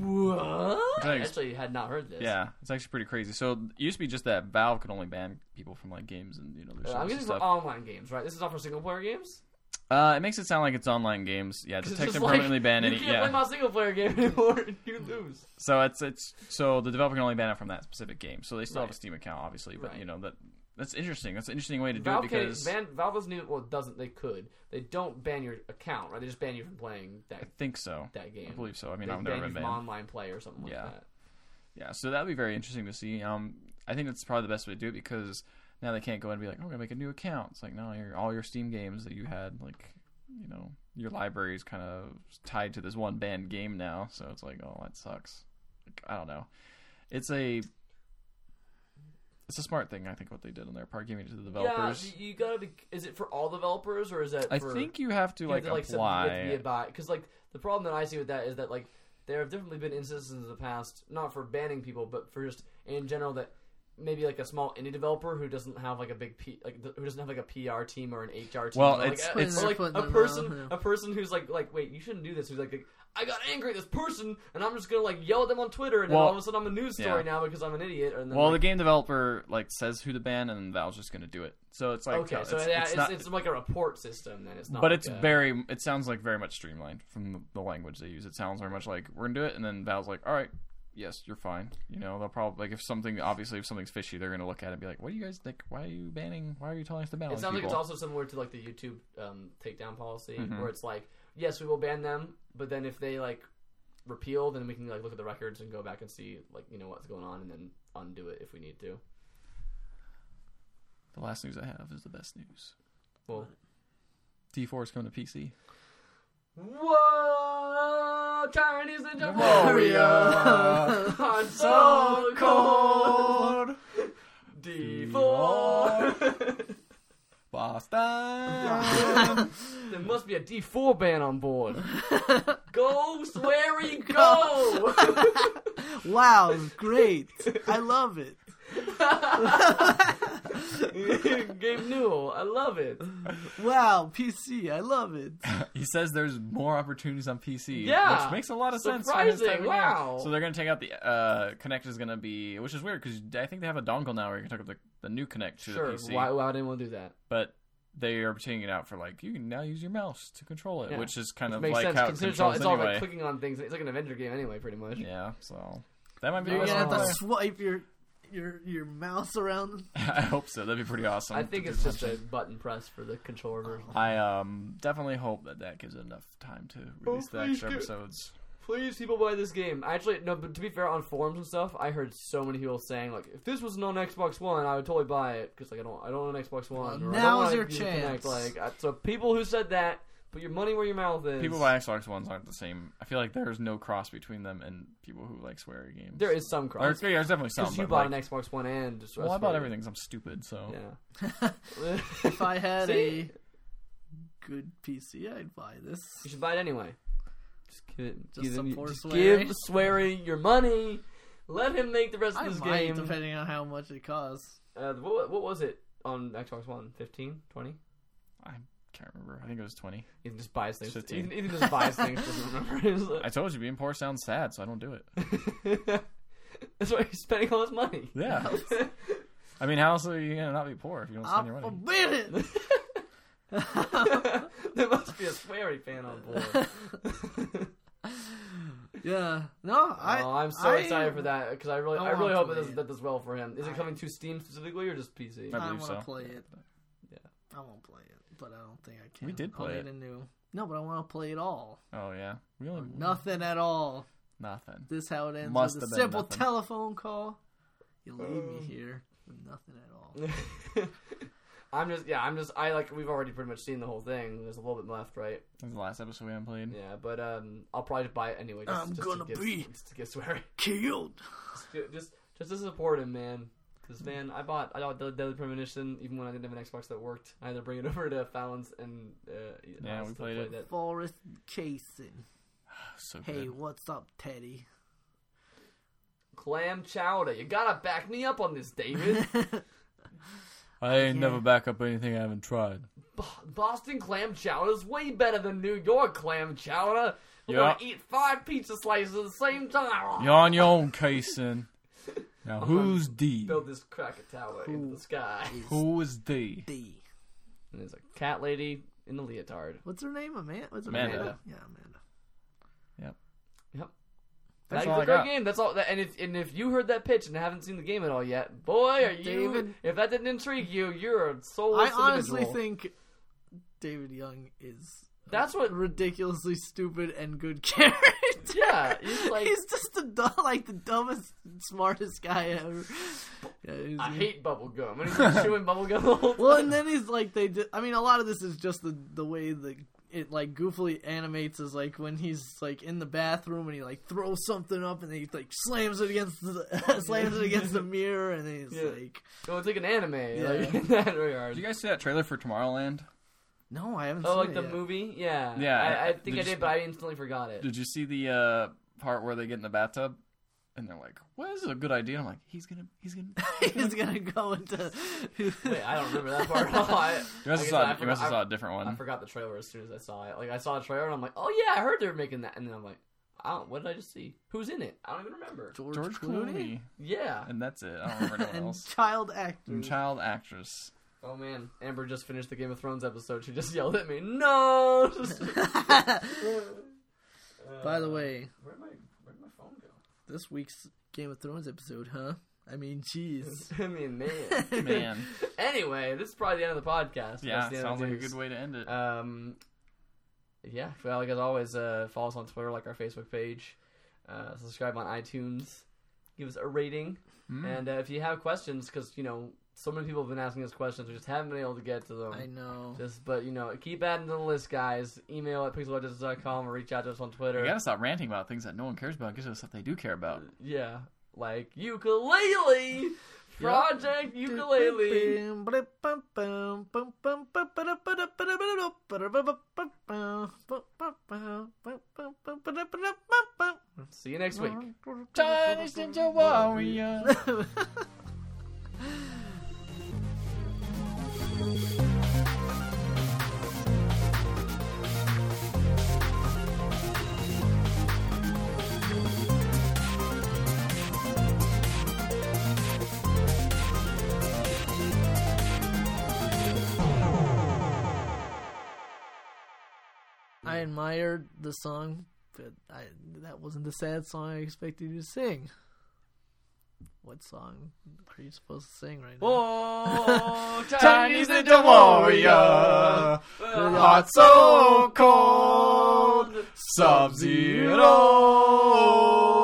Speaker 3: what? I
Speaker 2: Thanks.
Speaker 3: actually had not heard this.
Speaker 2: Yeah, it's actually pretty crazy. So it used to be just that Valve could only ban people from like games and you know their service
Speaker 3: Uh, I'm
Speaker 2: and
Speaker 3: getting for
Speaker 2: stuff.
Speaker 3: online games, right? This is not for single player games.
Speaker 2: Uh, it makes it sound like it's online games. Yeah,
Speaker 3: 'Cause
Speaker 2: just
Speaker 3: it's
Speaker 2: text
Speaker 3: just
Speaker 2: and
Speaker 3: like,
Speaker 2: permanently ban
Speaker 3: you
Speaker 2: any.
Speaker 3: can't
Speaker 2: Yeah,
Speaker 3: play my single player game anymore. You lose.
Speaker 2: so it's it's so the developer can only ban it from that specific game. So they still have a
Speaker 3: Right.
Speaker 2: Steam account, obviously, but
Speaker 3: Right.
Speaker 2: you know that that's interesting. That's an interesting way to do
Speaker 3: Valve
Speaker 2: it because
Speaker 3: can, ban, Valve doesn't even, well, doesn't they could they don't ban your account right? They just ban you from playing
Speaker 2: I
Speaker 3: that
Speaker 2: think so.
Speaker 3: that game.
Speaker 2: I believe so. I mean,
Speaker 3: they
Speaker 2: I've
Speaker 3: ban
Speaker 2: never
Speaker 3: you
Speaker 2: been
Speaker 3: from
Speaker 2: banned.
Speaker 3: online play or something
Speaker 2: Yeah.
Speaker 3: like that.
Speaker 2: Yeah, so that'd be very interesting to see. Um, I think that's probably the best way to do it because now they can't go and be like, "Oh, "I'm gonna make a new account." It's like, no, your all your Steam games that you had, like, you know, your library is kind of tied to this one banned game now. So it's like, oh, that sucks. Like, I don't know. It's a it's a smart thing, I think, what they did on their part, giving it to the developers.
Speaker 3: Yeah, you- you gotta be. Is it for all developers or is that?
Speaker 2: I
Speaker 3: for,
Speaker 2: think you have to
Speaker 3: you
Speaker 2: like
Speaker 3: have to, like
Speaker 2: apply.
Speaker 3: because like the problem that I see with that is that like there have definitely been instances in the past, not for banning people, but for just in general that maybe like a small indie developer who doesn't have like a big P, like th- who doesn't have like a PR team or an HR team.
Speaker 2: Well,
Speaker 3: or, like,
Speaker 2: it's-
Speaker 3: a-
Speaker 2: it's-
Speaker 3: or, like,
Speaker 1: Putting
Speaker 3: a
Speaker 1: them out,
Speaker 3: person,
Speaker 1: yeah.
Speaker 3: a person who's like like wait, you shouldn't do this. Who's like, like, I got angry at this person, and I'm just gonna like yell at them on Twitter, and then
Speaker 2: Well,
Speaker 3: all of a sudden I'm a news story
Speaker 2: yeah.
Speaker 3: now because I'm an idiot. And then,
Speaker 2: well, the
Speaker 3: like,
Speaker 2: game developer like says who to ban, and Valve's just gonna do it. So it's like
Speaker 3: okay,
Speaker 2: it's,
Speaker 3: so
Speaker 2: it's
Speaker 3: yeah, it's,
Speaker 2: not-
Speaker 3: it's like a report system. Then it's not,
Speaker 2: but
Speaker 3: like
Speaker 2: it's
Speaker 3: a-
Speaker 2: very it sounds like very much streamlined from the, the language they use it sounds very much like we're gonna do it and then val's like all right yes you're fine you know they'll probably like if something obviously if something's fishy they're gonna look at it and be like what do you guys think why are you banning why are you telling us to ban all
Speaker 3: It
Speaker 2: these
Speaker 3: sounds like it's
Speaker 2: people?" Mm-hmm.
Speaker 3: also similar to like the YouTube um, takedown policy, where it's like, yes, we will ban them, but then if they like repeal, then we can like look at the records and go back and see like you know what's going on, and then undo it if we need to.
Speaker 2: the last news i have is the best news
Speaker 3: Well,
Speaker 2: d4 is coming to pc
Speaker 3: whoa, Chinese Ninja
Speaker 2: Warrior.
Speaker 3: Warrior, I'm so cold. D four.
Speaker 2: boston
Speaker 3: there must be a D four ban on board. go, sweary, go.
Speaker 1: Wow, great! I love it.
Speaker 3: Gabe Newell, I love it.
Speaker 1: Wow, PC, I love it.
Speaker 2: he says there's more opportunities on pc
Speaker 3: Yeah.
Speaker 2: which makes a lot of sense for his type of
Speaker 3: Surprising,
Speaker 2: game.
Speaker 3: wow.
Speaker 2: so they're gonna take out the uh connect is gonna be which is weird because i think they have a dongle now where you can hook up the, the new connect to
Speaker 3: Sure,
Speaker 2: the pc
Speaker 3: why, why would anyone do that?
Speaker 2: but they are taking it out for like you can now use your mouse to control it,
Speaker 3: Yeah.
Speaker 2: which is kind
Speaker 3: Which
Speaker 2: of
Speaker 3: makes
Speaker 2: like
Speaker 3: sense.
Speaker 2: how it
Speaker 3: considering it's all,
Speaker 2: controls
Speaker 3: it's all
Speaker 2: anyway.
Speaker 3: like clicking on things. It's like an Avenger game anyway, pretty much.
Speaker 2: yeah, so that might be.
Speaker 1: You're
Speaker 2: the
Speaker 1: gonna
Speaker 2: best
Speaker 1: have to
Speaker 2: one.
Speaker 1: swipe your your your mouse around.
Speaker 2: I hope so. That'd be pretty awesome.
Speaker 3: I think
Speaker 2: to
Speaker 3: it's
Speaker 2: do
Speaker 3: just a
Speaker 2: something.
Speaker 3: button press for the controller version.
Speaker 2: I um definitely hope that that gives it enough time to release the
Speaker 3: Hopefully
Speaker 2: extra
Speaker 3: it-
Speaker 2: episodes.
Speaker 3: Please, people buy this game. Actually, no, but to be fair, on forums and stuff, I heard so many people saying like, if this was on Xbox One, I would totally buy it because like I don't, I don't own an Xbox One.
Speaker 1: Well,
Speaker 3: or I
Speaker 1: now
Speaker 3: don't
Speaker 1: is
Speaker 3: wanna
Speaker 1: your
Speaker 3: use the Kinect,
Speaker 1: chance.
Speaker 3: like, I, so uh, people who said that, Put your money where your mouth is.
Speaker 2: People who buy Xbox Ones aren't the same. I feel like there's no cross between them and people who like sweary games.
Speaker 3: There is
Speaker 2: Or,
Speaker 3: some
Speaker 2: yeah,
Speaker 3: cross.
Speaker 2: there's definitely some.
Speaker 3: Because you
Speaker 2: but,
Speaker 3: bought
Speaker 2: like,
Speaker 3: an Xbox One and just
Speaker 2: well, I bought everything 'cause I'm stupid. So
Speaker 3: Yeah.
Speaker 1: if I had
Speaker 3: See?
Speaker 1: a good PC, I'd buy this.
Speaker 3: You should buy it anyway. Just give it.
Speaker 1: Just
Speaker 3: give, him,
Speaker 1: support
Speaker 3: just
Speaker 1: Swery.
Speaker 3: give Swery your money. Let him make the rest
Speaker 1: I
Speaker 3: of this
Speaker 1: might,
Speaker 3: game.
Speaker 1: depending on how much it costs.
Speaker 3: Uh, what, what was it on Xbox One? 15? 20?
Speaker 2: can't remember. I think it was 20.
Speaker 3: You can just buys things.
Speaker 2: 15.
Speaker 3: Ethan, Ethan just buys things. Doesn't remember.
Speaker 2: I told you being poor sounds sad, so I don't do it.
Speaker 3: That's why he's spending all his money.
Speaker 2: Yeah. I mean, how else are you gonna not be poor if you don't spend your
Speaker 1: I'm
Speaker 2: money?
Speaker 1: forbidden.
Speaker 3: there must be a Swery fan on board.
Speaker 1: yeah. No, I.
Speaker 3: oh, I'm so
Speaker 1: I-
Speaker 3: excited for that because I really,
Speaker 1: I
Speaker 3: I really
Speaker 1: want
Speaker 3: hope
Speaker 1: to
Speaker 3: it does,
Speaker 1: read.
Speaker 3: that does well for him. Is
Speaker 1: I-
Speaker 3: it coming to Steam specifically or just PC?
Speaker 2: I
Speaker 1: I want
Speaker 2: believe
Speaker 1: to
Speaker 2: so.
Speaker 1: play it.
Speaker 3: Yeah.
Speaker 1: I want to play it, but I don't think I can.
Speaker 2: We did play
Speaker 1: I'll
Speaker 2: it.
Speaker 1: Need a new. No, but I want to play it all.
Speaker 2: Oh yeah, we only
Speaker 1: Nothing at all.
Speaker 2: Nothing.
Speaker 1: This how it ends.
Speaker 2: Must
Speaker 1: with
Speaker 2: have
Speaker 1: a
Speaker 2: been
Speaker 1: simple
Speaker 2: nothing.
Speaker 1: telephone call. You leave
Speaker 3: Um.
Speaker 1: me here with nothing at all.
Speaker 3: I'm just, yeah, I'm just, I like, we've already pretty much seen the whole thing. There's a little bit left, right?
Speaker 2: This is the last episode we haven't played.
Speaker 3: Yeah, but um, I'll probably just buy it anyway. Just,
Speaker 1: I'm
Speaker 3: just
Speaker 1: gonna
Speaker 3: to get,
Speaker 1: be-
Speaker 3: just to get Swery.
Speaker 1: Killed.
Speaker 3: Ju- just just to support him, man.
Speaker 2: Mm.
Speaker 3: Because man, I bought I bought the Deadly Premonition even when I didn't have an Xbox that worked. I had to bring it over to Fallon's and uh,
Speaker 2: Yeah,
Speaker 3: I
Speaker 2: we
Speaker 3: still
Speaker 2: played it.
Speaker 3: that.
Speaker 1: Forest chasing.
Speaker 2: So
Speaker 1: Hey,
Speaker 2: good.
Speaker 1: what's up, Teddy?
Speaker 3: Clam chowder, you gotta back me up on this, David.
Speaker 2: I ain't
Speaker 1: yeah.
Speaker 2: never back up anything I haven't tried.
Speaker 3: Bo- Boston clam chowder is way better than New York clam chowder. You
Speaker 2: Yeah.
Speaker 3: want to eat five pizza slices at the same time.
Speaker 2: You're on your own, Kason. Now
Speaker 3: I'm gonna
Speaker 2: who's D?
Speaker 3: Build this cracker tower into
Speaker 1: Who
Speaker 3: the sky.
Speaker 2: Who is D?
Speaker 1: D.
Speaker 3: And there's a cat lady in a leotard.
Speaker 1: What's her name? Amanda. What's her
Speaker 2: Amanda.
Speaker 1: Amanda. Yeah, Amanda.
Speaker 2: That's
Speaker 3: That's
Speaker 2: all
Speaker 3: a
Speaker 2: I
Speaker 3: great
Speaker 2: got.
Speaker 3: game. That's all. That, and if and if you heard that pitch and haven't seen the game at all yet, boy, are you?
Speaker 1: David.
Speaker 3: If that didn't intrigue you, you're a soulless
Speaker 1: I honestly
Speaker 3: individual.
Speaker 1: think David Young is
Speaker 3: that's what.
Speaker 1: ridiculously stupid and good character.
Speaker 3: Yeah, he's like.
Speaker 1: he's just the du- like the dumbest, smartest guy ever. Yeah, he's-
Speaker 3: I hate bubblegum. And he's just chewing bubblegum the whole time.
Speaker 1: Well, and then he's like they. Di- I mean, a lot of this is just the the way that it like goofily animates is like when he's like in the bathroom and he like throws something up and then he like slams it against the slams it against the mirror and then he's
Speaker 3: Yeah.
Speaker 1: like,
Speaker 3: Oh, it's like an anime. Like,
Speaker 1: Yeah.
Speaker 3: in that
Speaker 2: Did
Speaker 3: regard.
Speaker 2: you guys see that trailer for Tomorrowland?
Speaker 1: no, I haven't.
Speaker 3: oh,
Speaker 1: seen
Speaker 3: like
Speaker 1: it
Speaker 3: the
Speaker 1: yet.
Speaker 3: movie? Yeah.
Speaker 2: Yeah,
Speaker 3: I, I
Speaker 2: I-
Speaker 3: think
Speaker 2: did
Speaker 3: I
Speaker 2: you
Speaker 3: did,
Speaker 2: s-
Speaker 3: but I instantly forgot it.
Speaker 2: Did you see the uh, part where they get in the bathtub and they're like, "What this is a good idea?" I'm like, "He's gonna, he's gonna."
Speaker 1: he's gonna go into.
Speaker 3: Wait, I don't remember that part at all. I,
Speaker 2: You must
Speaker 3: like
Speaker 2: have
Speaker 3: I said,
Speaker 2: saw,
Speaker 3: I
Speaker 2: you
Speaker 3: forgot-
Speaker 2: must have
Speaker 3: I-
Speaker 2: saw a different
Speaker 3: I
Speaker 2: one.
Speaker 3: forgot the trailer as soon as I saw it. Like I saw the trailer and I'm like, oh yeah, I heard they were making that, and then I'm like, I don't, what did I just see? Who's in it? I don't even remember.
Speaker 1: George,
Speaker 2: George
Speaker 1: Clooney,
Speaker 2: Clooney,
Speaker 3: Yeah.
Speaker 2: and that's it. I don't remember anyone
Speaker 1: and
Speaker 2: else.
Speaker 1: child actor.
Speaker 2: And child actress.
Speaker 3: Oh man, Amber just finished the Game of Thrones episode. She just yelled at me. No.
Speaker 1: By the way,
Speaker 3: where my where my phone go?
Speaker 1: this week's Game of Thrones episode, huh? I mean, jeez.
Speaker 3: I mean, man.
Speaker 2: Man,
Speaker 3: anyway, this is probably the end of the podcast.
Speaker 2: yeah,
Speaker 3: That's the end of
Speaker 2: sounds
Speaker 3: the
Speaker 2: like a
Speaker 3: news.
Speaker 2: good way to end it.
Speaker 3: Um, yeah, well, like as always, uh, follow us on Twitter, like our Facebook page, uh, subscribe on iTunes, give us a rating,
Speaker 2: Mm.
Speaker 3: and uh, if you have questions, because you know so many people have been asking us questions, we just haven't been able to get to them.
Speaker 1: I know.
Speaker 3: Just, but you know, keep adding to the list, guys. Email at pixeljustice.com or reach out to us on Twitter.
Speaker 2: You gotta stop ranting about things that no one cares about. and Give us stuff they do care
Speaker 3: Uh,
Speaker 2: about.
Speaker 3: Yeah, like ukulele project ukulele. See you next week.
Speaker 2: Tiniest Ninja Warrior.
Speaker 1: I admired the song, but I, that wasn't the sad song I expected you to sing. What song are you supposed to sing right now?
Speaker 3: Oh,
Speaker 2: Chinese Ninja Warrior.
Speaker 3: Uh,
Speaker 2: Heart so cold. Sub Zero.